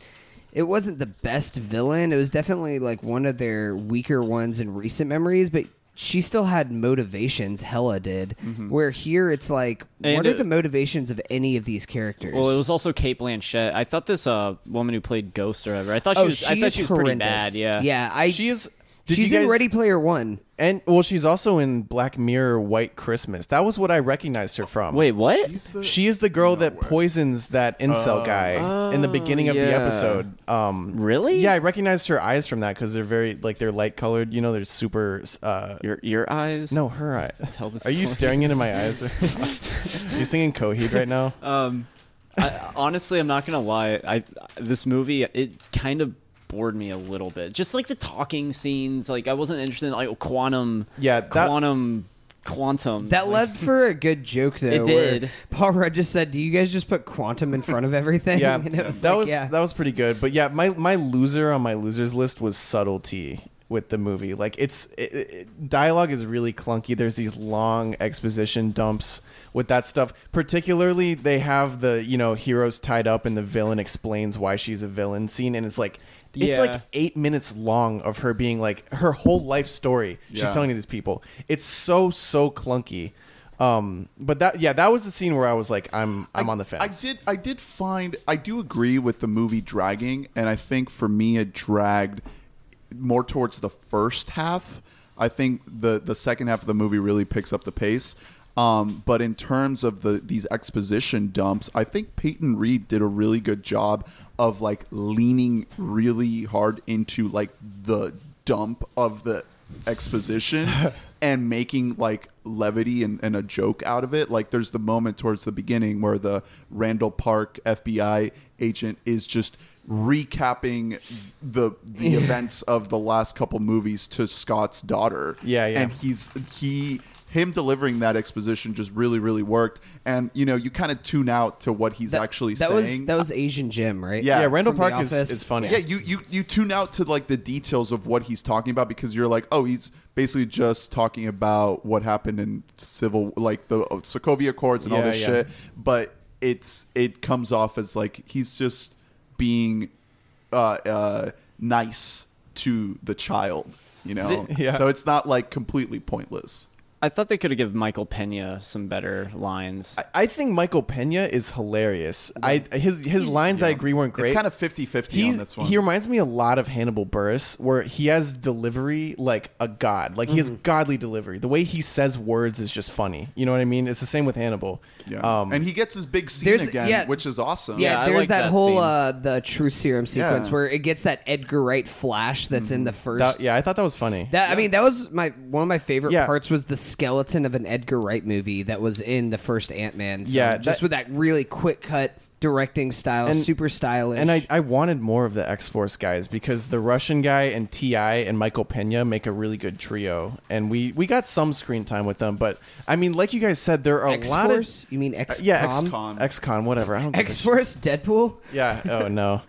[SPEAKER 5] it wasn't the best villain. It was definitely like one of their weaker ones in recent memories, but she still had motivations. Hella did.
[SPEAKER 4] Mm-hmm.
[SPEAKER 5] Where here it's like,
[SPEAKER 3] And
[SPEAKER 5] what are
[SPEAKER 3] it-
[SPEAKER 5] the motivations of any of these characters?
[SPEAKER 3] Well, it was also Kate Blanchett. I thought this uh, woman who played Ghost or whatever. I thought she
[SPEAKER 5] oh,
[SPEAKER 3] was.
[SPEAKER 5] she
[SPEAKER 3] I thought
[SPEAKER 5] is
[SPEAKER 3] she was pretty
[SPEAKER 5] horrendous.
[SPEAKER 3] bad. Yeah.
[SPEAKER 5] yeah. I
[SPEAKER 1] She is- did
[SPEAKER 5] She's
[SPEAKER 1] you
[SPEAKER 5] in
[SPEAKER 1] guys-
[SPEAKER 5] Ready Player One.
[SPEAKER 1] And well, she's also in Black Mirror White Christmas. That was what I recognized her from.
[SPEAKER 3] Wait, what?
[SPEAKER 4] He's the-
[SPEAKER 1] She is the girl that poisons that incel guy in the beginning of the
[SPEAKER 3] oh, yeah.
[SPEAKER 1] episode. Um
[SPEAKER 3] Really?
[SPEAKER 1] Yeah, I recognized her eyes from that because they're very like they're light colored. You know, they're super. Uh,
[SPEAKER 3] Your your eyes?
[SPEAKER 1] no, her eye.
[SPEAKER 3] Tell the
[SPEAKER 1] Are you
[SPEAKER 3] story.
[SPEAKER 1] staring into my eyes? Are you singing Coheed right
[SPEAKER 3] Uh,
[SPEAKER 1] now?
[SPEAKER 3] I, honestly, I'm not gonna lie. I this movie it kind of bored me a little bit. Just like the talking scenes. Like I wasn't interested in like oh, quantum.
[SPEAKER 1] Yeah, that-
[SPEAKER 3] quantum. Quantum.
[SPEAKER 5] That led for a good joke though.
[SPEAKER 3] It
[SPEAKER 5] where
[SPEAKER 3] did.
[SPEAKER 5] Paul Rudd just said, "Do you guys just put quantum in front of everything?"
[SPEAKER 1] yeah,
[SPEAKER 5] And it was
[SPEAKER 1] that
[SPEAKER 5] like,
[SPEAKER 1] was
[SPEAKER 5] yeah.
[SPEAKER 1] that was pretty good. But yeah, my my loser on my losers list was subtlety. with the movie. Like it's it, it, dialogue is really clunky. There's these long exposition dumps with that stuff. Particularly, they have the you know heroes tied up and the villain explains why she's a villain scene, and it's like it's
[SPEAKER 3] Yeah.
[SPEAKER 1] like eight minutes long of her being like her whole life story. She's
[SPEAKER 4] Yeah.
[SPEAKER 1] telling these people. It's so so clunky. Um, but that yeah, that was the scene where I was like, I'm I'm on the fence.
[SPEAKER 4] I did I did find I do agree with the movie dragging, and I think for me it dragged more towards the first half. I think the the second half of the movie really picks up the pace. Um, but in terms of the these exposition dumps, I think Peyton Reed did a really good job of like leaning really hard into like the dump of the exposition and making like levity and, and a joke out of it. Like there's the moment towards the beginning where the Randall Park FBI agent is just recapping the the events of the last couple movies to Scott's daughter.
[SPEAKER 1] Yeah, yeah.
[SPEAKER 4] And he's he him delivering that exposition just really, really worked. And you know, you kind of tune out to what he's actually
[SPEAKER 5] that
[SPEAKER 4] saying.
[SPEAKER 5] was that was Asian Jim, right?
[SPEAKER 4] Yeah.
[SPEAKER 1] yeah, Randall
[SPEAKER 5] From The
[SPEAKER 1] Park is,
[SPEAKER 5] Office.
[SPEAKER 1] is funny.
[SPEAKER 4] Yeah, you, you you tune out to like the details of what he's talking about because you're like, oh, he's basically just talking about what happened in civil, like the uh, Sokovia Accords and all
[SPEAKER 1] Yeah,
[SPEAKER 4] this
[SPEAKER 1] yeah.
[SPEAKER 4] shit. But it's it comes off as like he's just being uh, uh, nice to the child, you know.
[SPEAKER 1] yeah.
[SPEAKER 4] So it's not like completely pointless.
[SPEAKER 3] I thought they could have given Michael Pena some better lines.
[SPEAKER 1] I- I think Michael Pena is hilarious. I his his lines I agree weren't great.
[SPEAKER 4] It's kind of 50-50
[SPEAKER 1] He's-
[SPEAKER 4] on this one.
[SPEAKER 1] He reminds me a lot of Hannibal Burris, where he has delivery like a god. Like he
[SPEAKER 4] Mm-hmm.
[SPEAKER 1] has godly delivery. The way he says words is just funny. You know what I mean? It's the same with Hannibal.
[SPEAKER 4] yeah.
[SPEAKER 1] Um,
[SPEAKER 4] and he gets his big scene
[SPEAKER 5] there's-
[SPEAKER 4] again,
[SPEAKER 5] yeah.
[SPEAKER 4] which is awesome.
[SPEAKER 5] Yeah,
[SPEAKER 3] Yeah, I
[SPEAKER 5] there's
[SPEAKER 3] like
[SPEAKER 5] that,
[SPEAKER 3] that
[SPEAKER 5] whole
[SPEAKER 3] scene.
[SPEAKER 5] uh, the truth serum sequence
[SPEAKER 4] Yeah. Mm-hmm.
[SPEAKER 5] where it gets that Edgar Wright flash that's in the first.
[SPEAKER 1] that- yeah, I thought that was funny.
[SPEAKER 5] That I mean, that was my one of my favorite
[SPEAKER 1] Yeah.
[SPEAKER 5] parts was the skeleton of an Edgar Wright movie that was in the first Ant Man.
[SPEAKER 1] Yeah,
[SPEAKER 5] just
[SPEAKER 1] that-
[SPEAKER 5] with that really quick cut directing style,
[SPEAKER 1] And-
[SPEAKER 5] super stylish.
[SPEAKER 1] and I, I wanted more of the X Force guys because the Russian guy and Ti and Michael Pena make a really good trio, and we we got some screen time with them. But I mean, like you guys said, there are a lot of uh,
[SPEAKER 5] X-Force? You mean X?
[SPEAKER 1] yeah,
[SPEAKER 4] XCOM.
[SPEAKER 1] XCon, whatever. I don't give a
[SPEAKER 5] Uh, X Force, Deadpool.
[SPEAKER 1] yeah. Oh no.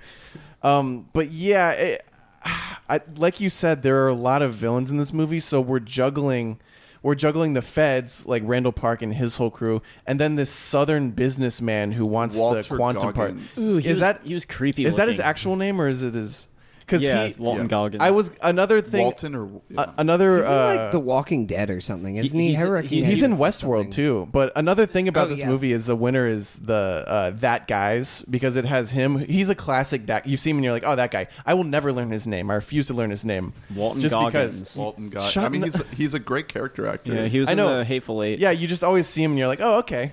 [SPEAKER 1] Um, but yeah, it, I, like you said, there are a lot of villains in this movie, so we're juggling, we're juggling the feds like Randall Park and his whole crew, and then this southern businessman who wants
[SPEAKER 4] Walter
[SPEAKER 1] the quantum
[SPEAKER 4] Goggins.
[SPEAKER 1] part.
[SPEAKER 4] Ooh,
[SPEAKER 1] is
[SPEAKER 3] was-
[SPEAKER 1] that
[SPEAKER 3] he was creepy
[SPEAKER 1] Is that his
[SPEAKER 3] looking.
[SPEAKER 1] actual name or is it his? Because
[SPEAKER 3] yeah,
[SPEAKER 1] he,
[SPEAKER 3] Walton
[SPEAKER 4] yeah.
[SPEAKER 3] Goggins.
[SPEAKER 1] I was another thing.
[SPEAKER 4] Walton or yeah.
[SPEAKER 1] a- another.
[SPEAKER 5] He's in
[SPEAKER 1] uh,
[SPEAKER 5] like The Walking Dead or something, isn't he?
[SPEAKER 3] he's-
[SPEAKER 5] I reckon
[SPEAKER 3] he-
[SPEAKER 5] that
[SPEAKER 1] He's in
[SPEAKER 5] was
[SPEAKER 1] Westworld
[SPEAKER 5] something.
[SPEAKER 1] too. But another thing about
[SPEAKER 5] Oh,
[SPEAKER 1] this
[SPEAKER 5] yeah.
[SPEAKER 1] movie is the winner is the uh, that guy's because it has him. He's a classic that you see him and you're like, oh, that guy. I will never learn his name. I refuse to learn his name.
[SPEAKER 3] Walton
[SPEAKER 1] just
[SPEAKER 3] Goggins.
[SPEAKER 1] because.
[SPEAKER 4] Walton guy.
[SPEAKER 1] Shut
[SPEAKER 4] I mean,
[SPEAKER 1] n-
[SPEAKER 4] he's he's a great character actor.
[SPEAKER 3] yeah, he was
[SPEAKER 1] I
[SPEAKER 3] in
[SPEAKER 1] know.
[SPEAKER 3] the Hateful Eight.
[SPEAKER 1] Yeah, you just always see him and you're like, oh, okay.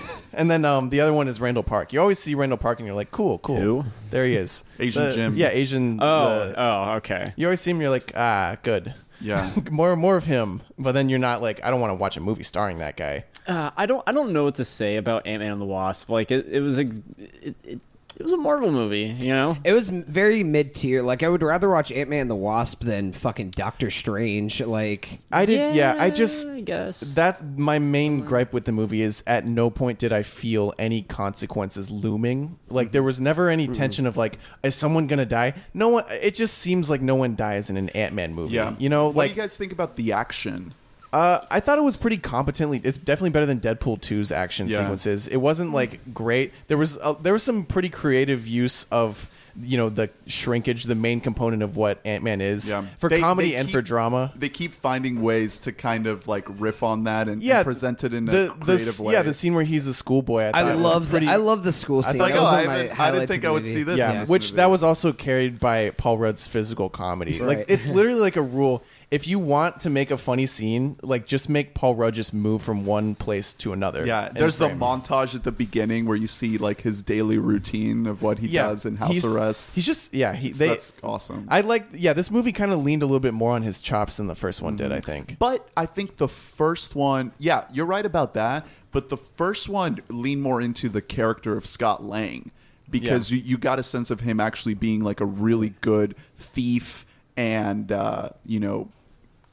[SPEAKER 1] and then um, the other one is Randall Park. You always see Randall Park and you're like, cool, cool.
[SPEAKER 3] Who?
[SPEAKER 1] There he is.
[SPEAKER 4] Asian
[SPEAKER 1] The-
[SPEAKER 4] Jim.
[SPEAKER 1] Yeah, Asian.
[SPEAKER 3] Oh,
[SPEAKER 1] the-
[SPEAKER 3] oh, okay.
[SPEAKER 1] you always see him. You're like, ah, good.
[SPEAKER 4] Yeah.
[SPEAKER 1] more, more of him. But then you're not like, I don't want to watch a movie starring that guy.
[SPEAKER 3] Uh, I don't, I don't know what to say about Ant Man and the Wasp. Like it, it was a, it, it, it was a Marvel movie, you know.
[SPEAKER 5] It was m- very mid tier. Like I would rather watch Ant Man and the Wasp than fucking Doctor Strange. Like
[SPEAKER 1] I did. yeah I just.
[SPEAKER 3] I guess.
[SPEAKER 1] That's my main gripe with the movie is at no point did I feel any consequences looming. Like there was never any tension of like, is someone gonna die? No one. It just seems like no one dies in an Ant Man movie.
[SPEAKER 4] Yeah.
[SPEAKER 1] you know,
[SPEAKER 4] what
[SPEAKER 1] like
[SPEAKER 4] do you guys think about the action?
[SPEAKER 1] uh, I thought it was pretty competently. It's definitely better than Deadpool 2's action
[SPEAKER 4] Yeah.
[SPEAKER 1] sequences. It wasn't like great. There was uh, there was some pretty creative use of you know the shrinkage, the main component of what Ant Man is for
[SPEAKER 4] They-
[SPEAKER 1] comedy
[SPEAKER 4] they
[SPEAKER 1] and
[SPEAKER 4] keep-
[SPEAKER 1] for drama.
[SPEAKER 4] They keep finding ways to kind of like riff on that and,
[SPEAKER 1] Yeah,
[SPEAKER 4] and present it in a
[SPEAKER 1] the, the,
[SPEAKER 4] creative
[SPEAKER 1] s-
[SPEAKER 4] way.
[SPEAKER 1] Yeah, the scene where he's a schoolboy. I, thought
[SPEAKER 5] I
[SPEAKER 1] was
[SPEAKER 5] love
[SPEAKER 1] pretty.
[SPEAKER 5] the, I love the school scene.
[SPEAKER 4] It's like,
[SPEAKER 5] That
[SPEAKER 4] oh,
[SPEAKER 5] was
[SPEAKER 4] I,
[SPEAKER 5] on my
[SPEAKER 4] haven't- I didn't think
[SPEAKER 5] highlights of
[SPEAKER 4] I
[SPEAKER 5] the
[SPEAKER 4] would
[SPEAKER 5] movie.
[SPEAKER 4] see this. in
[SPEAKER 1] yeah,
[SPEAKER 4] this
[SPEAKER 1] which
[SPEAKER 4] movie.
[SPEAKER 1] that was also carried by Paul Rudd's physical comedy.
[SPEAKER 5] Right.
[SPEAKER 1] Like it's literally like a rule. If you want to make a funny scene, like just make Paul Rudd just move from one place to another.
[SPEAKER 4] Yeah,
[SPEAKER 1] in
[SPEAKER 4] there's the
[SPEAKER 1] frame.
[SPEAKER 4] montage at the beginning where you see like his daily routine of what he
[SPEAKER 1] Yeah,
[SPEAKER 4] does in house
[SPEAKER 1] he's-
[SPEAKER 4] arrest.
[SPEAKER 1] He's just yeah. He,
[SPEAKER 4] So
[SPEAKER 1] they,
[SPEAKER 4] that's awesome.
[SPEAKER 1] I like yeah. This movie kind of leaned a little bit more on his chops than the first one did. I
[SPEAKER 4] Mm-hmm.
[SPEAKER 1] think.
[SPEAKER 4] But I think the first one, yeah, you're right about that. But the first one leaned more into the character of Scott Lang because you, you got a sense of him actually being like a really good thief and, uh, you know,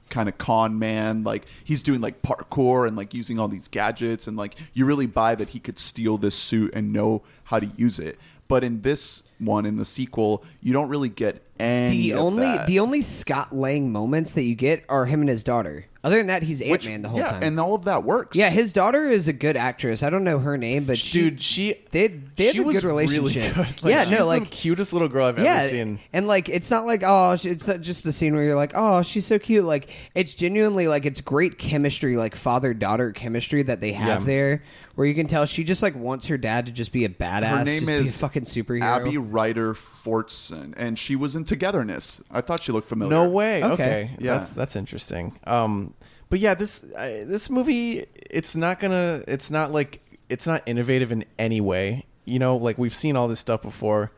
[SPEAKER 4] kind of con man. Like he's doing like parkour and like using all these gadgets. And like you really buy that he could steal this suit and know how to use it. But in this one, in the sequel, you don't really get any
[SPEAKER 5] the
[SPEAKER 4] of
[SPEAKER 5] only
[SPEAKER 4] that.
[SPEAKER 5] the only Scott Lang moments that you get are him and his daughter. Other than that, he's Ant
[SPEAKER 4] Which-
[SPEAKER 5] Man the whole
[SPEAKER 4] yeah,
[SPEAKER 5] time.
[SPEAKER 4] and all of that works.
[SPEAKER 5] yeah, his daughter is a good actress. I don't know her name, but she,
[SPEAKER 1] Dude, she
[SPEAKER 5] they they have
[SPEAKER 1] she
[SPEAKER 5] a
[SPEAKER 1] was
[SPEAKER 5] good relationship.
[SPEAKER 1] Really good.
[SPEAKER 5] yeah,
[SPEAKER 1] she's
[SPEAKER 5] no,
[SPEAKER 1] the
[SPEAKER 5] like
[SPEAKER 1] cutest little girl I've ever seen.
[SPEAKER 5] And like, it's not like oh, she- it's not just the scene where you're like, oh, she's so cute. Like, it's genuinely like it's great chemistry, like father daughter chemistry that they have
[SPEAKER 1] Yeah.
[SPEAKER 5] there, where you can tell she just like wants her dad to just be a badass.
[SPEAKER 4] Her name
[SPEAKER 5] just
[SPEAKER 4] is
[SPEAKER 5] be a fucking superhero.
[SPEAKER 4] Abby Ryder Fortson, and she was in Togetherness. I thought she looked familiar.
[SPEAKER 1] No way.
[SPEAKER 5] Okay.
[SPEAKER 1] Okay.
[SPEAKER 4] Yeah.
[SPEAKER 1] That's that's interesting. Um but yeah, this I this movie it's not going to it's not like it's not innovative in any way. You know, like we've seen all this stuff before.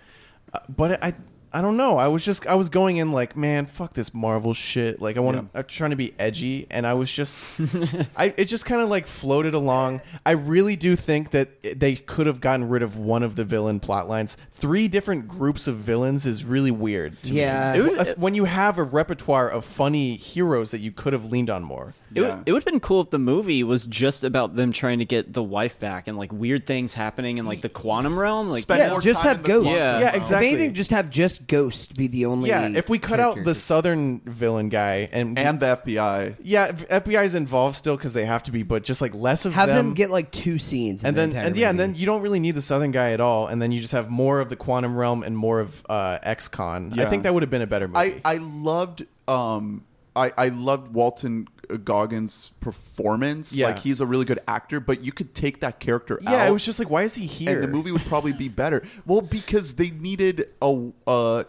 [SPEAKER 1] Uh, but I I don't know. I was just I was going in like, man, fuck this Marvel shit. Like I want to
[SPEAKER 4] Yeah.
[SPEAKER 1] I'm trying to be edgy and I was just I it just kind of like floated along. I really do think that it- they could have gotten rid of one of the villain plot lines. Three different groups of villains is really weird to me.
[SPEAKER 5] Yeah.
[SPEAKER 1] It would- when you have a repertoire of funny heroes that you could have leaned on more.
[SPEAKER 3] It,
[SPEAKER 4] Yeah.
[SPEAKER 3] would, it would have been cool if the movie was just about them trying to get the wife back and like weird things happening in like the quantum realm. Like,
[SPEAKER 4] Spend
[SPEAKER 5] Yeah,
[SPEAKER 4] more
[SPEAKER 5] just
[SPEAKER 4] time
[SPEAKER 5] have
[SPEAKER 4] in the
[SPEAKER 5] ghosts.
[SPEAKER 4] quantum
[SPEAKER 3] Yeah.
[SPEAKER 4] realm.
[SPEAKER 1] Yeah, exactly.
[SPEAKER 5] If anything, just have just Ghost be the only.
[SPEAKER 1] Yeah, if we cut out the
[SPEAKER 5] characters.
[SPEAKER 1] southern villain guy and,
[SPEAKER 4] And the FBI.
[SPEAKER 1] yeah, FBI is involved still because they have to be, but just like less of
[SPEAKER 5] have them, get like two scenes, in
[SPEAKER 1] and
[SPEAKER 5] the
[SPEAKER 1] then
[SPEAKER 5] entire
[SPEAKER 1] and yeah, and
[SPEAKER 5] movie.
[SPEAKER 1] then you don't really need the southern guy at all, and then you just have more of the quantum realm and more of uh, XCon. I
[SPEAKER 4] Yeah.
[SPEAKER 1] think that would have been a better movie.
[SPEAKER 4] I, I loved um I, I loved Walton Goggins' performance.
[SPEAKER 1] Yeah.
[SPEAKER 4] Like he's a really good actor, but you could take that character out.
[SPEAKER 1] yeah, it was just like, why is he here?
[SPEAKER 4] and the movie would probably be better. Well, because they needed a. Uh,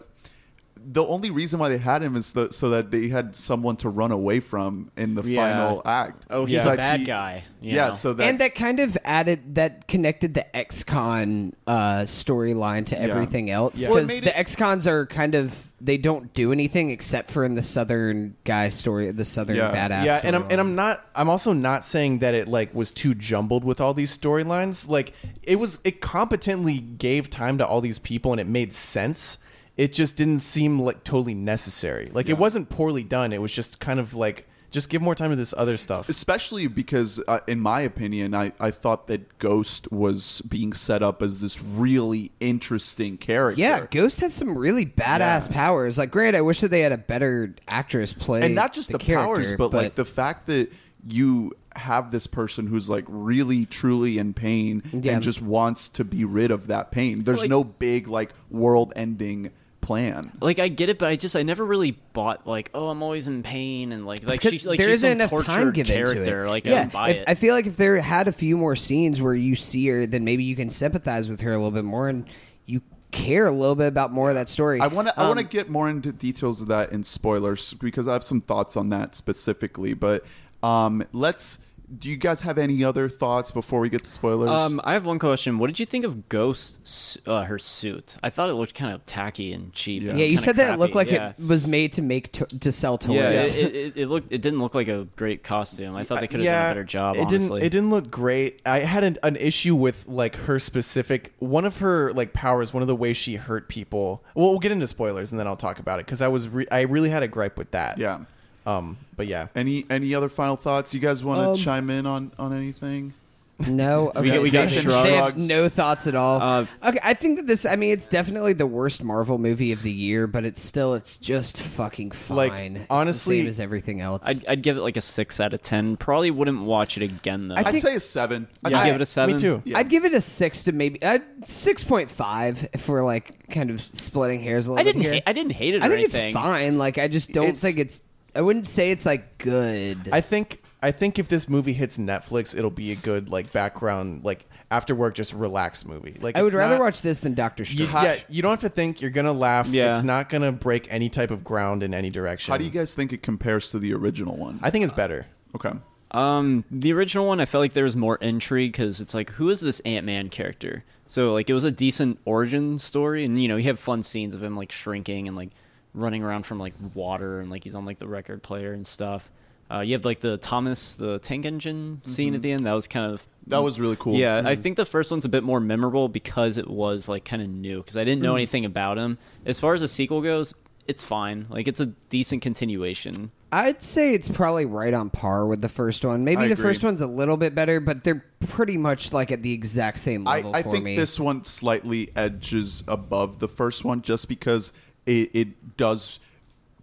[SPEAKER 4] the only reason why they had him is the, so that they had someone to run away from in the
[SPEAKER 3] Yeah.
[SPEAKER 4] final act.
[SPEAKER 3] Oh, he's
[SPEAKER 1] Yeah.
[SPEAKER 3] a
[SPEAKER 4] Like,
[SPEAKER 3] bad
[SPEAKER 4] he-
[SPEAKER 3] guy. you
[SPEAKER 4] Yeah,
[SPEAKER 3] know.
[SPEAKER 4] so that,
[SPEAKER 5] and that kind of added that connected the XCon uh, storyline to everything else
[SPEAKER 4] Yeah. Well, it
[SPEAKER 5] because
[SPEAKER 4] made
[SPEAKER 5] the
[SPEAKER 4] it-
[SPEAKER 5] XCons are kind of they don't do anything except for in the southern guy story, the southern
[SPEAKER 4] Yeah.
[SPEAKER 5] badass.
[SPEAKER 1] yeah and i'm and
[SPEAKER 5] storyline.
[SPEAKER 1] i'm not i'm also not saying that it like was too jumbled with all these storylines like it was it competently gave time to all these people and it made sense it just didn't seem like totally necessary like it wasn't poorly done it was just kind of like just give more time to this other stuff
[SPEAKER 4] especially because uh, in my opinion I, I thought that ghost was being set up as this really interesting character
[SPEAKER 5] Yeah, Ghost has some really badass powers. Like, great, I wish that they had a better actress play,
[SPEAKER 4] and not just the, powers
[SPEAKER 5] character,
[SPEAKER 4] but, like the fact that you have this person who's like really truly in pain
[SPEAKER 5] Yeah.
[SPEAKER 4] and just wants to be rid of that pain there's no big like world ending plan
[SPEAKER 3] like I get it, but I just I never really bought like oh I'm always in pain and like like
[SPEAKER 5] It's 'cause
[SPEAKER 3] she's like
[SPEAKER 5] there
[SPEAKER 3] she's
[SPEAKER 5] isn't
[SPEAKER 3] some
[SPEAKER 5] enough
[SPEAKER 3] tortured
[SPEAKER 5] time given
[SPEAKER 3] character.
[SPEAKER 5] to it.
[SPEAKER 3] Like I
[SPEAKER 5] yeah,
[SPEAKER 3] don't buy
[SPEAKER 5] if-
[SPEAKER 3] it.
[SPEAKER 5] I feel like if there had a few more scenes where you see her, then maybe you can sympathize with her a little bit more, and you care a little bit about more of that story.
[SPEAKER 4] I want to I want to
[SPEAKER 3] Um,
[SPEAKER 4] get more into details of that in spoilers because I have some thoughts on that specifically. But um, let's. Do you guys have any other thoughts before we get to spoilers?
[SPEAKER 3] um, I have one question. What did you think of Ghost uh, her suit? I thought it looked kind of tacky and cheap.
[SPEAKER 4] Yeah.
[SPEAKER 3] and
[SPEAKER 5] Yeah, you
[SPEAKER 3] kinda
[SPEAKER 5] said that it looked like
[SPEAKER 3] crappy. yeah.
[SPEAKER 5] it was made to make to, to sell toys.
[SPEAKER 3] Yeah, It, it, it- it looked. It didn't look like a great costume. I
[SPEAKER 5] Uh,
[SPEAKER 3] thought they could have done a better job.
[SPEAKER 1] It
[SPEAKER 3] honestly,
[SPEAKER 1] didn't. It didn't look great. I had an, an issue with like her specific one of her like powers. One of the ways she hurt people. Well, we'll get into spoilers and then I'll talk about it because I was re- I really had a gripe with that.
[SPEAKER 4] yeah.
[SPEAKER 1] Um. But yeah.
[SPEAKER 4] Any any other final thoughts? You guys want to
[SPEAKER 5] Um,
[SPEAKER 4] chime in on on anything?
[SPEAKER 5] No, okay.
[SPEAKER 3] We got- we got
[SPEAKER 5] Nathan
[SPEAKER 3] shrugs.
[SPEAKER 5] They have no thoughts at all.
[SPEAKER 3] Uh,
[SPEAKER 5] okay, I think that this. I mean, it's definitely the worst Marvel movie of the year, but it's still it's just fucking fine.
[SPEAKER 1] Like,
[SPEAKER 5] It's the
[SPEAKER 1] honestly,
[SPEAKER 5] same as everything else.
[SPEAKER 3] I'd, I'd give it like a six out of ten. Probably wouldn't watch it again though.
[SPEAKER 4] I'd say a seven. I'd
[SPEAKER 3] You
[SPEAKER 4] say-
[SPEAKER 3] give it a seven.
[SPEAKER 1] Me too.
[SPEAKER 4] yeah.
[SPEAKER 5] I'd give it a six to maybe uh, six point five if we're like kind of splitting hairs a little
[SPEAKER 3] I didn't.
[SPEAKER 5] bit here.
[SPEAKER 3] Ha- I didn't hate it. Or
[SPEAKER 5] I think
[SPEAKER 3] anything.
[SPEAKER 5] it's fine. Like I just don't
[SPEAKER 1] It's-
[SPEAKER 5] think it's. I wouldn't say it's like good.
[SPEAKER 1] I think I think if this movie hits Netflix, it'll be a good like background like after work just relax movie. Like
[SPEAKER 5] I would
[SPEAKER 1] it's
[SPEAKER 5] rather
[SPEAKER 1] not-
[SPEAKER 5] watch this than Doctor
[SPEAKER 1] You,
[SPEAKER 5] Strange.
[SPEAKER 1] yeah, you don't have to think. You're gonna laugh.
[SPEAKER 3] Yeah.
[SPEAKER 1] It's not gonna break any type of ground in any direction.
[SPEAKER 4] How do you guys think it compares to the original one?
[SPEAKER 1] I think it's better.
[SPEAKER 4] okay.
[SPEAKER 3] Um, the original one, I felt like there was more intrigue because it's like, who is this Ant Man character? So like, it was a decent origin story, and you know, you have fun scenes of him like shrinking and like running around from like water, and like he's on like the record player and stuff. Uh, you have like the Thomas the Tank Engine scene at the end. That was kind of
[SPEAKER 4] That was really cool.
[SPEAKER 3] yeah, I think the first one's a bit more memorable because it was like kind of new because I didn't know anything about him. As far as the sequel goes, it's fine. Like it's a decent continuation.
[SPEAKER 5] I'd say it's probably right on par with the first one. Maybe
[SPEAKER 4] I
[SPEAKER 5] the
[SPEAKER 4] agree.
[SPEAKER 5] first one's a little bit better, but they're pretty much like at the exact same
[SPEAKER 4] I,
[SPEAKER 5] level
[SPEAKER 4] I
[SPEAKER 5] for
[SPEAKER 4] think
[SPEAKER 5] me.
[SPEAKER 4] this one slightly edges above the first one just because it, it does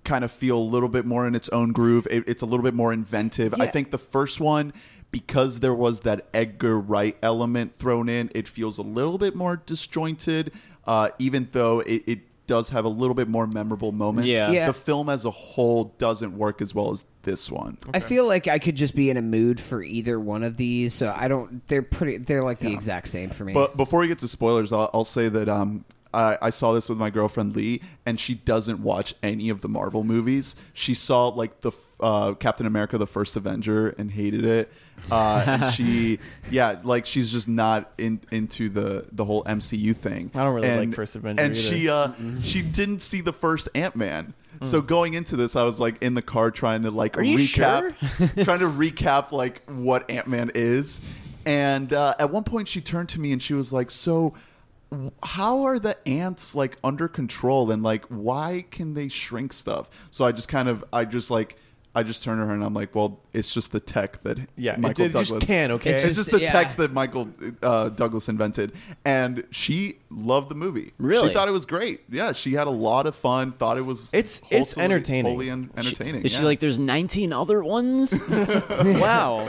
[SPEAKER 4] kind of feel a little bit more in its own groove. It, it's a little bit more inventive. I
[SPEAKER 5] Yeah.
[SPEAKER 4] think the first one, because there was that Edgar Wright element thrown in, it feels a little bit more disjointed, uh, even though it. it does have a little bit more memorable moments.
[SPEAKER 3] Yeah.
[SPEAKER 5] Yeah.
[SPEAKER 4] The film as a whole doesn't work as well as this one.
[SPEAKER 5] I feel like I could just be in a mood for either one of these, so I don't. They're pretty. They're like the exact same for me.
[SPEAKER 4] But before we get to spoilers, I'll, I'll say that um, I, I saw this with my girlfriend Lee, and she doesn't watch any of the Marvel movies. She saw like the f- uh, Captain America: The First Avenger and hated it. Uh, and she, yeah, like she's just not in, into the the whole MCU thing.
[SPEAKER 1] I don't really
[SPEAKER 4] And-
[SPEAKER 1] like First Avenger
[SPEAKER 4] and
[SPEAKER 1] either.
[SPEAKER 4] she uh,
[SPEAKER 1] Mm-hmm.
[SPEAKER 4] she didn't see the first Ant Man. So
[SPEAKER 1] Mm.
[SPEAKER 4] going into this, I was like in the car trying to like
[SPEAKER 3] you
[SPEAKER 4] recap, trying to recap like what Ant Man is. And uh, at one point, she turned to me and she was like, "So, w- how are the ants like under control and like why can they shrink stuff?" So I just kind of, I just like. I just turned to her and I'm like, well, it's just the tech that
[SPEAKER 1] Yeah, it
[SPEAKER 4] Michael
[SPEAKER 1] did- just
[SPEAKER 4] Douglas
[SPEAKER 1] can, okay?
[SPEAKER 4] It's,
[SPEAKER 5] It's
[SPEAKER 4] just,
[SPEAKER 5] just-
[SPEAKER 4] the
[SPEAKER 5] yeah.
[SPEAKER 4] text that Michael uh, Douglas invented, and she loved the movie.
[SPEAKER 3] Really?
[SPEAKER 4] she thought it was great. Yeah, she had a lot of fun. Thought it was
[SPEAKER 1] It's-
[SPEAKER 4] wholesomely-
[SPEAKER 1] it's entertaining.
[SPEAKER 4] wholly en- entertaining.
[SPEAKER 3] Is she
[SPEAKER 4] yeah.
[SPEAKER 3] like, there's 19 other ones? wow.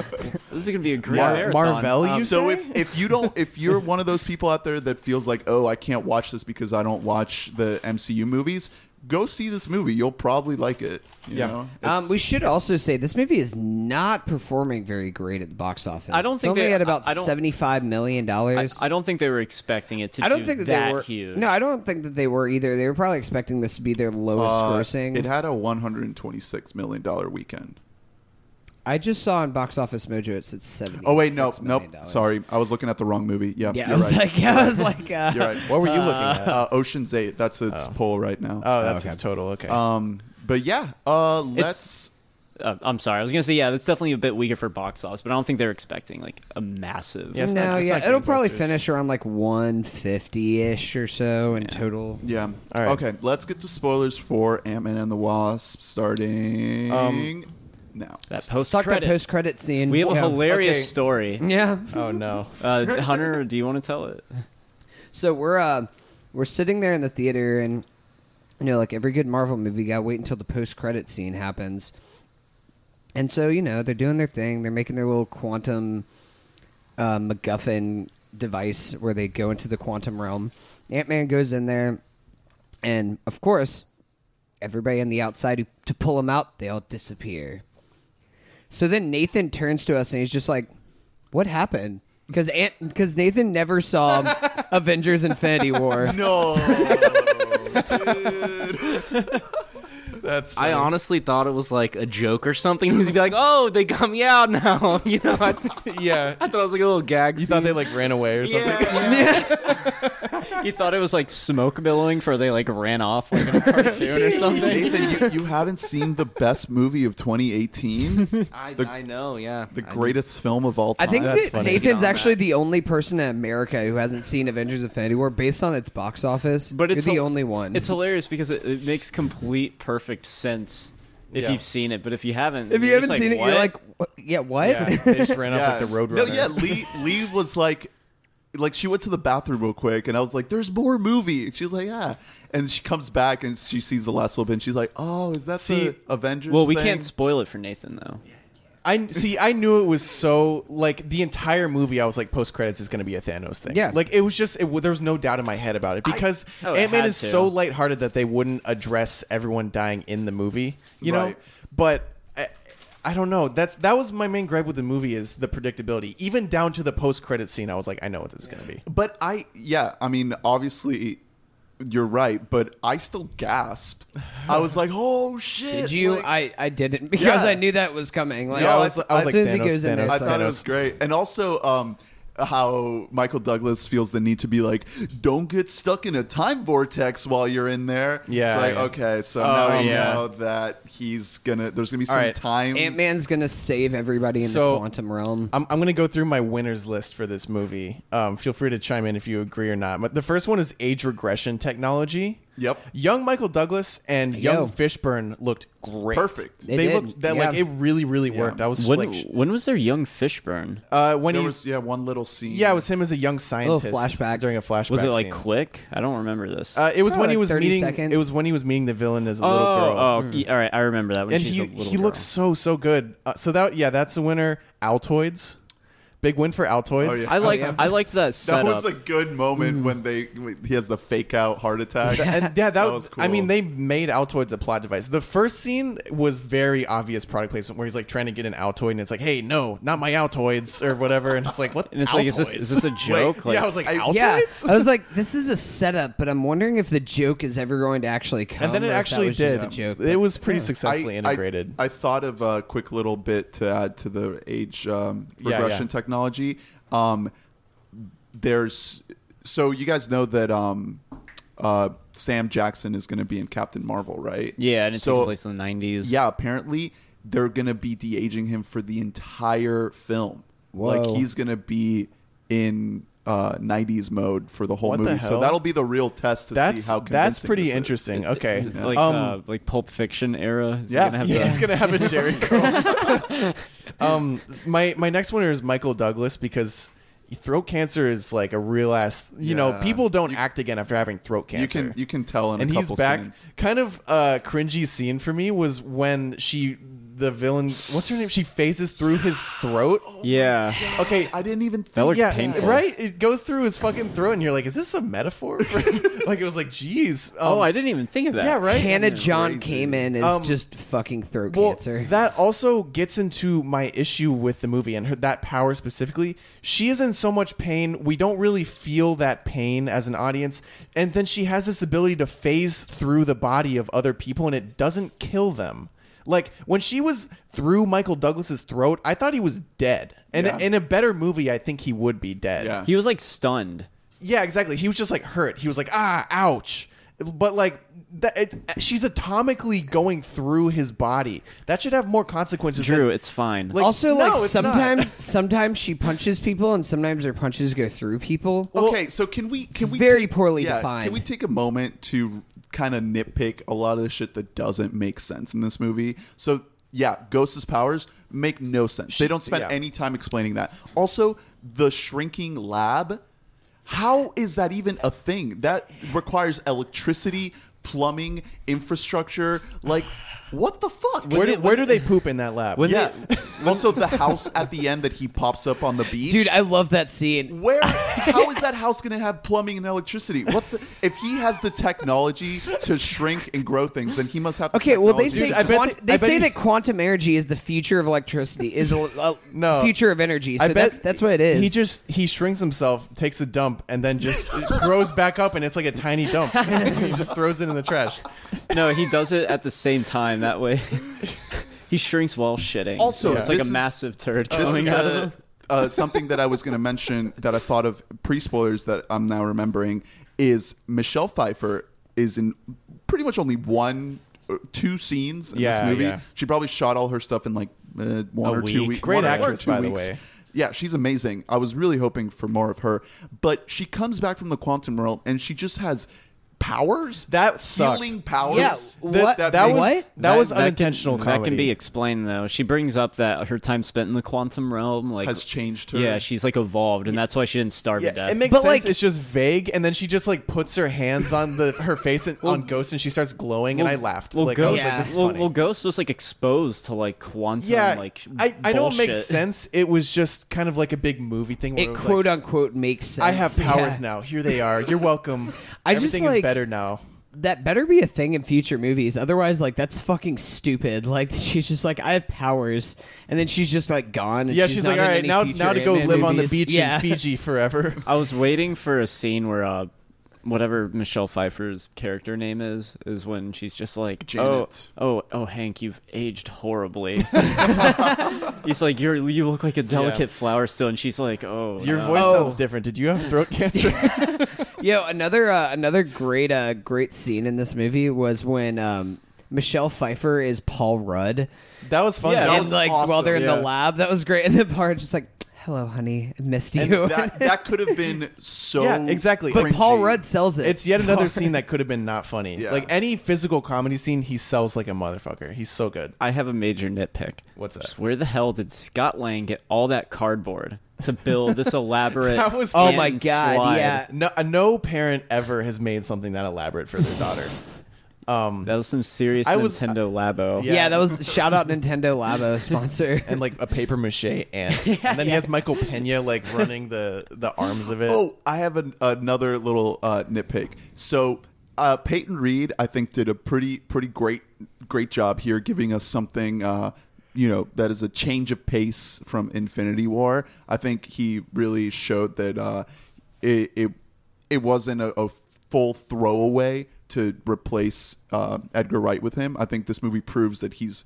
[SPEAKER 3] This is going to be a great
[SPEAKER 4] Mar-
[SPEAKER 3] marathon. Um,
[SPEAKER 1] Marvel, you
[SPEAKER 4] Um, so
[SPEAKER 1] say?
[SPEAKER 4] if, if you don't if you're one of those people out there that feels like oh I can't watch this because I don't watch the MCU movies go see this movie you'll probably like it you
[SPEAKER 1] Yeah.
[SPEAKER 4] know? It's-
[SPEAKER 5] um, we should also say this movie is not performing very great at the box office.
[SPEAKER 3] I don't
[SPEAKER 5] It's
[SPEAKER 3] think
[SPEAKER 5] only
[SPEAKER 3] they-
[SPEAKER 5] at about
[SPEAKER 3] I- I don't-
[SPEAKER 5] seventy-five million
[SPEAKER 3] I,
[SPEAKER 5] dollars.
[SPEAKER 3] I don't think they were expecting it to
[SPEAKER 5] I don't
[SPEAKER 3] do
[SPEAKER 5] think that,
[SPEAKER 3] that
[SPEAKER 5] they were
[SPEAKER 3] huge.
[SPEAKER 5] No, I don't think that they were either. They were probably expecting this to be their lowest
[SPEAKER 4] uh,
[SPEAKER 5] grossing.
[SPEAKER 4] it had a 126 million dollar weekend
[SPEAKER 5] I just saw on Box Office Mojo it's at seventy.
[SPEAKER 4] oh wait no nope sorry I was looking at the wrong movie yeah
[SPEAKER 5] Yeah,
[SPEAKER 4] you're
[SPEAKER 5] I was
[SPEAKER 4] right.
[SPEAKER 5] like, I was like, uh,
[SPEAKER 4] you're right
[SPEAKER 1] What were you looking at?
[SPEAKER 4] uh, Ocean's Eight. That's its poll right now.
[SPEAKER 1] Oh, that's
[SPEAKER 5] okay.
[SPEAKER 1] his total. Okay.
[SPEAKER 4] um, but yeah, uh, let's.
[SPEAKER 3] Uh, I'm sorry. I was going to say, yeah, that's definitely a bit weaker for box office, but I don't think they're expecting like a massive.
[SPEAKER 1] Yes. it's
[SPEAKER 5] no,
[SPEAKER 1] not- it's
[SPEAKER 5] yeah,
[SPEAKER 1] not
[SPEAKER 5] it'll probably
[SPEAKER 1] gangbusters.
[SPEAKER 5] finish around like one fifty ish or so in total.
[SPEAKER 4] Yeah.
[SPEAKER 1] All right.
[SPEAKER 4] Okay, let's get to spoilers for Ant Man and the Wasp starting now.
[SPEAKER 3] That post
[SPEAKER 5] Talk about
[SPEAKER 3] credit.
[SPEAKER 5] post credit scene.
[SPEAKER 3] we have a
[SPEAKER 5] Yeah.
[SPEAKER 3] hilarious
[SPEAKER 1] Okay.
[SPEAKER 3] story.
[SPEAKER 5] Yeah.
[SPEAKER 1] oh no.
[SPEAKER 3] Uh, Hunter, do you want to tell it?
[SPEAKER 5] So we're uh we're sitting there in the theater and you know, like every good Marvel movie, you gotta wait until the post credit scene happens. And so, you know, they're doing their thing, they're making their little quantum uh, MacGuffin device where they go into the quantum realm. Ant Man goes in there, and of course, everybody on the outside who, to pull him out, they all disappear. So then Nathan turns to us and he's just like, "What happened?" Because Ant, because Nathan never saw Avengers: Infinity War.
[SPEAKER 4] No. dude. That's
[SPEAKER 6] I honestly thought it was like a joke or something. He's like, "Oh, they got me out now." You know, I,
[SPEAKER 1] Yeah.
[SPEAKER 6] I thought it was like a little gag.
[SPEAKER 1] You thought they like ran away or something?
[SPEAKER 3] He thought it was like smoke billowing for they like ran off like in a cartoon or something.
[SPEAKER 4] Nathan, you, you haven't seen the best movie of 2018,
[SPEAKER 6] I,
[SPEAKER 4] The-
[SPEAKER 6] I know, yeah.
[SPEAKER 4] the
[SPEAKER 6] I-
[SPEAKER 4] greatest film of all
[SPEAKER 5] I
[SPEAKER 4] time.
[SPEAKER 5] think
[SPEAKER 1] That's
[SPEAKER 5] that
[SPEAKER 1] funny.
[SPEAKER 5] Nathan's
[SPEAKER 6] Yeah.
[SPEAKER 5] actually the only person in America who hasn't seen Avengers: Infinity War based on its box office.
[SPEAKER 3] But it's
[SPEAKER 5] You're the
[SPEAKER 3] hil-
[SPEAKER 5] only one.
[SPEAKER 3] It's hilarious because it, it makes complete perfect sense if
[SPEAKER 1] Yeah.
[SPEAKER 3] you've seen it, but if you haven't,
[SPEAKER 5] if you
[SPEAKER 3] you're just
[SPEAKER 5] haven't seen it, you're
[SPEAKER 3] "What?"
[SPEAKER 5] like, "What? yeah, what?
[SPEAKER 1] Yeah. They just ran off like the road
[SPEAKER 4] No, yeah, Lee Lee was like like she went to the bathroom real quick and I was like, There's more movie. And she was like, Yeah. And she comes back and she sees the last little bit and she's like, Oh, is that the
[SPEAKER 1] See,
[SPEAKER 4] Avengers?
[SPEAKER 3] well, we
[SPEAKER 4] thing?"
[SPEAKER 3] can't spoil it for Nathan though.
[SPEAKER 1] I see. I knew it was so like the entire movie. I was like, post credits is going to be a Thanos thing.
[SPEAKER 5] Yeah.
[SPEAKER 1] like it was just it, there was no doubt in my head about it because
[SPEAKER 3] Oh, it
[SPEAKER 1] Ant Man
[SPEAKER 3] had
[SPEAKER 1] is
[SPEAKER 3] to.
[SPEAKER 1] so lighthearted that they wouldn't address everyone dying in the movie. You know,
[SPEAKER 4] Right.
[SPEAKER 1] but. I, I don't know. That's that was my main gripe with the movie is the predictability. Even down to the post credit scene, I was like, I know what this is gonna be.
[SPEAKER 4] But I yeah, I mean, obviously you're right, but I still gasped. I was like, Oh shit.
[SPEAKER 5] Did you?
[SPEAKER 4] like-
[SPEAKER 5] I, I didn't because
[SPEAKER 4] Yeah.
[SPEAKER 5] I knew that was coming. Like,
[SPEAKER 4] No, I
[SPEAKER 5] as
[SPEAKER 4] was- I was
[SPEAKER 5] soon
[SPEAKER 1] like,
[SPEAKER 5] as he
[SPEAKER 1] Thanos,
[SPEAKER 5] goes in there,
[SPEAKER 1] Thanos,
[SPEAKER 4] I
[SPEAKER 5] it's
[SPEAKER 4] thought
[SPEAKER 5] like-
[SPEAKER 4] it was great. And also, um, how Michael Douglas feels the need to be like, don't get stuck in a time vortex while you're in there.
[SPEAKER 1] Yeah,
[SPEAKER 4] It's like,
[SPEAKER 1] yeah.
[SPEAKER 4] okay, so
[SPEAKER 3] Oh,
[SPEAKER 4] now we
[SPEAKER 3] yeah.
[SPEAKER 4] know that he's going to, there's going to be some
[SPEAKER 1] right.
[SPEAKER 4] time.
[SPEAKER 5] Ant Man's gonna save everybody in
[SPEAKER 1] So-
[SPEAKER 5] the quantum realm.
[SPEAKER 1] I'm, I'm going to go through my winners list for this movie. Um, feel free to chime in if you agree or not. But the first one is age regression technology.
[SPEAKER 4] Yep.
[SPEAKER 1] Young Michael Douglas and
[SPEAKER 5] Yo.
[SPEAKER 1] young Fishburne looked great.
[SPEAKER 4] Perfect.
[SPEAKER 1] They,
[SPEAKER 5] They did,
[SPEAKER 1] looked that
[SPEAKER 5] yeah.
[SPEAKER 1] like it really, really worked. I was
[SPEAKER 3] When,
[SPEAKER 1] like,
[SPEAKER 3] when was there young Fishburne?
[SPEAKER 1] uh, when
[SPEAKER 4] There
[SPEAKER 1] he's
[SPEAKER 4] was yeah one little scene.
[SPEAKER 1] yeah, it was him as a young scientist.
[SPEAKER 5] flashback.
[SPEAKER 1] during a flashback.
[SPEAKER 3] Oh, Was it like
[SPEAKER 1] scene.
[SPEAKER 3] quick? I don't remember this.
[SPEAKER 1] Uh, it was
[SPEAKER 5] Probably
[SPEAKER 1] when he
[SPEAKER 5] like
[SPEAKER 1] was
[SPEAKER 5] 30
[SPEAKER 1] meeting.
[SPEAKER 5] seconds.
[SPEAKER 1] It was when he was meeting the villain as a
[SPEAKER 3] oh,
[SPEAKER 1] little girl.
[SPEAKER 3] oh, y- all right. I remember that. When
[SPEAKER 1] and
[SPEAKER 3] she's
[SPEAKER 1] he
[SPEAKER 3] a little
[SPEAKER 1] he
[SPEAKER 3] girl.
[SPEAKER 1] looks so so good. Uh, so that yeah, that's the winner. Altoids, big win for Altoids.
[SPEAKER 4] Oh, yeah.
[SPEAKER 3] I like
[SPEAKER 5] yeah.
[SPEAKER 3] I liked that
[SPEAKER 4] That
[SPEAKER 3] setup.
[SPEAKER 4] was a good moment when they when he has the fake out heart attack.
[SPEAKER 1] Mm. And yeah, that,
[SPEAKER 4] That
[SPEAKER 1] was.
[SPEAKER 4] was cool.
[SPEAKER 1] I mean, they made Altoids a plot device. The first scene was very obvious product placement, where he's like trying to get an Altoid, and it's like, "Hey, no, not my Altoids," or whatever. And it's like, "What?"
[SPEAKER 3] and it's like, is this
[SPEAKER 1] Altoids?
[SPEAKER 3] is this a joke? like,
[SPEAKER 1] yeah, I was like,
[SPEAKER 4] I-
[SPEAKER 1] Altoids.
[SPEAKER 5] Yeah, I was like, this is a setup, but I'm wondering if the joke is ever going to actually come.
[SPEAKER 1] and then
[SPEAKER 5] or
[SPEAKER 1] it
[SPEAKER 5] if that
[SPEAKER 1] actually
[SPEAKER 5] was
[SPEAKER 1] did.
[SPEAKER 5] Just a joke.
[SPEAKER 1] it was pretty
[SPEAKER 4] I-
[SPEAKER 1] successfully
[SPEAKER 4] I-
[SPEAKER 1] integrated.
[SPEAKER 4] I, thought of a quick little bit to add to the age um,
[SPEAKER 1] Yeah,
[SPEAKER 4] regression
[SPEAKER 1] yeah.
[SPEAKER 4] technology. Um, there's so you guys know that um, uh, Sam Jackson is going to be in Captain Marvel, right?
[SPEAKER 3] yeah, and it
[SPEAKER 4] so
[SPEAKER 3] takes place in the nineties.
[SPEAKER 4] yeah, apparently they're going to be de aging him for the entire film. Like
[SPEAKER 5] Whoa.
[SPEAKER 4] he's going to be in. Uh, 90s mode for the whole
[SPEAKER 1] What the
[SPEAKER 4] movie, so
[SPEAKER 1] hell?
[SPEAKER 4] that'll be the real test to
[SPEAKER 1] that's
[SPEAKER 4] see how
[SPEAKER 1] that's
[SPEAKER 4] convincing
[SPEAKER 1] pretty
[SPEAKER 4] this is.
[SPEAKER 1] interesting. Okay,
[SPEAKER 3] like
[SPEAKER 1] Um,
[SPEAKER 3] uh, like Pulp Fiction era. Is he
[SPEAKER 4] Yeah.
[SPEAKER 3] gonna have
[SPEAKER 1] yeah,
[SPEAKER 3] the-
[SPEAKER 1] he's gonna have a Jerry curl. um, s- my my next winner is Michael Douglas because throat cancer is like a real ass. You know,
[SPEAKER 4] Yeah.
[SPEAKER 1] people don't
[SPEAKER 4] You-
[SPEAKER 1] act again after having throat
[SPEAKER 4] You
[SPEAKER 1] cancer.
[SPEAKER 4] can you can tell in
[SPEAKER 1] and
[SPEAKER 4] a
[SPEAKER 1] he's
[SPEAKER 4] couple
[SPEAKER 1] back.
[SPEAKER 4] scenes.
[SPEAKER 1] Kind of uh, cringy scene for me was when she the villain. What's her name? She phases through his throat.
[SPEAKER 3] yeah.
[SPEAKER 1] Okay.
[SPEAKER 4] I didn't even think
[SPEAKER 3] That looked
[SPEAKER 1] yeah,
[SPEAKER 3] painful.
[SPEAKER 1] right. It goes through his fucking throat, and you're like, "Is this a metaphor?" For like it was like, "Geez." Um,
[SPEAKER 3] Oh, I didn't even think of that.
[SPEAKER 1] Yeah, right.
[SPEAKER 5] Hannah
[SPEAKER 1] It's
[SPEAKER 5] John
[SPEAKER 4] crazy.
[SPEAKER 5] came in as
[SPEAKER 1] Um,
[SPEAKER 5] just fucking throat cancer.
[SPEAKER 1] That also gets into my issue with the movie and her, that power specifically. She is in so much pain. We don't really feel that pain as an audience. And then she has this ability to phase through the body of other people and it doesn't kill them. Like when she was through Michael Douglas's throat, I thought he was dead. And
[SPEAKER 4] Yeah.
[SPEAKER 1] in a better movie, I think he would be dead.
[SPEAKER 4] Yeah.
[SPEAKER 3] He was like stunned.
[SPEAKER 1] Yeah, exactly. He was just like hurt. He was like, ah, ouch. But like that, it, she's atomically going through his body. That should have more consequences. than-
[SPEAKER 3] Drew, it's fine.
[SPEAKER 1] Like-
[SPEAKER 5] also,
[SPEAKER 1] No,
[SPEAKER 5] like
[SPEAKER 1] it's not.
[SPEAKER 5] sometimes, sometimes she punches people, and sometimes her punches go through people.
[SPEAKER 4] Okay, so can we can we
[SPEAKER 5] very
[SPEAKER 4] take-
[SPEAKER 5] poorly
[SPEAKER 4] yeah,
[SPEAKER 5] defined.
[SPEAKER 4] Can we take a moment to kind of nitpick a lot of the shit that doesn't make sense in this movie? So yeah, Ghost's powers make no sense. They don't spend
[SPEAKER 1] yeah.
[SPEAKER 4] any time explaining that. Also, the shrinking lab. How is that even a thing? That requires electricity, plumbing, infrastructure. Like, what the fuck?
[SPEAKER 1] where do, where do they poop in that lab?
[SPEAKER 4] yeah. also, the house at the end that he pops up on the beach.
[SPEAKER 5] Dude, I love that scene.
[SPEAKER 4] Where? How is that house going to have plumbing and electricity? What the, if he has the technology to shrink and grow things? Then he must have. The
[SPEAKER 5] Okay, well they say
[SPEAKER 4] technology
[SPEAKER 1] Dude, I
[SPEAKER 4] to
[SPEAKER 1] bet they-
[SPEAKER 5] quant- they,
[SPEAKER 1] I bet
[SPEAKER 5] say
[SPEAKER 1] he-
[SPEAKER 5] that quantum energy is the future of electricity, is a, a
[SPEAKER 1] uh, No.
[SPEAKER 5] future of energy. So
[SPEAKER 1] I bet
[SPEAKER 5] that's that's what it is.
[SPEAKER 1] He just he shrinks himself, takes a dump, and then just uh, grows back up, and it's like a tiny dump. he just throws it in the trash.
[SPEAKER 3] no, he does it at the same time. That way, he shrinks while shitting.
[SPEAKER 4] Also,
[SPEAKER 3] it's like a
[SPEAKER 4] this is-
[SPEAKER 3] massive turd
[SPEAKER 1] Oh,
[SPEAKER 4] this
[SPEAKER 3] coming
[SPEAKER 4] is
[SPEAKER 3] out
[SPEAKER 4] uh,
[SPEAKER 3] of him.
[SPEAKER 4] uh, something that I was going to mention that I thought of pre spoilers that I'm now remembering is Michelle Pfeiffer is in pretty much only one, or two scenes in this
[SPEAKER 1] Yeah,
[SPEAKER 4] movie.
[SPEAKER 1] yeah.
[SPEAKER 4] She probably shot all her stuff in like uh, one
[SPEAKER 3] A
[SPEAKER 4] or two
[SPEAKER 3] week.
[SPEAKER 4] weeks.
[SPEAKER 1] Great
[SPEAKER 4] one or-
[SPEAKER 1] actress,
[SPEAKER 4] one or
[SPEAKER 1] by
[SPEAKER 4] two
[SPEAKER 1] the
[SPEAKER 4] weeks.
[SPEAKER 1] way.
[SPEAKER 4] Yeah, she's amazing. I was really hoping for more of her, but she comes back from the quantum realm and she just has powers
[SPEAKER 1] That sucked.
[SPEAKER 4] healing powers.
[SPEAKER 5] Yeah, what-
[SPEAKER 1] That,
[SPEAKER 4] makes-
[SPEAKER 1] was
[SPEAKER 5] What?
[SPEAKER 1] that, was
[SPEAKER 3] can-
[SPEAKER 1] unintentional
[SPEAKER 3] That can,
[SPEAKER 1] comedy.
[SPEAKER 3] be explained though. She brings up that her time spent in the quantum realm like
[SPEAKER 4] Has changed her.
[SPEAKER 3] Yeah, she's like evolved, and that's why she didn't starve to
[SPEAKER 1] yeah,
[SPEAKER 3] death.
[SPEAKER 1] it makes
[SPEAKER 5] But,
[SPEAKER 1] sense.
[SPEAKER 5] like-
[SPEAKER 1] it's just vague, and then she just like puts her hands on the her face and, on Ghost, and she starts glowing, and I laughed.
[SPEAKER 3] Well,
[SPEAKER 1] like, I
[SPEAKER 3] Ghost,
[SPEAKER 1] was like, this is
[SPEAKER 3] well,
[SPEAKER 1] funny.
[SPEAKER 3] well, Ghost was like exposed to like quantum.
[SPEAKER 1] yeah,
[SPEAKER 3] like
[SPEAKER 1] I, I know it makes
[SPEAKER 3] bullshit.
[SPEAKER 1] sense. It was just kind of like a big movie thing. Where it,
[SPEAKER 5] it
[SPEAKER 1] was
[SPEAKER 5] quote
[SPEAKER 1] like,
[SPEAKER 5] unquote makes sense.
[SPEAKER 1] I have powers
[SPEAKER 5] Yeah.
[SPEAKER 1] now. Here they are. You're welcome.
[SPEAKER 5] I just,
[SPEAKER 1] Everything
[SPEAKER 5] like-
[SPEAKER 1] is better now.
[SPEAKER 5] That better be a thing in future movies. Otherwise, like that's fucking stupid. Like she's just like I have powers, and then she's just like gone. And
[SPEAKER 1] Yeah, she's,
[SPEAKER 5] not
[SPEAKER 1] like,
[SPEAKER 5] in
[SPEAKER 1] all right,
[SPEAKER 5] any
[SPEAKER 1] now
[SPEAKER 5] future
[SPEAKER 1] now to go
[SPEAKER 5] Ant-Man
[SPEAKER 1] live on the
[SPEAKER 5] movies."
[SPEAKER 1] beach
[SPEAKER 5] Yeah.
[SPEAKER 1] in Fiji forever.
[SPEAKER 3] I was waiting for a scene where uh, whatever Michelle Pfeiffer's character name is is when she's just like,
[SPEAKER 4] Janet.
[SPEAKER 3] oh, oh, oh, Hank, you've aged horribly. He's like, you're you look like a delicate flower still, and she's like, oh,
[SPEAKER 1] Your
[SPEAKER 3] no.
[SPEAKER 1] voice
[SPEAKER 5] Oh.
[SPEAKER 1] sounds different. Did you have throat cancer?
[SPEAKER 5] Yo, another uh, another great uh, great scene in this movie was when um, Michelle Pfeiffer is Paul Rudd.
[SPEAKER 1] that was fun.
[SPEAKER 3] Yeah,
[SPEAKER 1] though.
[SPEAKER 4] that
[SPEAKER 5] and
[SPEAKER 4] was
[SPEAKER 5] like while
[SPEAKER 4] awesome.
[SPEAKER 5] they're in
[SPEAKER 3] Yeah.
[SPEAKER 5] the lab, that was great. And then Paul Rudd's just like, hello, honey, I missed
[SPEAKER 4] And
[SPEAKER 5] you.
[SPEAKER 4] that, that could have been so
[SPEAKER 1] Yeah, exactly.
[SPEAKER 5] but Paul
[SPEAKER 4] cringy.
[SPEAKER 5] Rudd sells it.
[SPEAKER 1] It's yet another scene that could have been not funny.
[SPEAKER 4] Yeah.
[SPEAKER 1] Like any physical comedy scene, he sells like a motherfucker. He's so good.
[SPEAKER 3] I have a major nitpick.
[SPEAKER 1] What's that?
[SPEAKER 3] Just where the hell did Scott Lang get all that cardboard to build this elaborate?
[SPEAKER 1] That was-
[SPEAKER 5] Oh my
[SPEAKER 3] hand
[SPEAKER 5] God,
[SPEAKER 3] slide?
[SPEAKER 5] yeah.
[SPEAKER 1] No, uh, no parent ever has made something that elaborate for their daughter. Um,
[SPEAKER 3] That was some serious
[SPEAKER 1] I was- uh,
[SPEAKER 3] Nintendo Labo.
[SPEAKER 5] yeah.
[SPEAKER 1] Yeah.
[SPEAKER 5] that was shout out Nintendo Labo sponsor.
[SPEAKER 1] and like a paper mache ant, and then he has Michael Pena like running the the arms of it.
[SPEAKER 4] Oh, I have an, another little uh, nitpick. So uh, Peyton Reed, I think, did a pretty pretty great great job here, giving us something. Uh, you know that is a change of pace from Infinity War. I think he really showed that uh, it, it it wasn't a, a full throwaway to replace uh, Edgar Wright with him. I think this movie proves that he's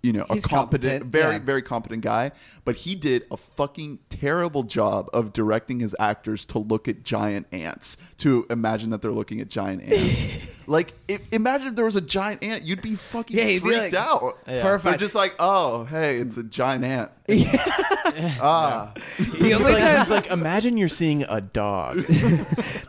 [SPEAKER 4] you know
[SPEAKER 5] He's
[SPEAKER 4] a competent,
[SPEAKER 5] competent,
[SPEAKER 4] very
[SPEAKER 5] yeah.
[SPEAKER 4] very very competent guy, but he did a fucking terrible job of directing his actors to look at giant ants, to imagine that they're looking at giant ants. like, i imagine if there was a giant ant, you'd be fucking
[SPEAKER 5] Yeah, you'd be
[SPEAKER 4] freaked
[SPEAKER 5] like,
[SPEAKER 4] out.
[SPEAKER 5] Yeah.
[SPEAKER 4] They're
[SPEAKER 5] "Horrified."
[SPEAKER 4] just like, oh, hey, it's a giant ant. ah,
[SPEAKER 5] the
[SPEAKER 1] He's
[SPEAKER 5] only
[SPEAKER 1] like,
[SPEAKER 5] time,
[SPEAKER 1] he's like, imagine you're seeing a dog.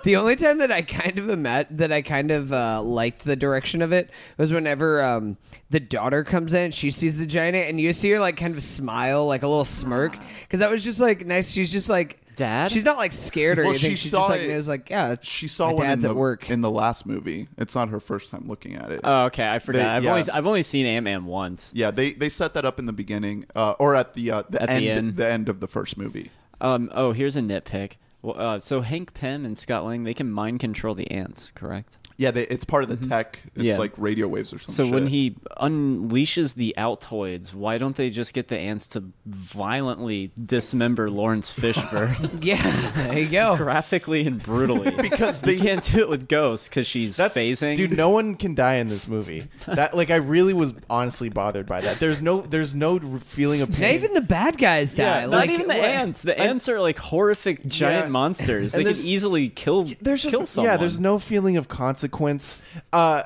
[SPEAKER 5] the only time that I kind of ima- that I kind of uh, liked the direction of it was whenever um, the daughter comes in, she sees the giant, ant, and you see her like kind of smile, like a little smirk, because that was just like nice. She's just like.
[SPEAKER 3] Dad?
[SPEAKER 5] She's not like scared or
[SPEAKER 4] Well,
[SPEAKER 5] anything.
[SPEAKER 4] she
[SPEAKER 5] She's
[SPEAKER 4] saw
[SPEAKER 5] just like
[SPEAKER 4] it-
[SPEAKER 5] it was like yeah. it's-
[SPEAKER 4] she saw
[SPEAKER 5] my
[SPEAKER 4] one in
[SPEAKER 5] dad's
[SPEAKER 4] the
[SPEAKER 5] at work.
[SPEAKER 4] in the last movie. It's not her first time looking at it.
[SPEAKER 3] Oh, okay. I forgot.
[SPEAKER 4] They-
[SPEAKER 3] I've
[SPEAKER 4] yeah.
[SPEAKER 3] only I've only seen Ant Man once.
[SPEAKER 4] yeah, they, they set that up in the beginning, uh, or at the uh, the,
[SPEAKER 3] At the
[SPEAKER 4] end,
[SPEAKER 3] end.
[SPEAKER 4] the end of the first movie.
[SPEAKER 3] Um. Oh, here's a nitpick. Well, uh, so Hank Pym and Scott Lang they can mind control the ants, correct?
[SPEAKER 4] Yeah, they, it's part of the tech. It's
[SPEAKER 3] Yeah.
[SPEAKER 4] like radio waves or something.
[SPEAKER 3] So when he unleashes the Altoids, why don't they just get the ants to violently dismember Lawrence Fishburne
[SPEAKER 5] yeah, there you go.
[SPEAKER 3] graphically and brutally?
[SPEAKER 4] Because
[SPEAKER 3] they can't do it with Ghost because she's phasing.
[SPEAKER 1] Dude, no one can die in this movie. That like I really was honestly bothered by that. There's no there's no r- feeling of
[SPEAKER 5] Not
[SPEAKER 1] pain.
[SPEAKER 5] even the bad guys die.
[SPEAKER 3] not
[SPEAKER 5] like,
[SPEAKER 3] even the
[SPEAKER 5] what-
[SPEAKER 3] ants. The ants are like horrific giant
[SPEAKER 1] Yeah.
[SPEAKER 3] monsters. They can
[SPEAKER 1] there's-
[SPEAKER 3] easily kill.
[SPEAKER 1] there's just
[SPEAKER 3] kill someone.
[SPEAKER 1] yeah there's no feeling of consequence uh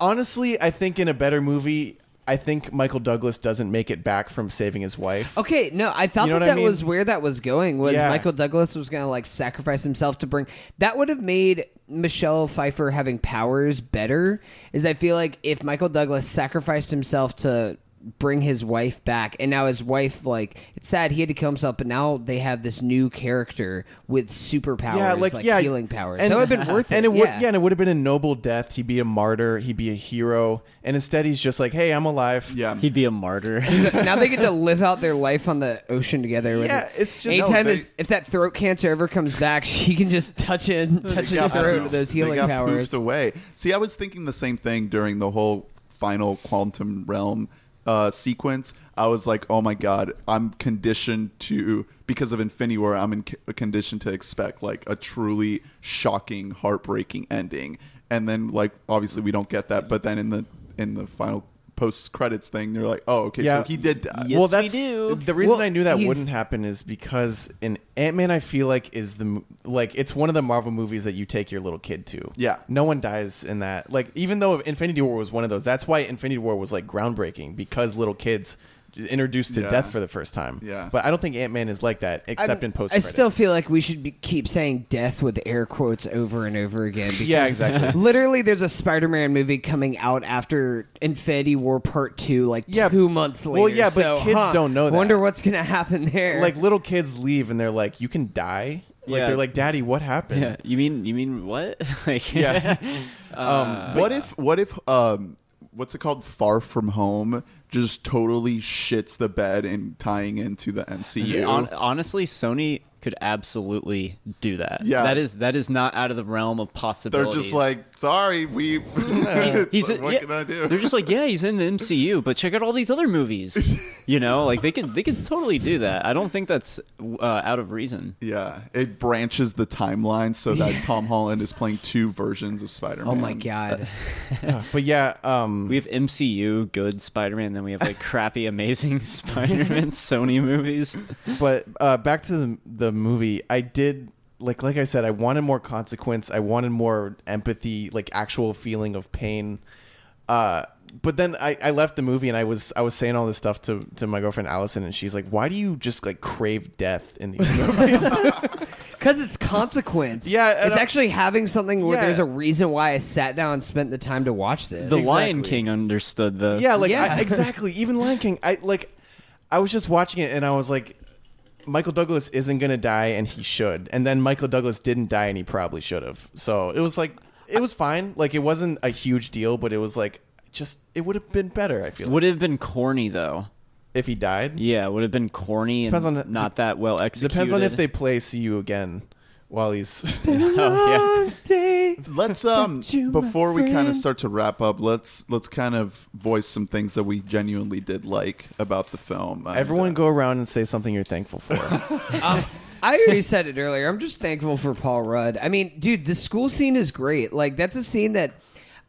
[SPEAKER 1] honestly i think in a better movie i think michael douglas doesn't make it back from saving his wife
[SPEAKER 5] Okay, no, I thought
[SPEAKER 1] You know
[SPEAKER 5] that
[SPEAKER 1] what I
[SPEAKER 5] that
[SPEAKER 1] mean?
[SPEAKER 5] was where that was going. Was
[SPEAKER 1] Yeah.
[SPEAKER 5] Michael Douglas was going to like sacrifice himself to bring that would have made Michelle Pfeiffer having powers better. Is I feel like if Michael Douglas sacrificed himself to bring his wife back, and now his wife like it's sad he had to kill himself, but now they have this new character with superpowers,
[SPEAKER 1] yeah
[SPEAKER 5] Oh, like,
[SPEAKER 1] like, yeah
[SPEAKER 5] healing powers.
[SPEAKER 1] and
[SPEAKER 5] that would have been worth it.
[SPEAKER 1] and it would
[SPEAKER 5] yeah.
[SPEAKER 1] yeah and it would have been a noble death he'd be a martyr he'd be a hero and instead he's just like hey i'm alive
[SPEAKER 4] yeah,
[SPEAKER 3] He'd be a martyr.
[SPEAKER 5] now they get to live out their life on the ocean together. with
[SPEAKER 1] Yeah,
[SPEAKER 5] it.
[SPEAKER 1] it's just-
[SPEAKER 5] anytime
[SPEAKER 4] No, they-
[SPEAKER 5] this- if that throat cancer ever comes back, she can just touch it, touch his
[SPEAKER 4] got
[SPEAKER 5] throat
[SPEAKER 4] poofed.
[SPEAKER 5] with those
[SPEAKER 4] They
[SPEAKER 5] healing
[SPEAKER 4] got
[SPEAKER 5] powers.
[SPEAKER 4] poofed away. See, I was thinking the same thing during the whole final quantum realm uh, sequence. I was like, oh my god, I'm conditioned to because of Infinity War. I'm in c- conditioned to expect like a truly shocking, heartbreaking ending, and then like obviously we don't get that. But then in the in the final post credits thing, they're like, oh okay,
[SPEAKER 1] Yeah.
[SPEAKER 4] so he did die.
[SPEAKER 3] Yes,
[SPEAKER 1] well,
[SPEAKER 3] we
[SPEAKER 1] that's
[SPEAKER 3] do.
[SPEAKER 1] the reason
[SPEAKER 5] Well,
[SPEAKER 1] I knew that
[SPEAKER 5] he's-
[SPEAKER 1] wouldn't happen is because in Ant Man, I feel like is the mo- like it's one of the Marvel movies that you take your little kid to.
[SPEAKER 4] Yeah.
[SPEAKER 1] no one dies in that. Like even though Infinity War was one of those, that's why Infinity War was like groundbreaking because little kids introduced to
[SPEAKER 4] Yeah.
[SPEAKER 1] death for the first time.
[SPEAKER 4] Yeah.
[SPEAKER 1] but I don't think Ant Man is like that except in post.
[SPEAKER 5] I still feel like we should be, keep saying death with air quotes over and over again. Because
[SPEAKER 1] Yeah, exactly.
[SPEAKER 5] literally, there's a Spider-Man movie coming out after Infinity War Part Two, like
[SPEAKER 1] Yeah,
[SPEAKER 5] two months later.
[SPEAKER 1] well, yeah, but
[SPEAKER 5] So,
[SPEAKER 1] kids
[SPEAKER 5] huh,
[SPEAKER 1] don't know that.
[SPEAKER 5] Wonder what's gonna happen there.
[SPEAKER 1] like little kids leave and they're like, "You can die." Like
[SPEAKER 3] Yeah.
[SPEAKER 1] they're like, "Daddy, what happened?"
[SPEAKER 3] yeah. You mean you mean what? like
[SPEAKER 1] Yeah.
[SPEAKER 4] What if what if um what's it called Far From Home just totally shits the bed and tying into the MCU?
[SPEAKER 3] Hon- honestly, Sony could absolutely do that.
[SPEAKER 4] Yeah.
[SPEAKER 3] that is that is not out of the realm of
[SPEAKER 4] They're
[SPEAKER 3] possibility.
[SPEAKER 4] just like, sorry, we.
[SPEAKER 3] he's
[SPEAKER 4] what
[SPEAKER 3] yeah,
[SPEAKER 4] can I do?
[SPEAKER 3] They're just like, yeah, he's in the MCU, but check out all these other movies. you know, like they could they could totally do that. I don't think that's uh, out of reason.
[SPEAKER 4] yeah, it branches the timeline so that Tom Holland is playing two versions of Spider-Man.
[SPEAKER 5] oh my god,
[SPEAKER 1] But yeah, um,
[SPEAKER 3] We have MCU good Spider-Man, then we have like crappy Amazing Spider-Man Sony movies.
[SPEAKER 1] but uh, back to the the movie. I did like like I said, I wanted more consequence. I wanted more empathy, like actual feeling of pain. Uh, but then I, I left the movie and I was I was saying all this stuff to, to my girlfriend Allison and she's like, why do you just like crave death in these movies?
[SPEAKER 5] Because it's consequence.
[SPEAKER 1] Yeah, and
[SPEAKER 5] it's
[SPEAKER 1] I-
[SPEAKER 5] actually having something where
[SPEAKER 1] Yeah.
[SPEAKER 5] there's a reason why I sat down and spent the time to watch this.
[SPEAKER 3] The Lion King understood this.
[SPEAKER 1] Yeah, like
[SPEAKER 5] Yeah.
[SPEAKER 1] I, exactly. Even Lion King, I like. I was just watching it and I was like, Michael Douglas isn't gonna die and he should. And then Michael Douglas didn't die and he probably should have. So it was like it was fine. Like it wasn't a huge deal, but it was like just it would have been better. I feel like,
[SPEAKER 3] would have been corny though.
[SPEAKER 1] if he died.
[SPEAKER 3] Yeah, would have been corny and
[SPEAKER 1] Depends on-
[SPEAKER 3] not that well executed.
[SPEAKER 1] Depends on if they play "See You Again" while he's.
[SPEAKER 3] Oh, yeah.
[SPEAKER 4] Let's um
[SPEAKER 2] you, my
[SPEAKER 4] before we kind of
[SPEAKER 2] friend.
[SPEAKER 4] start to wrap up, let's let's kind of voice some things that we genuinely did like about the film. And,
[SPEAKER 1] Everyone
[SPEAKER 4] uh,
[SPEAKER 1] go around and say something you're thankful for.
[SPEAKER 5] I already said it earlier. I'm just thankful for Paul Rudd. I mean, dude, the school scene is great. Like, that's a scene that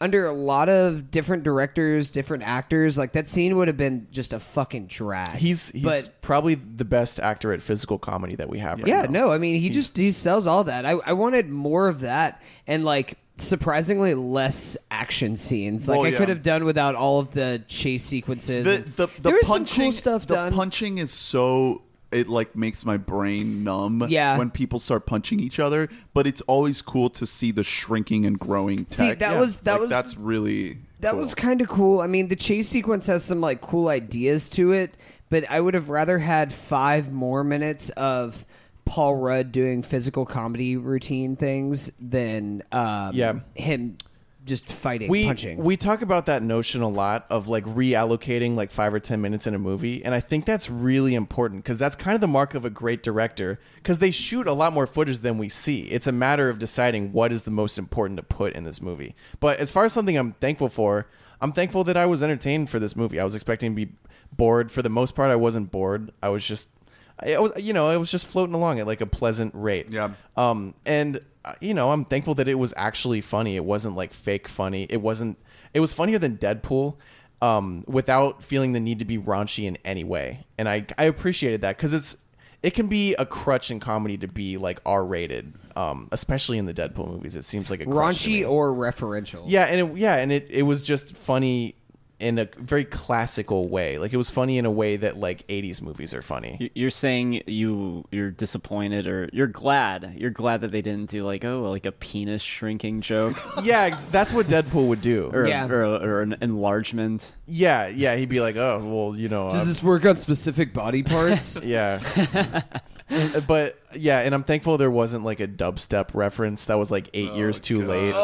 [SPEAKER 5] under a lot of different directors, different actors, like that scene would have been just a fucking drag.
[SPEAKER 1] he's he's
[SPEAKER 5] but
[SPEAKER 1] probably the best actor at physical comedy that we have. Right
[SPEAKER 5] yeah,
[SPEAKER 1] now.
[SPEAKER 5] no, I mean, he just he sells all that. I I wanted more of that and like surprisingly less action scenes. Like
[SPEAKER 4] Well,
[SPEAKER 5] I
[SPEAKER 4] yeah.
[SPEAKER 5] could have done without all of the chase sequences.
[SPEAKER 4] the
[SPEAKER 5] and-
[SPEAKER 4] the, the
[SPEAKER 5] there was
[SPEAKER 4] punching
[SPEAKER 5] some cool stuff
[SPEAKER 4] the
[SPEAKER 5] done.
[SPEAKER 4] punching is so it like makes my brain numb
[SPEAKER 5] Yeah.
[SPEAKER 4] when people start punching each other, but it's always cool to see the shrinking and growing tech.
[SPEAKER 5] See, that was- that
[SPEAKER 4] Like,
[SPEAKER 5] was-
[SPEAKER 4] that's really
[SPEAKER 5] That
[SPEAKER 4] cool.
[SPEAKER 5] was kind of cool. I mean, the chase sequence has some like cool ideas to it, but I would have rather had five more minutes of Paul Rudd doing physical comedy routine things than um,
[SPEAKER 1] Yeah.
[SPEAKER 5] him just fighting,
[SPEAKER 1] we
[SPEAKER 5] punching.
[SPEAKER 1] we talk about that notion a lot of like reallocating like five or ten minutes in a movie and i think that's really important because that's kind of the mark of a great director because they shoot a lot more footage than we see it's a matter of deciding what is the most important to put in this movie but as far as something i'm thankful for i'm thankful that i was entertained for this movie i was expecting to be bored for the most part i wasn't bored i was just I was, you know, I was just floating along at like a pleasant rate.
[SPEAKER 4] Yeah.
[SPEAKER 1] Um, and uh, you know, I'm thankful that it was actually funny. It wasn't like fake funny. It wasn't. It was funnier than Deadpool, um, without feeling the need to be raunchy in any way. And I I appreciated that because it's it can be a crutch in comedy to be like R rated, um, especially in the Deadpool movies. It seems like a crutch to me.
[SPEAKER 5] Raunchy or referential.
[SPEAKER 1] Yeah, and it, yeah, and it, it was just funny in a very classical way. Like it was funny in a way that like 80s movies are funny.
[SPEAKER 3] You- You're saying you you're disappointed or you're glad you're glad that they didn't do like oh like a penis shrinking joke
[SPEAKER 1] yeah, ex- that's what Deadpool would do.
[SPEAKER 3] or
[SPEAKER 5] Yeah.
[SPEAKER 3] or, or an enlargement.
[SPEAKER 1] yeah, yeah, he'd be like, "Oh, well, you know,
[SPEAKER 5] Does
[SPEAKER 1] um,
[SPEAKER 5] this work on specific body parts?
[SPEAKER 1] yeah." uh, but yeah, and I'm thankful there wasn't like a dubstep reference that was like eight years too late.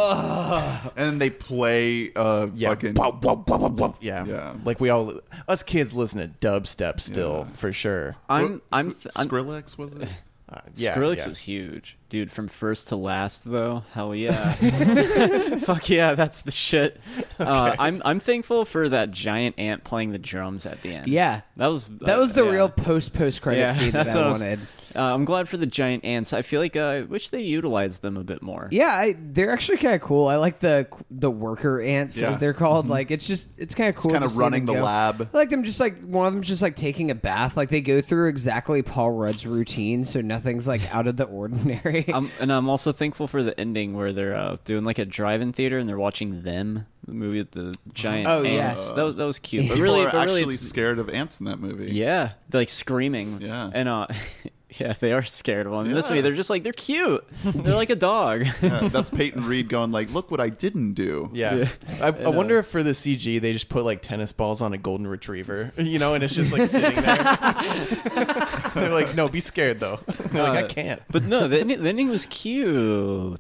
[SPEAKER 4] and they play uh
[SPEAKER 1] yeah.
[SPEAKER 4] fucking
[SPEAKER 1] Bwah, bwah, bwah, bwah, bwah. yeah,
[SPEAKER 4] Yeah.
[SPEAKER 1] Like we all, us kids, listen to dubstep still for sure.
[SPEAKER 3] I'm I'm, th- I'm
[SPEAKER 4] Skrillex was it?
[SPEAKER 1] Uh, yeah,
[SPEAKER 3] Skrillex
[SPEAKER 1] yeah.
[SPEAKER 3] was huge, dude. From first to last, though, hell yeah, fuck yeah, that's the shit. Uh, I'm I'm thankful for that giant ant playing the drums at the end.
[SPEAKER 5] Yeah.
[SPEAKER 3] that was uh,
[SPEAKER 5] That was the
[SPEAKER 3] yeah.
[SPEAKER 5] real post post credit
[SPEAKER 3] Yeah,
[SPEAKER 5] scene that
[SPEAKER 3] that's
[SPEAKER 5] I
[SPEAKER 3] what I was-
[SPEAKER 5] wanted.
[SPEAKER 3] Uh, I'm glad for the giant ants. I feel like uh, I wish they utilized them a bit more.
[SPEAKER 5] Yeah, I, they're actually kind of cool. I like the the worker ants
[SPEAKER 4] Yeah.
[SPEAKER 5] as they're called. Like it's just it's kind of cool.
[SPEAKER 4] kinda
[SPEAKER 5] to see
[SPEAKER 4] running
[SPEAKER 5] them
[SPEAKER 4] the
[SPEAKER 5] go.
[SPEAKER 4] lab.
[SPEAKER 5] I like them just like one of them's just like taking a bath. Like they go through exactly Paul Rudd's routine, so nothing's like out of the ordinary.
[SPEAKER 3] Um, and I'm also thankful for the ending where they're uh, doing like a drive-in theater and they're watching them, the movie with the giant
[SPEAKER 5] Oh, yeah.
[SPEAKER 3] ants. That, was- that was cute. But
[SPEAKER 4] People
[SPEAKER 3] really,
[SPEAKER 4] are
[SPEAKER 3] but really
[SPEAKER 4] actually
[SPEAKER 3] it's-
[SPEAKER 4] scared of ants in that movie.
[SPEAKER 3] Yeah, they're, like screaming.
[SPEAKER 4] Yeah.
[SPEAKER 3] and uh, yeah, they are scared of them. In This way, they're just like they're cute. they're like a dog.
[SPEAKER 4] Yeah, that's Peyton Reed going like, "Look what I didn't do."
[SPEAKER 1] Yeah, I, I wonder if for the CG they just put like tennis balls on a golden retriever, you know, and it's just like sitting there. They're like, "No, be scared though." They're like, "I can't."
[SPEAKER 3] but no, the, ending- the ending was cute.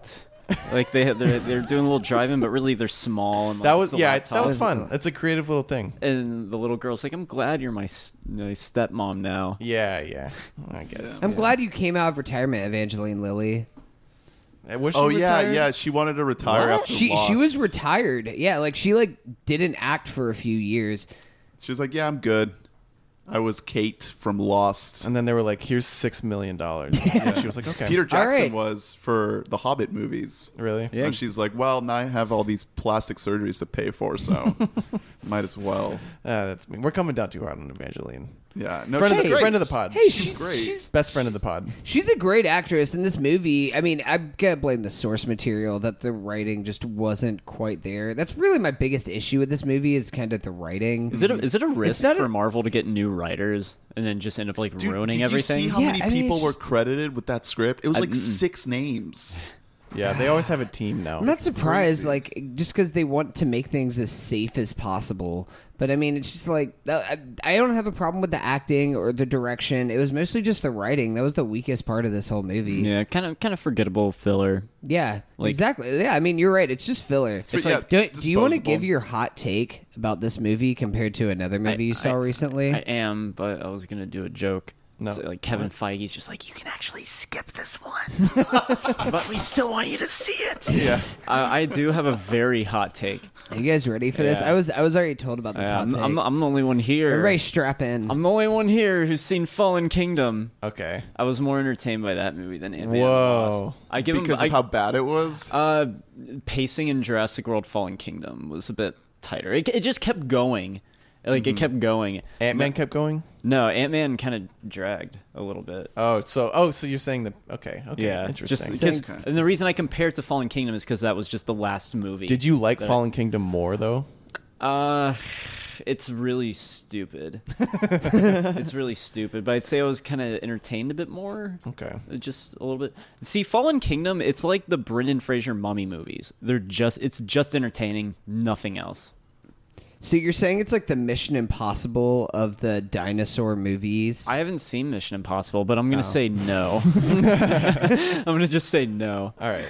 [SPEAKER 3] Like they had- they're they're doing a little driving, but really they're small. And like,
[SPEAKER 1] That
[SPEAKER 3] it's
[SPEAKER 1] was
[SPEAKER 3] the
[SPEAKER 1] yeah, that
[SPEAKER 3] laptop.
[SPEAKER 1] was fun. That's a creative little thing.
[SPEAKER 3] And the little girl's like, "I'm glad you're my, s- my stepmom now."
[SPEAKER 1] Yeah, yeah. I guess.
[SPEAKER 5] I'm glad you came out of retirement, Evangeline Lilly.
[SPEAKER 1] I wish.
[SPEAKER 4] Oh
[SPEAKER 1] she
[SPEAKER 4] yeah,
[SPEAKER 1] retired.
[SPEAKER 4] yeah. She wanted to retire after
[SPEAKER 5] She she was
[SPEAKER 4] Lost.
[SPEAKER 5] retired. Yeah, like she like didn't act for a few years.
[SPEAKER 4] She was like, "Yeah, I'm good. I was Kate from Lost."
[SPEAKER 1] And then they were like, "Here's six million dollars." And She was like, "Okay."
[SPEAKER 4] Peter Jackson
[SPEAKER 5] right.
[SPEAKER 4] was for the Hobbit movies.
[SPEAKER 1] really?
[SPEAKER 3] Yeah.
[SPEAKER 4] And she's like, "Well, now I have all these plastic surgeries to pay for, so might as well."
[SPEAKER 1] Ah, Uh, that's me. We're coming down too hard on Evangeline.
[SPEAKER 4] Yeah, no,
[SPEAKER 1] Friend of
[SPEAKER 4] she's
[SPEAKER 1] the-
[SPEAKER 4] great.
[SPEAKER 1] friend of the pod.
[SPEAKER 5] Hey,
[SPEAKER 4] She's
[SPEAKER 5] she's
[SPEAKER 4] great.
[SPEAKER 5] she's
[SPEAKER 1] Best friend of the pod.
[SPEAKER 5] She's a great actress in this movie. I mean, I'm gonna blame the source material that the writing just wasn't quite there. That's really my biggest issue with this movie is kind of the writing.
[SPEAKER 3] Is it a, is it a risk
[SPEAKER 5] not a-
[SPEAKER 3] for Marvel to get new writers and then just end up like
[SPEAKER 4] Dude,
[SPEAKER 3] ruining
[SPEAKER 4] did
[SPEAKER 3] everything?
[SPEAKER 4] You see how
[SPEAKER 5] Yeah,
[SPEAKER 4] many
[SPEAKER 5] I mean,
[SPEAKER 4] people
[SPEAKER 5] it's
[SPEAKER 4] were
[SPEAKER 5] just-
[SPEAKER 4] credited with that script? It was like
[SPEAKER 3] mm-mm.
[SPEAKER 4] six names.
[SPEAKER 1] Yeah, they always have a team now.
[SPEAKER 5] I'm not surprised,
[SPEAKER 4] Crazy.
[SPEAKER 5] like just because they want to make things as safe as possible. But I mean, it's just like uh, I I don't have a problem with the acting or the direction. It was mostly just the writing that was the weakest part of this whole movie.
[SPEAKER 3] yeah, kind of kind of forgettable filler.
[SPEAKER 5] Yeah,
[SPEAKER 3] Like-
[SPEAKER 5] exactly. Yeah, I mean, you're right. It's just filler.
[SPEAKER 4] It's yeah, like-
[SPEAKER 5] do,
[SPEAKER 4] it's
[SPEAKER 5] do you want to
[SPEAKER 4] disposable.
[SPEAKER 5] give your hot take about this movie compared to another movie you saw
[SPEAKER 3] I-
[SPEAKER 5] recently?
[SPEAKER 3] I am, but I was gonna do a joke.
[SPEAKER 1] No.
[SPEAKER 3] It's like Kevin Feige's just like you can actually skip this one, but we still want you to see it.
[SPEAKER 4] Yeah.
[SPEAKER 3] I, I do have a very hot take.
[SPEAKER 5] Are you guys ready for this?
[SPEAKER 3] Yeah.
[SPEAKER 5] I was I was already told about this
[SPEAKER 3] Yeah,
[SPEAKER 5] hot
[SPEAKER 3] I'm,
[SPEAKER 5] take.
[SPEAKER 3] I'm, I'm the only one here.
[SPEAKER 5] Everybody strap in.
[SPEAKER 3] I'm the only one here who's seen Fallen Kingdom.
[SPEAKER 1] Okay.
[SPEAKER 3] I was more entertained by that movie than Ant-Man
[SPEAKER 1] Whoa.
[SPEAKER 3] and the Wasp. I
[SPEAKER 5] Um,
[SPEAKER 3] give
[SPEAKER 4] Because
[SPEAKER 3] him,
[SPEAKER 4] of
[SPEAKER 3] I-
[SPEAKER 4] how bad it was.
[SPEAKER 3] Uh, pacing in Jurassic World: Fallen Kingdom was a bit tighter. It, it just kept going, like
[SPEAKER 1] Mm-hmm.
[SPEAKER 3] it kept going.
[SPEAKER 1] Ant Man kept going.
[SPEAKER 3] No, Ant Man kind of dragged a little bit.
[SPEAKER 1] Oh, so oh, so you're saying the okay, okay,
[SPEAKER 3] yeah,
[SPEAKER 1] interesting.
[SPEAKER 3] Just, just-
[SPEAKER 4] Okay.
[SPEAKER 3] and the reason I compare it to Fallen Kingdom is because that was just the last movie.
[SPEAKER 1] Did you like Fallen Kingdom more though?
[SPEAKER 3] Uh, it's really stupid. it's really stupid, but I'd say I was kind of entertained a bit more.
[SPEAKER 1] Okay.
[SPEAKER 3] Uh, just a little bit. See, Fallen Kingdom, it's like the Brendan Fraser mummy movies. They're just it's just entertaining, nothing else.
[SPEAKER 5] so you're saying it's like the Mission Impossible of the dinosaur movies?
[SPEAKER 3] I haven't seen Mission Impossible, but I'm
[SPEAKER 1] Oh.
[SPEAKER 3] gonna say no. I'm gonna just say no.
[SPEAKER 1] All right.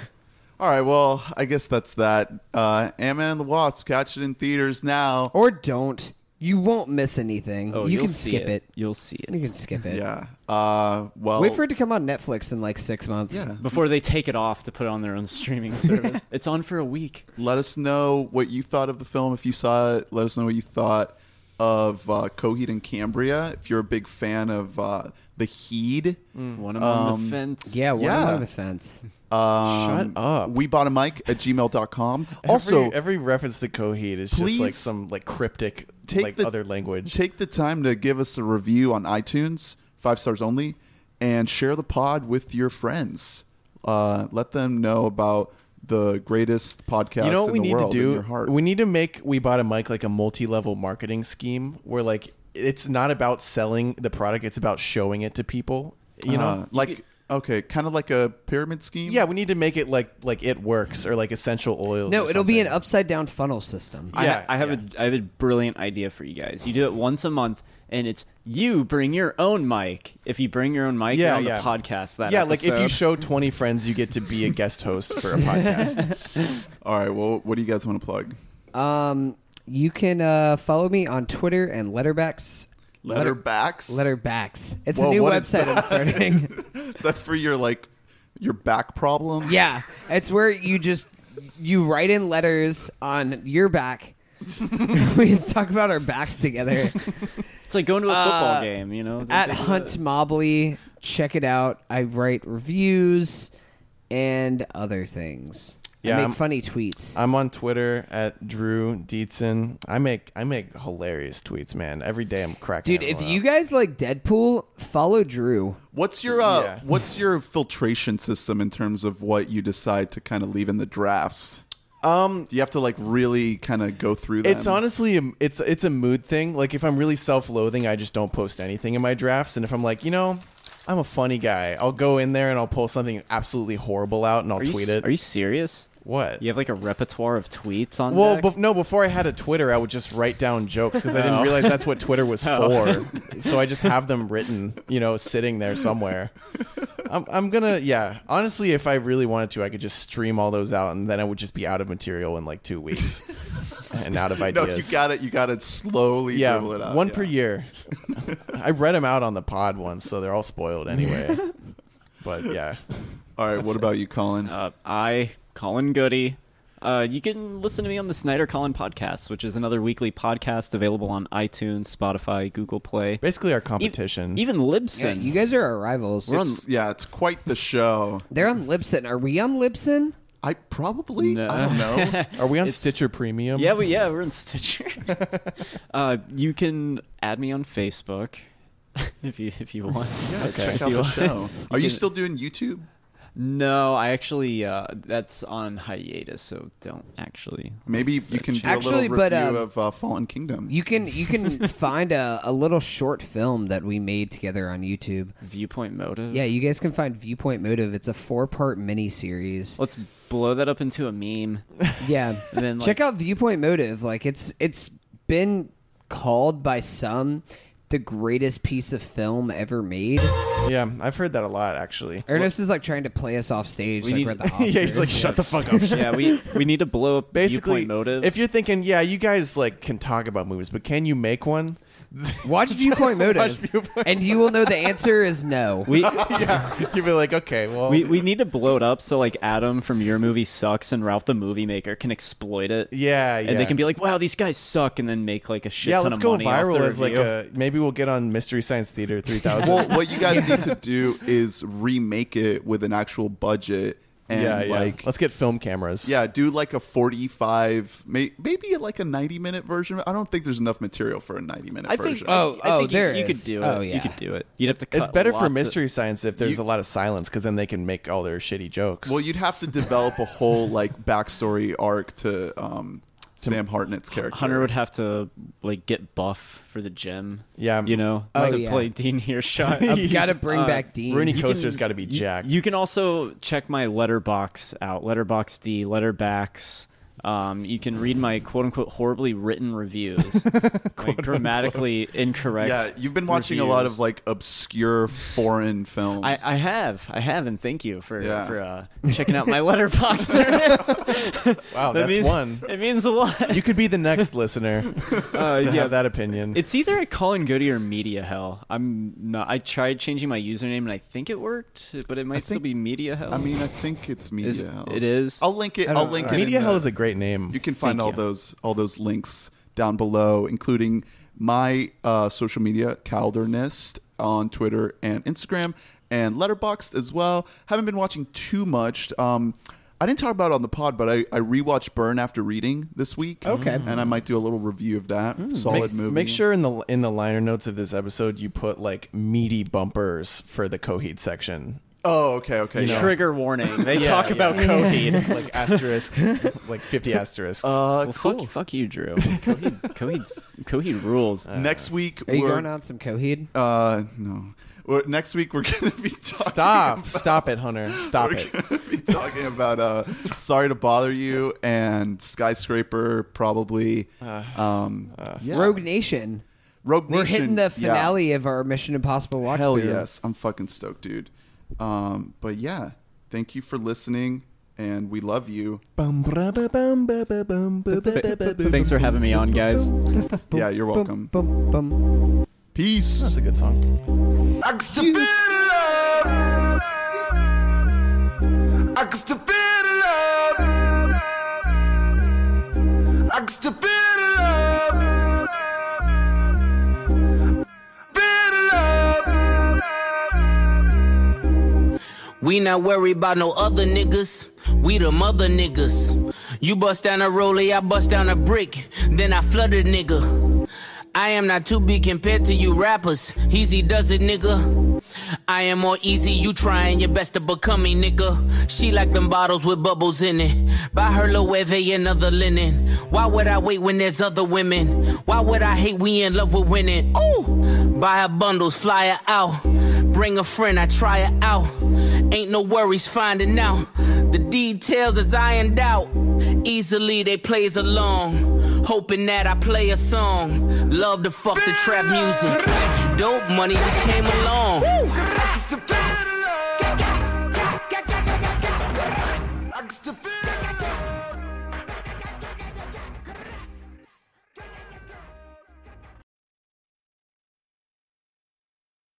[SPEAKER 4] All right, well, I guess that's that. Uh, Ant-Man and the Wasp, catch it in theaters now.
[SPEAKER 1] Oh.
[SPEAKER 5] or don't. You won't miss anything.
[SPEAKER 3] Oh,
[SPEAKER 5] you
[SPEAKER 3] will
[SPEAKER 5] can skip it.
[SPEAKER 3] You'll see
[SPEAKER 5] You
[SPEAKER 3] it
[SPEAKER 5] can skip it.
[SPEAKER 4] Yeah. Uh, well,
[SPEAKER 5] Wait for it to come on Netflix in like six months.
[SPEAKER 4] yeah.
[SPEAKER 3] before they take it off to put it on their own streaming service. it's on for a week.
[SPEAKER 4] Let us know what you thought of the film if you saw it. Let us know what you thought of uh, Coheed and Cambria if you're a big fan of uh, The Heed.
[SPEAKER 1] Mm.
[SPEAKER 3] One of them on
[SPEAKER 4] Um,
[SPEAKER 3] the fence.
[SPEAKER 5] Yeah, we're
[SPEAKER 4] Yeah.
[SPEAKER 5] on the fence.
[SPEAKER 4] Um,
[SPEAKER 1] Shut up.
[SPEAKER 4] We bought a mic at gmail.com. also,
[SPEAKER 1] every, every reference to Coheed is
[SPEAKER 4] please
[SPEAKER 1] just like some like cryptic
[SPEAKER 4] take
[SPEAKER 1] like
[SPEAKER 4] the-
[SPEAKER 1] other language.
[SPEAKER 4] take the time to give us a review on iTunes, five stars only, and share the pod with your friends. Uh, let them know about the greatest podcast
[SPEAKER 1] you know what
[SPEAKER 4] in
[SPEAKER 1] we
[SPEAKER 4] the
[SPEAKER 1] need to
[SPEAKER 4] world in
[SPEAKER 1] do?
[SPEAKER 4] your heart.
[SPEAKER 1] We need to make we bought a mic like a multi-level marketing scheme where like it's not about selling the product, it's about showing it to people. You know,
[SPEAKER 4] Uh, like okay, kind of like a pyramid scheme.
[SPEAKER 1] yeah, we need to make it like like it works or like essential oils.
[SPEAKER 5] No,
[SPEAKER 1] or
[SPEAKER 5] it'll be an
[SPEAKER 1] something.
[SPEAKER 5] upside down funnel system.
[SPEAKER 3] I,
[SPEAKER 1] Yeah,
[SPEAKER 3] I have a I have a brilliant idea for you guys. You do it once a month, and it's you bring your own mic. If you bring your own mic, you're
[SPEAKER 1] Yeah,
[SPEAKER 3] on
[SPEAKER 1] yeah.
[SPEAKER 3] the podcast. That
[SPEAKER 1] yeah, like if you
[SPEAKER 3] episode.
[SPEAKER 1] show twenty friends, you get to be a guest host for a podcast.
[SPEAKER 4] All right. Well, what do you guys want to plug?
[SPEAKER 5] Um, you can uh, follow me on Twitter and Letterbacks.
[SPEAKER 4] Letterbacks.
[SPEAKER 5] Letterbacks. It's
[SPEAKER 4] Whoa,
[SPEAKER 5] a new
[SPEAKER 4] what is
[SPEAKER 5] website I'm starting.
[SPEAKER 4] Is that for your like your back problems?
[SPEAKER 5] yeah, it's where you just you write in letters on your back. we just talk about our backs together
[SPEAKER 3] it's like going to a football
[SPEAKER 5] Uh,
[SPEAKER 3] game, you know. They-
[SPEAKER 5] at
[SPEAKER 3] they do
[SPEAKER 5] Hunt Mobley. Check it out. I write reviews and other things.
[SPEAKER 1] Yeah,
[SPEAKER 5] I make
[SPEAKER 1] I'm-
[SPEAKER 5] funny tweets.
[SPEAKER 1] I'm on Twitter at Drew Dietzen. I make I make hilarious tweets, man. Every day I'm cracking.
[SPEAKER 5] Dude, if
[SPEAKER 1] everyone
[SPEAKER 5] you
[SPEAKER 1] up.
[SPEAKER 5] guys like Deadpool, follow Drew.
[SPEAKER 4] What's your uh,
[SPEAKER 1] Yeah.
[SPEAKER 4] what's your filtration system in terms of what you decide to kind of leave in the drafts? Um, do you have to like really kind of go through them?
[SPEAKER 1] It's honestly a- it's it's a mood thing. Like if I'm really self-loathing, I just don't post anything in my drafts. And if I'm like, you know, I'm a funny guy, I'll go in there and I'll pull something absolutely horrible out and I'll
[SPEAKER 3] Are you,
[SPEAKER 1] tweet
[SPEAKER 3] s-
[SPEAKER 1] it.
[SPEAKER 3] Are you serious?
[SPEAKER 1] what?
[SPEAKER 3] You have like a repertoire of tweets on.
[SPEAKER 1] Well,
[SPEAKER 3] deck?
[SPEAKER 1] bef- no. Before I had a Twitter, I would just write down jokes because I didn't
[SPEAKER 3] Oh.
[SPEAKER 1] realize that's what Twitter was for. so I just have them written, you know, sitting there somewhere. I'm, I'm gonna, yeah. Honestly, if I really wanted to, I could just stream all those out, and then I would just be out of material in like two weeks and out of
[SPEAKER 4] no,
[SPEAKER 1] ideas.
[SPEAKER 4] you got it. You got to slowly
[SPEAKER 1] yeah,
[SPEAKER 4] dribble it out.
[SPEAKER 1] one
[SPEAKER 4] yeah.
[SPEAKER 1] per year. I read them out on the pod once, so they're all spoiled anyway. but yeah,
[SPEAKER 4] All right. What about you, Colin?
[SPEAKER 3] Uh, I, Colin Goody. Uh, you can listen to me on the Snyder Colin podcast, which is another weekly podcast available on iTunes, Spotify, Google Play.
[SPEAKER 1] basically our
[SPEAKER 3] E-
[SPEAKER 1] competition.
[SPEAKER 3] Even Libsyn.
[SPEAKER 5] Yeah, you guys are our rivals.
[SPEAKER 3] We're on-
[SPEAKER 4] It's- yeah, it's quite the show.
[SPEAKER 5] They're on Libsyn. Are we on Libsyn?
[SPEAKER 4] I probably
[SPEAKER 3] No.
[SPEAKER 4] I don't know.
[SPEAKER 1] Are we on Stitcher Premium?
[SPEAKER 3] Yeah, we yeah, we're in Stitcher. uh, you can add me on Facebook. if you if you want.
[SPEAKER 4] Yeah,
[SPEAKER 3] Okay.
[SPEAKER 4] check
[SPEAKER 3] If
[SPEAKER 4] out
[SPEAKER 3] you
[SPEAKER 4] the
[SPEAKER 3] want.
[SPEAKER 4] show. Are you
[SPEAKER 3] can-
[SPEAKER 4] still doing YouTube?
[SPEAKER 3] No, I actually uh, that's on hiatus, so don't actually.
[SPEAKER 4] Maybe you can do a
[SPEAKER 5] Actually,
[SPEAKER 4] little
[SPEAKER 5] but,
[SPEAKER 4] review
[SPEAKER 5] um,
[SPEAKER 4] of uh, Fallen Kingdom.
[SPEAKER 5] You can you can find a, a little short film that we made together on YouTube.
[SPEAKER 3] Viewpoint motive.
[SPEAKER 5] Yeah, you guys can find Viewpoint Motive. It's a four part mini series.
[SPEAKER 3] Let's blow that up into a meme.
[SPEAKER 5] Yeah.
[SPEAKER 3] And then, like-
[SPEAKER 5] Check out Viewpoint Motive. Like it's it's been called by some the greatest piece of film ever made.
[SPEAKER 1] Yeah, I've heard that a lot actually.
[SPEAKER 5] Ernest is like trying to play us off stage like
[SPEAKER 3] need-
[SPEAKER 5] we're at the Oscars.
[SPEAKER 1] yeah, he's like, shut the fuck up.
[SPEAKER 3] Oh, yeah, we we need to blow up
[SPEAKER 1] Basically,
[SPEAKER 3] viewpoint motive.
[SPEAKER 1] if you're thinking, yeah, you guys like can talk about movies, but can you make one?
[SPEAKER 5] Watch Viewpoint Motive.
[SPEAKER 1] Viewpoint
[SPEAKER 5] and you will know the answer is no.
[SPEAKER 3] we
[SPEAKER 1] You'd be like, okay, well,
[SPEAKER 3] we we need to blow it up so like Adam from your movie sucks and Ralph the movie maker can exploit it.
[SPEAKER 1] yeah, yeah.
[SPEAKER 3] And they can be like, "Wow, these guys suck," and then make like a shit
[SPEAKER 1] yeah,
[SPEAKER 3] ton
[SPEAKER 1] let's
[SPEAKER 3] of
[SPEAKER 1] go
[SPEAKER 3] money off
[SPEAKER 1] viral
[SPEAKER 3] the
[SPEAKER 1] as like
[SPEAKER 3] review.
[SPEAKER 1] a maybe we'll get on Mystery Science Theater 3000.
[SPEAKER 4] well, what you guys need to do is remake it with an actual budget and
[SPEAKER 1] yeah, yeah.
[SPEAKER 4] like
[SPEAKER 1] let's get film cameras.
[SPEAKER 4] yeah, do like a 45 may, maybe like a 90 minute version. I don't think there's enough material for a 90 minute
[SPEAKER 3] I
[SPEAKER 4] version.
[SPEAKER 3] think. uh,
[SPEAKER 5] Oh,
[SPEAKER 3] I
[SPEAKER 5] oh,
[SPEAKER 3] think you-
[SPEAKER 5] there
[SPEAKER 3] you,
[SPEAKER 5] it
[SPEAKER 3] could
[SPEAKER 5] is.
[SPEAKER 3] do it.
[SPEAKER 5] Oh,
[SPEAKER 3] You
[SPEAKER 5] yeah.
[SPEAKER 3] could do it. You'd have to. Cut
[SPEAKER 1] it's better
[SPEAKER 3] lots
[SPEAKER 1] for
[SPEAKER 3] of-
[SPEAKER 1] Mystery Science if there's a
[SPEAKER 4] You-
[SPEAKER 1] lot of silence because then they can make all their shitty jokes.
[SPEAKER 4] well, you'd have to develop a whole like backstory arc to um Sam Hartnett's character.
[SPEAKER 3] Hunter would have to like get buff for the gym.
[SPEAKER 1] Yeah.
[SPEAKER 3] you know,
[SPEAKER 5] Oh,
[SPEAKER 3] to
[SPEAKER 5] yeah.
[SPEAKER 3] play Dean Earshot.
[SPEAKER 5] You gotta bring
[SPEAKER 3] Uh,
[SPEAKER 5] back Dean.
[SPEAKER 1] Rooney
[SPEAKER 3] You
[SPEAKER 1] Coaster's
[SPEAKER 3] can-
[SPEAKER 1] got to be
[SPEAKER 3] you-
[SPEAKER 1] jacked.
[SPEAKER 3] You, can also check my letterbox out, letterboxd, letterbacks. Um, you can read my quote unquote horribly written reviews, like grammatically incorrect.
[SPEAKER 4] yeah, you've been watching a lot
[SPEAKER 3] reviews.
[SPEAKER 4] of like obscure foreign films.
[SPEAKER 3] I, I have, I have, and thank you for
[SPEAKER 4] Yeah.
[SPEAKER 3] for uh, checking out my letterbox service.
[SPEAKER 1] wow,
[SPEAKER 3] That
[SPEAKER 1] that's
[SPEAKER 3] means-
[SPEAKER 1] one.
[SPEAKER 3] It means a lot.
[SPEAKER 1] You could be the next listener
[SPEAKER 3] Uh,
[SPEAKER 1] to have that opinion.
[SPEAKER 3] It's either at Colin Goody or Media Hell. I'm not. I tried changing my username and I think it worked, but it might still
[SPEAKER 4] think-
[SPEAKER 3] be Media Hell.
[SPEAKER 4] I mean, I think it's media.
[SPEAKER 3] Is-
[SPEAKER 4] Hell.
[SPEAKER 3] it is?
[SPEAKER 4] I'll link it.
[SPEAKER 5] I don't
[SPEAKER 4] I'll
[SPEAKER 5] know.
[SPEAKER 4] link it. in
[SPEAKER 1] Media Hell
[SPEAKER 4] the-
[SPEAKER 1] is a great name.
[SPEAKER 4] You can find
[SPEAKER 3] Thank
[SPEAKER 4] all
[SPEAKER 3] you.
[SPEAKER 4] those all those links down below, including my uh, social media, Caldernist on Twitter and Instagram, and Letterboxd as well. Haven't been watching too much. Um, I didn't talk about it on the pod, but I, I rewatched Burn After Reading this week.
[SPEAKER 5] Okay. Hmm.
[SPEAKER 4] and I might do a little review of that. Solid
[SPEAKER 1] make,
[SPEAKER 4] movie.
[SPEAKER 1] make sure in the in the liner notes of this episode you put like meaty bumpers for the Coheed section,
[SPEAKER 4] Oh, okay, okay. yeah.
[SPEAKER 3] Trigger warning. They talk
[SPEAKER 1] yeah.
[SPEAKER 3] about Coheed.
[SPEAKER 1] like asterisk, like fifty asterisks.
[SPEAKER 4] Uh,
[SPEAKER 3] well,
[SPEAKER 4] cool.
[SPEAKER 3] fuck, fuck you, Drew. Coheed, Coheed's, Coheed rules.
[SPEAKER 4] Next week,
[SPEAKER 5] Are you
[SPEAKER 4] we're
[SPEAKER 5] going on some Coheed?
[SPEAKER 4] uh no. We're, next week we're gonna be
[SPEAKER 1] stop,
[SPEAKER 4] talking
[SPEAKER 1] stop it, Hunter. Stop
[SPEAKER 4] We're
[SPEAKER 1] it.
[SPEAKER 4] gonna be talking about uh, "Sorry to Bother You" and "Skyscraper," probably. um, yeah.
[SPEAKER 5] Rogue Nation.
[SPEAKER 4] Rogue
[SPEAKER 5] We're
[SPEAKER 4] Nation,
[SPEAKER 5] hitting the
[SPEAKER 4] yeah.
[SPEAKER 5] finale of our Mission Impossible watch.
[SPEAKER 4] Hell
[SPEAKER 5] through.
[SPEAKER 4] yes, I'm fucking stoked, dude. Um, but yeah, thank you for listening, and we love you.
[SPEAKER 3] Th- thanks for having me on, guys.
[SPEAKER 4] Yeah, you're welcome.
[SPEAKER 5] Boom, boom.
[SPEAKER 4] Peace.
[SPEAKER 1] That's a good song.
[SPEAKER 7] I can still feel the love. I can still feel the love. I can still feel the love. Feel the love.
[SPEAKER 8] We not worry about no other niggas. We the mother niggas. You bust down a rollie, I bust down a brick. Then I flood a nigga. I am not to be compared to you rappers. Easy does it, nigga. I am more easy, you trying your best to become me, nigga. She like them bottles with bubbles in it. Buy her Loewe and other linen. Why would I wait when there's other women? Why would I hate we in love with winning? Ooh! Buy her bundles, fly her out. Bring a friend, I try it out. Ain't no worries finding out. The details is ironed out. Easily they plays along. Hoping that I play a song. Love to fuck the trap music. Dope money just came along.
[SPEAKER 7] I can still feel